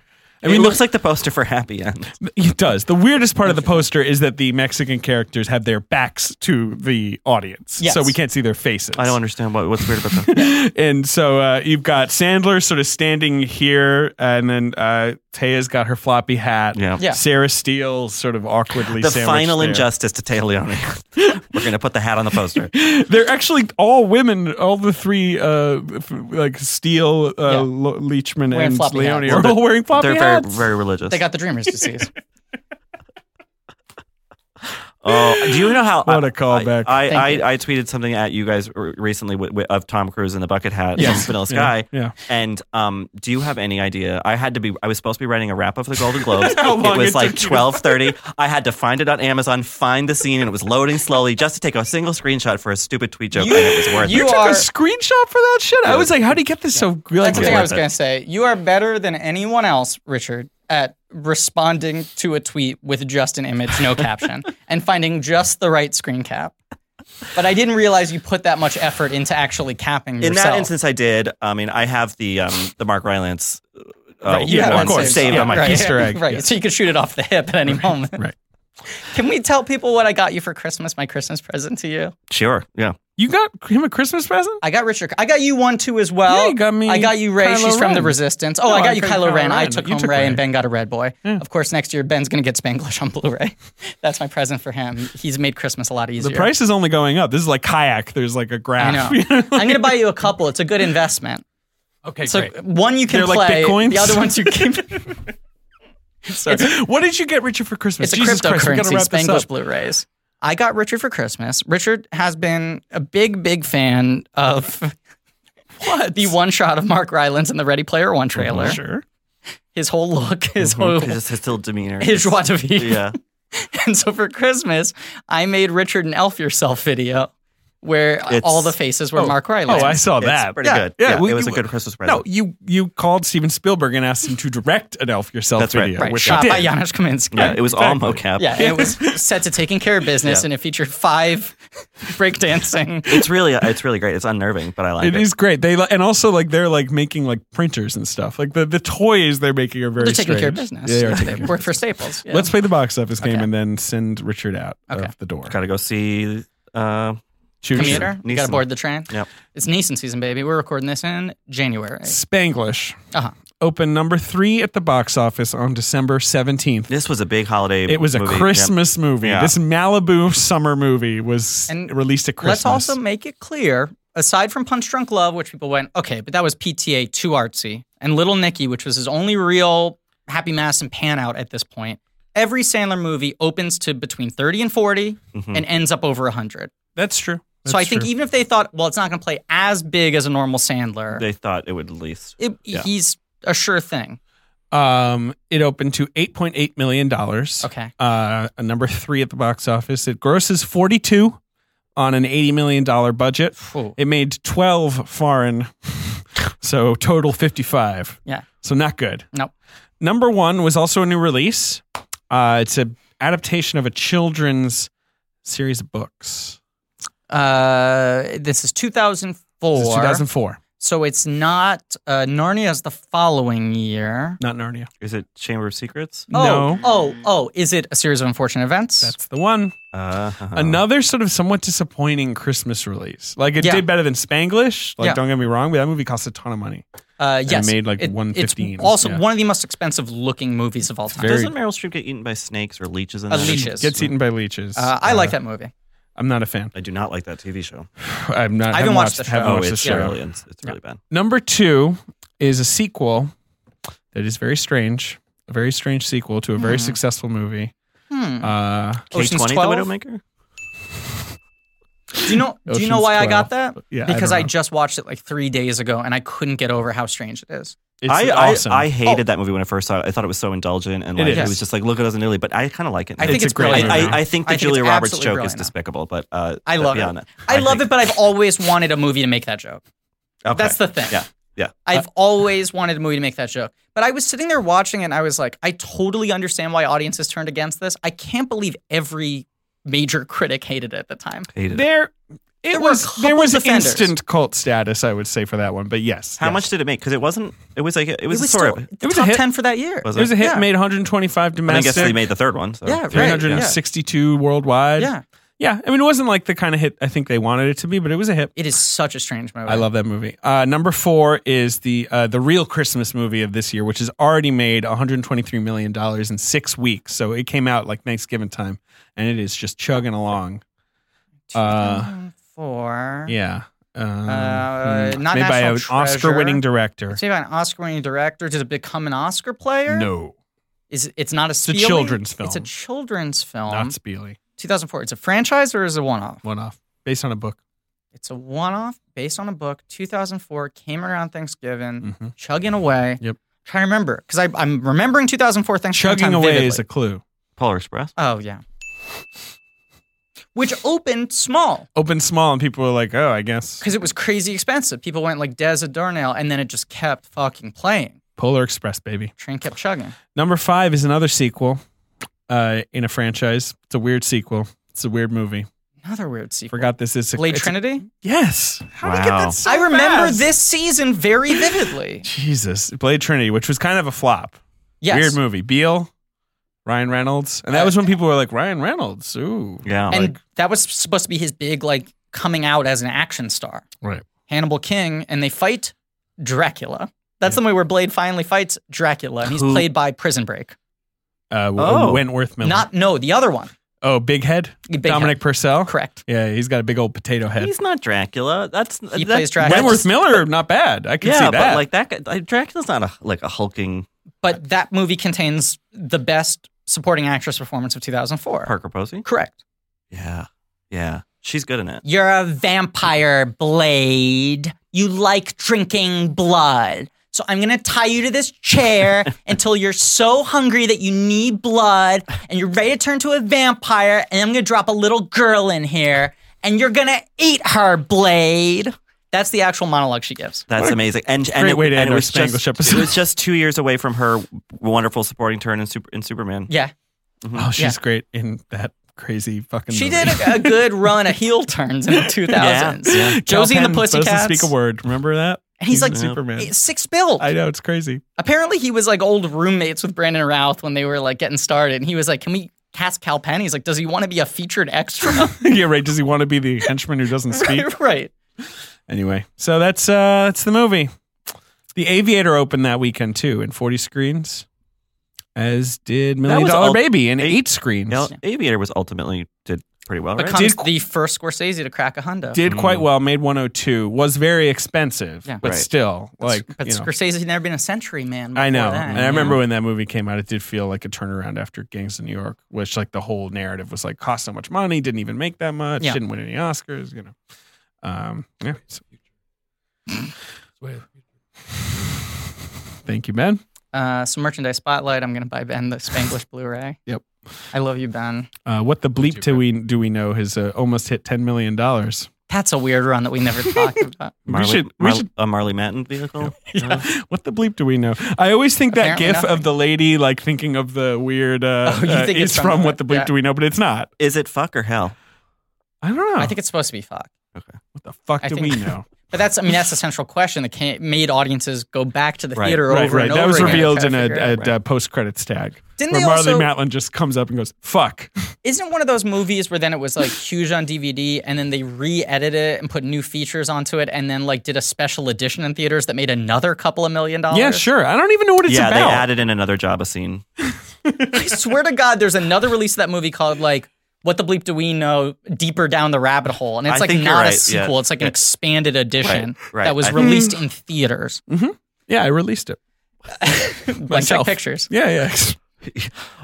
C: I
D: I mean,
C: mean,
D: it looks like the poster for Happy End.
C: It does. The weirdest part of the poster is that the Mexican characters have their backs to the audience,
B: Yes.
C: so we can't see their faces.
D: I don't understand what, what's weird about that.
C: And so uh, you've got Sandler sort of standing here, and then uh, Taya's got her floppy hat.
D: Yeah.
B: Yeah.
C: Sarah Steele sort of awkwardly.
D: the
C: sandwiched
D: final
C: there.
D: injustice to Taylor Leone. We're gonna put the hat on the poster.
C: They're actually all women. All the three, uh, f- like Steele, uh,
B: Yeah.
C: Lo- Leachman,
B: Wearing
C: and
B: floppy
C: Leone
B: hats.
C: are all wearing floppy
D: They're very
C: hats.
D: very religious.
B: they got the dreamer's disease.
D: Oh, do you know how?
C: What a
D: I-
C: callback.
D: I
B: Thank
D: I, I, I tweeted something at you guys r- recently with, with, of Tom Cruise in the bucket hat
C: Yes.
D: from Vanilla
C: Yeah,
D: Sky.
C: yeah.
D: And um, do you have any idea? I had to be. I was supposed to be writing a wrap up for the Golden Globes.
C: How long
D: it was
C: it
D: like
C: took you?
D: twelve thirty. I had to find it on Amazon, find the scene, and it was loading slowly just to take a single screenshot for a stupid tweet joke.
B: You-
D: and it was worth
B: you
D: it.
C: Took
B: are-
C: a screenshot for that shit. I
D: Yeah.
C: was like, how do you get this so good?
B: That's the thing I
D: worth
B: was
D: it.
B: going to say. You are better than anyone else, Richard, at responding to a tweet with just an image, no caption, and finding just the right screen cap. But I didn't realize you put that much effort into actually capping
D: in
B: yourself.
D: that instance, I did. I mean, I have the um, the Mark Rylance. Uh,
B: Right, you
C: yeah,
B: have
C: of
B: one
C: course.
B: saved
D: Saved
C: Yeah,
D: on my
B: right,
C: Easter egg,
B: Right,
C: yes.
B: so you could shoot it off the hip at any moment.
C: Right.
B: Can we tell people what I got you for Christmas? My Christmas present to you.
D: Sure. Yeah.
F: You got him a Christmas present?
B: I got Richard. I got you one too as well.
F: Yeah, you got me
B: I got you Ray.
F: Kylo
B: She's from the
F: Ren.
B: Resistance. Oh, I
F: I
B: got you
F: got
B: Kylo,
F: Kylo
B: Ren. I
F: Ren,
B: took
F: but you
B: home
F: took
B: Ray,
F: Ray.
B: and Ben got a Red Boy. Of course, next year Ben's gonna get Spanglish on Blu-ray. That's my present for him. He's made Christmas a lot
F: The
B: easier.
F: price is only going up. This is like kayak. There's like a
B: I
F: graph.
B: know.
F: You know, like-
B: I'm gonna buy you a couple. It's a good investment.
E: Okay,
B: So
E: great.
B: one you can
F: They're like
B: play.
F: Bitcoins?
B: The other ones you keep.
F: Sorry. what did you get Richard for Christmas?
B: It's a
F: Jesus Christ, we
B: cryptocurrency,
F: gotta wrap this
B: Spanglish
F: up.
B: Blu-rays. I got Richard for Christmas. Richard has been a big, big fan of what the one shot of Mark Rylance in the Ready Player One trailer.
F: Oh, Sure.
B: His whole look, oh, his whole
D: Just his still demeanor.
B: his joie de vivre.
D: yeah.
B: And so for Christmas, I made Richard an Elf Yourself video where
D: It's-
B: all the faces were Mark Rylance.
F: Oh, I saw
D: It's
F: that.
D: pretty
F: Yeah,
D: good.
F: Yeah,
D: Yeah,
F: we-
D: it was
F: you-
D: a good Christmas present.
F: No, you you called Steven Spielberg and asked him to direct an Elf yourself
D: That's right.
F: video.
B: right,
F: which he
B: shot
F: did.
B: by Janusz Kaminski.
D: Yeah, it was all mocap.
B: Yeah, and it was set to taking care of business,
D: Yeah.
B: and it featured five breakdancing.
D: It's really, it's really great. It's unnerving, but I like it.
F: It is great. They li- and also like they're like making like printers and stuff. Like the, the toys they're making are very.
B: They're taking care of
F: strange.
B: business.
F: Yeah, they are
B: Yeah,
F: taking
B: they
F: care of
B: work for Staples. Yeah.
F: Let's play the box office game
B: Okay.
F: and then send Richard out of the door.
D: Gotta go see. Uh,
F: Choo-choo.
B: commuter. You got
D: Neeson.
B: to board the train.
D: Yep.
B: It's Neeson season, baby. We're recording this in January.
F: Spanglish.
B: Uh-huh.
F: Open number three at the box office on December 17th.
D: this was a big holiday.
F: It was a
D: movie. Yeah.
F: Christmas movie.
D: Yeah.
F: This Malibu summer movie was
B: And
F: released at Christmas.
B: Let's also make it clear, aside from Punch Drunk Love, which people went, okay, but that was PTA too artsy, and Little Nicky, which was his only real Happy Mass and Pan Out at this point, every Sandler movie opens to between 30 and 40
D: Mhm.
B: and ends up over 100.
F: That's true.
B: so I
F: Mm-hmm. That's
B: think
F: true.
B: even if they thought, well, it's not going to play as big as a normal Sandler,
D: They thought it would at least.
B: it,
D: yeah.
B: he's a sure thing.
F: um, it opened to 8.8 million dollars.
B: Okay.
F: uh, a number three at the box office. It grosses 42 on an 80 million dollar budget.
B: Ooh.
F: It made 12 foreign, so total 55.
B: Yeah.
F: so not good.
B: Nope.
F: Number one was also a new release. Uh, it's a adaptation of a children's series of books.
B: Uh, this is 2004.
F: This is 2004,
B: So it's not uh, Narnia's the following year.
F: not Narnia.
D: Is it Chamber of Secrets?
F: No.
B: Oh, oh, oh, is it a series of unfortunate events?
F: That's the one.
D: Uh,
F: Another sort of somewhat disappointing Christmas release. Like it
B: Yeah.
F: did better than Spanglish. Like
B: Yeah.
F: don't get me wrong, but that movie cost a ton of money.
B: uh, yes.
F: made, like,
B: It-
F: 115,
B: It's also
F: yeah.
B: one of the most expensive looking movies of all time.
F: very-
D: Doesn't Meryl Streep get eaten by snakes or leeches? In
B: Uh,
D: that?
B: leeches.
F: Gets eaten by leeches.
B: uh, I like that movie.
F: I'm not a fan.
D: I do not like that TV show.
F: I'm not.
B: I
F: haven't
B: haven't watched the show.
F: haven't
D: Oh,
F: watched the
D: it's
F: show.
D: really, it's, it's really bad.
F: Number two is a sequel that is very strange. A very strange sequel to a very
B: Mm-hmm.
F: successful movie.
B: Hmm.
F: Uh,
D: K
B: Ocean's
D: twenty the
B: 12?
D: Widowmaker.
B: Do you know? Do you know
F: Ocean's
B: why I
F: 12.
B: got that?
F: Yeah, I
B: because
F: don't
B: I,
F: know.
B: just watched it like three days ago, and I couldn't get over how strange it is.
F: it's
D: I,
F: awesome. Oh.
D: I I hated that movie when I first saw it. I thought it was so indulgent and
F: It
D: like it,
F: is.
D: was just like look at us and Lily. But I kind of like it.
B: I
D: now.
B: think
F: a
B: it's,
F: great
B: brilliant.
F: movie.
D: I, I think
B: I
D: the
B: think
D: Julia
B: it's
D: Roberts
B: absolutely
D: joke
B: brilliant
D: is
B: now.
D: despicable, but uh,
B: I love
D: beyond
B: it.
D: that,
B: I, love
D: think-
B: it, but I've always wanted a movie to make that joke.
D: okay.
B: That's the thing.
D: Yeah, yeah.
B: I've always wanted a movie to make that joke. But I was sitting there watching it and I was like, I totally understand why audiences turned against this. I can't believe every major critic hated it at the time.
D: Hated it.
F: there. It
B: There were a
F: was there
B: couple
F: was
B: defenders.
F: instant cult status. I would say for that one, but yes.
D: How
F: yes.
D: much did it make? Because it wasn't. It was like it was,
B: It was
D: sort
B: still
D: of.
B: the
F: was a
B: top
F: hit.
B: 10 for that year.
D: Was
F: It was a hit.
B: Yeah.
F: Made 125
D: But I
F: domestic.
D: guess they made the third one. So.
B: Yeah, right.
F: 362 worldwide.
B: Yeah.
F: Yeah. I mean, it wasn't like the kind of hit I think they wanted it to be, but it was a hit.
B: It is such a strange movie.
F: I love that movie. Uh, number four is the uh, the real Christmas movie of this year, which has already made 123 million dollars in six weeks. So it came out like Thanksgiving time, and it is just chugging along. Uh,
B: Four.
F: yeah, uh,
B: Uh,
F: hmm.
B: not
F: made by
B: National
F: an
B: Treasure.
F: Oscar-winning director.
B: It's made by an Oscar-winning director. Did it become an Oscar player?
F: No,
B: Is it's not a
F: a
B: Spielman?
F: children's film.
B: It's a children's film.
F: not Spieley.
B: 2004. It's a franchise or is it a one-off?
F: One off, based on a book.
B: It's a one-off based on a book. 2004 came around Thanksgiving.
F: Mhm.
B: chugging away.
F: Yep.
B: Trying to remember because I'm remembering 2004 Thanksgiving.
F: Chugging
B: time
F: away
B: vividly.
F: is a clue.
D: Polar Express.
B: oh yeah. Which opened small
F: Open small, and people were like, "Oh, I guess."
B: because it was crazy expensive. People went like Des a Darnell, and then it just kept fucking playing.
F: Polar Express, baby.
B: Train kept chugging.
F: Number five is another sequel uh, in a franchise. It's a weird sequel. It's a weird movie.
B: Another weird sequel.
F: Forgot this is a
B: Blade
F: it's a-
B: Trinity.
F: Yes. How did you get
D: Wow.
F: that so
B: I remember
F: fast?
B: this season very vividly.
F: Jesus, Blade Trinity, which was kind of a flop.
B: Yes.
F: Weird movie. Beale,
C: Ryan Reynolds, and that was when people were like Ryan Reynolds. Ooh,
D: Yeah.
B: and
D: like,
B: that was supposed to be his big like coming out as an action star.
E: Right.
B: Hannibal King, and they fight Dracula. That's the way where Blade finally fights Dracula, and he's played by Prison Break.
C: uh,
D: Oh.
C: Wentworth Miller.
B: Not no, the other one.
C: oh, Big Head,
B: Big
C: Dominic
B: Head.
C: Purcell.
B: Correct.
C: Yeah, he's got a big old potato head.
D: he's not Dracula. That's
B: He
D: that-
B: plays Dracula.
C: Uh, Wentworth Miller, not bad. I can see
D: Yeah,
C: that.
D: but like that guy, like, Dracula's not a like a hulking
B: But that movie contains the best supporting actress performance of 2004.
D: Parker Posey.
B: Correct.
D: Yeah, yeah, she's good in it.
B: You're a vampire, Blade. You like drinking blood. So I'm going to tie you to this chair until you're so hungry that you need blood and you're ready to turn to a vampire. And I'm going to drop a little girl in here and you're going to eat her, Blade. That's the actual monologue she gives.
D: That's amazing. And and
C: great
D: it,
C: way to
D: and
C: end
D: it
C: our
D: was just
C: Spanglish episode.
D: it was just two years away from her wonderful supporting turn in Super in Superman.
B: Yeah.
C: oh, she's great in that crazy fucking.
B: She
C: movie.
B: did a, a good run of heel turns in the 2000s.
D: Yeah, yeah.
B: Josie and the
C: Cal Penn
B: Pussycats.
C: doesn't speak a word. Remember that?
B: And he's like,
C: Superman.
B: It's six build.
C: I know it's crazy.
B: Apparently, he was like old roommates with Brandon Routh when they were like getting started. And he was like, Can we cast Cal Penn? He's like, Does he want to be a featured extra?
C: yeah, right. Does he want to be the henchman who doesn't speak?
B: right.
C: Anyway, so that's uh that's the movie. The Aviator opened that weekend too in 40 screens, as did Million
D: was
C: Dollar
D: all-
C: Baby in eight screens.
D: Yeah, Aviator was ultimately did pretty well, right?
B: Becomes
C: Did-
B: the first Scorsese to crack a Honda.
C: Did
F: Mm.
C: quite well, made 102. Was very expensive,
B: Yeah.
C: but
D: Right.
C: still, like
B: but
C: you know.
B: Scorsese had never been a century man.
C: I know.
B: before that,
C: and
B: you
C: I remember when that movie came out, it did feel like a turnaround after Gangs of New York, which like the whole narrative was like cost so much money, didn't even make that much,
B: Yeah.
C: didn't win any Oscars, you know. Um, yeah. so- Thank you, Ben.
B: Uh, so, merchandise spotlight. I'm going to buy Ben the Spanglish Blu ray.
C: Yep.
B: I love you, Ben.
C: Uh, what the bleep do we do we know has uh, almost hit ten million dollars?
B: That's a weird run that we never talked about.
D: Marley,
C: should- we
D: Mar-
C: should-
D: a Marley Matin vehicle. Uh,
C: What the bleep do we know? I always think that
B: Apparently
C: gif
B: nothing.
C: of the lady like thinking of the weird uh,
B: Oh, you
C: uh,
B: think it's
C: is
B: from
C: from
B: that,
C: what the bleep
B: yeah.
C: do we know, but it's not.
D: Is it fuck or hell?
C: I don't know.
B: I think it's supposed to be Fox.
C: what the fuck
B: I
C: do
B: think-
C: we know?
B: But that's, I mean, that's the central question that can made audiences go back to the
D: Right,
B: theater
C: right,
B: over
C: right.
B: and
C: That
B: over
C: was
B: again to
C: revealed
B: try
C: in
B: to
C: a,
B: figure out.
C: a, uh, post-credits tag.
B: Didn't
C: where
B: they
C: Marley
B: also-
C: Matlin just comes up and goes, "Fuck."
B: Isn't it one of those movies where then it was like huge on DVD and then they re-edited it and put new features onto it and then like did a special edition in theaters that made another couple of million dollars?
C: yeah, sure. I don't even know what it's
D: yeah,
C: about.
D: they added in another Jabba scene.
B: I swear to God, there's another release of that movie called like What the Bleep Do We Know? Deeper Down the Rabbit Hole. And it's
D: I
B: like
D: think you're
B: not a
D: right, yeah.
B: sequel, it's like an
D: Yeah.
B: expanded edition
D: Right, right.
B: that was
D: I think-
C: Mm.
B: released in theaters.
C: e-, yeah, I released it.
B: Like check
C: Myself.
B: pictures.
C: Yeah, yeah.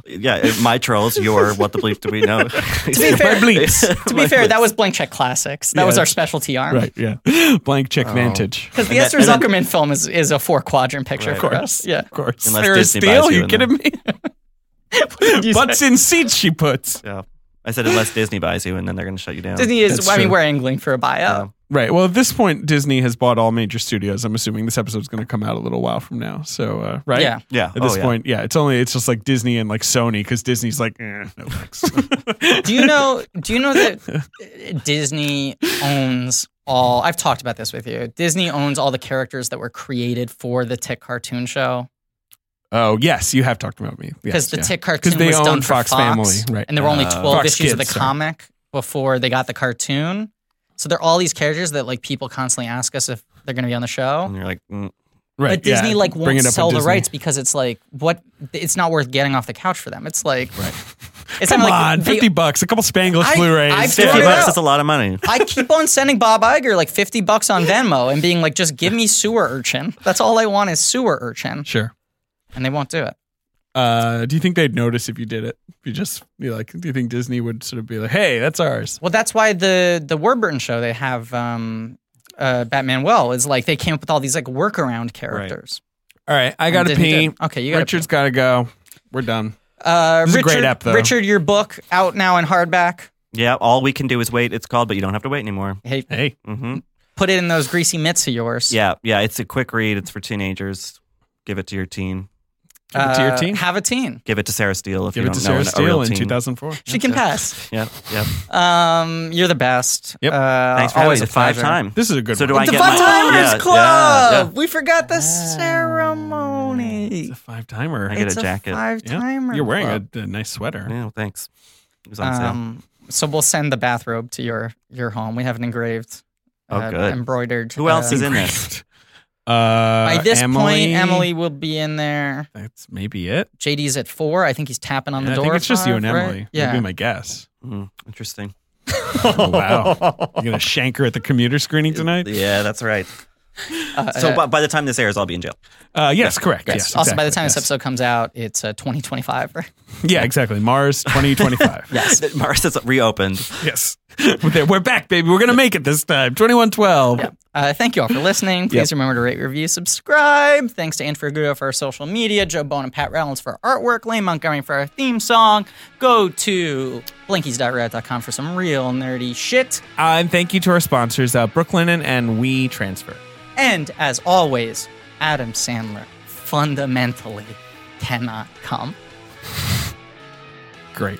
D: Yeah, my trolls, your what the bleep do we know?
B: be fair-
C: my bleeps.
B: To be fair, that was Blank Check Classics. That was
C: Yeah.
B: our specialty arm.
C: right. Yeah. Blank check
D: Oh.
C: vantage.
B: Because the
D: And
B: Esther
D: that- and
B: Zuckerman film is, is a four quadrant picture,
D: Right.
B: for
C: Of
B: us.
C: course.
B: Yeah.
C: Of course.
D: Unless
C: Sarah
D: Disney buys
C: Steele,
D: you
C: you
D: in
C: kidding me?
B: You
C: Butts in seats she puts.
D: yeah. I said unless Disney buys you, and then they're going to shut you down.
B: Disney is.
C: That's
B: I mean,
C: true.
B: we're angling for a
D: Uh,
B: buyout.
C: Right. Well, at this point, Disney has bought all major studios. I'm assuming this episode's going to come out a little while from now. So, uh, right?
B: Yeah.
D: Yeah.
C: At this
D: Oh, yeah.
C: point, yeah, it's only it's just like Disney and like Sony because Disney's like, eh, no thanks.
B: Do you know? Do you know that Disney owns all? I've talked about this with you. Disney owns all the characters that were created for the Tick cartoon show
C: oh yes, you have talked about me
B: because
C: yes,
B: the
C: yeah.
B: Tick cartoon
C: they
B: was done
C: own
B: for
C: Fox Family, right.
B: and there were only
D: Oh.
B: twelve
C: Fox
B: issues of the
C: Kids, sorry.
B: comic before they got the cartoon. So there are all these characters that like people constantly ask us if they're going to be on the show.
D: And you're like, mm,
C: right,
B: but Disney
C: yeah,
B: like
C: bring
B: won't
C: it up with
B: sell the
C: Disney.
B: rights because it's like what it's not worth getting off the couch for them. It's like it's
C: Come
B: kinda like
C: on,
B: they-
C: fifty bucks, a couple Spanglish
B: I-
C: Blu-rays.
B: I've
C: Yeah.
B: thrown
D: fifty
B: it
D: bucks
B: out.
D: is a lot of money.
B: I keep on sending Bob Iger like 50 bucks on Venmo and being like, just give me sewer urchin. That's all I want is sewer urchin.
C: Sure.
B: And they won't do it.
C: Uh, do you think they'd notice if you did it? If you just you like, do you think Disney would sort of be like, "Hey, that's ours"?
B: Well, that's why the the Warburton show they have um, uh, Batman Well is like they came up with all these like workaround characters.
C: All right, I gotta
B: Disney
C: pee.
B: did. Okay, you gotta
C: Richard's gotta go. We're done.
B: Uh,
C: This is a
B: Richard,
C: great app, though.
B: Richard, your book out now in hardback.
D: Yeah, all we can do is wait. It's called, but you don't have to wait anymore.
B: Hey,
C: Hey,
D: hmm
B: put it in those greasy mitts of yours.
D: Yeah, yeah. It's a quick read. It's for teenagers. Give it to your teen.
F: it to your
B: Uh,
F: teen.
B: Have a teen.
D: Give it to Sarah Steele if
F: Give
D: you
F: it
D: don't
F: to
D: know an-
F: Sarah
D: a real
F: Steele in
D: teen.
F: 2004.
B: She can pass.
D: Yeah, yeah.
B: Um, you're the best.
F: Yep.
B: Uh,
D: Thanks for
B: always
D: having
B: a
D: me. Five
B: pleasure.
D: time.
F: This is a good
D: So do
F: one.
D: I
B: The
D: get
B: Fun
D: my-
B: Timers
D: Yeah,
B: Club.
D: yeah, yeah.
B: We forgot the ceremony.
F: It's a five timer.
D: I get
B: it's
D: a jacket.
B: Five timer.
F: You're wearing
B: club.
F: a, a nice sweater.
D: Yeah, well, thanks. It was on sale.
B: Um, so we'll send the bathrobe to your your home. We have it engraved.
D: Oh, good.
B: Embroidered.
D: Who else
B: uh,
D: is in this?
F: Uh,
B: By this
F: Emily,
B: point, Emily will be in there.
F: That's maybe it.
B: JD's at four. I think he's tapping on
F: I
B: the door.
F: think it's
B: at
F: just you
B: five,
F: and
B: right?
F: Emily.
B: Yeah.
F: Would be my guess.
D: Hmm, interesting.
F: Oh, wow. You're going to shank her at the commuter screening tonight?
D: Yeah, that's right.
B: Uh,
D: So
B: uh,
D: by, by the time this airs, I'll be in jail.
F: Uh, yes, correct. Yes.
B: also, by the
F: exactly,
B: time
F: yes.
B: this episode comes out, it's uh, 2025. right?
F: Yeah, exactly. Mars 2025.
D: Yes. Mars has reopened.
F: Yes. We're we're back, baby. We're going to make it this time. 2112.
B: Uh, thank you all for listening. Please remember to rate, review, subscribe. Thanks to Anne Fergudo for our social media, Joe Bone and Pat Reynolds for our artwork, Lane Montgomery for our theme song. Go to blinkies.reddit.com for some real nerdy shit.
F: Uh, and thank you to our sponsors, uh, Brooklinen and We Transfer.
B: And as always, Adam Sandler fundamentally cannot come.
F: Great.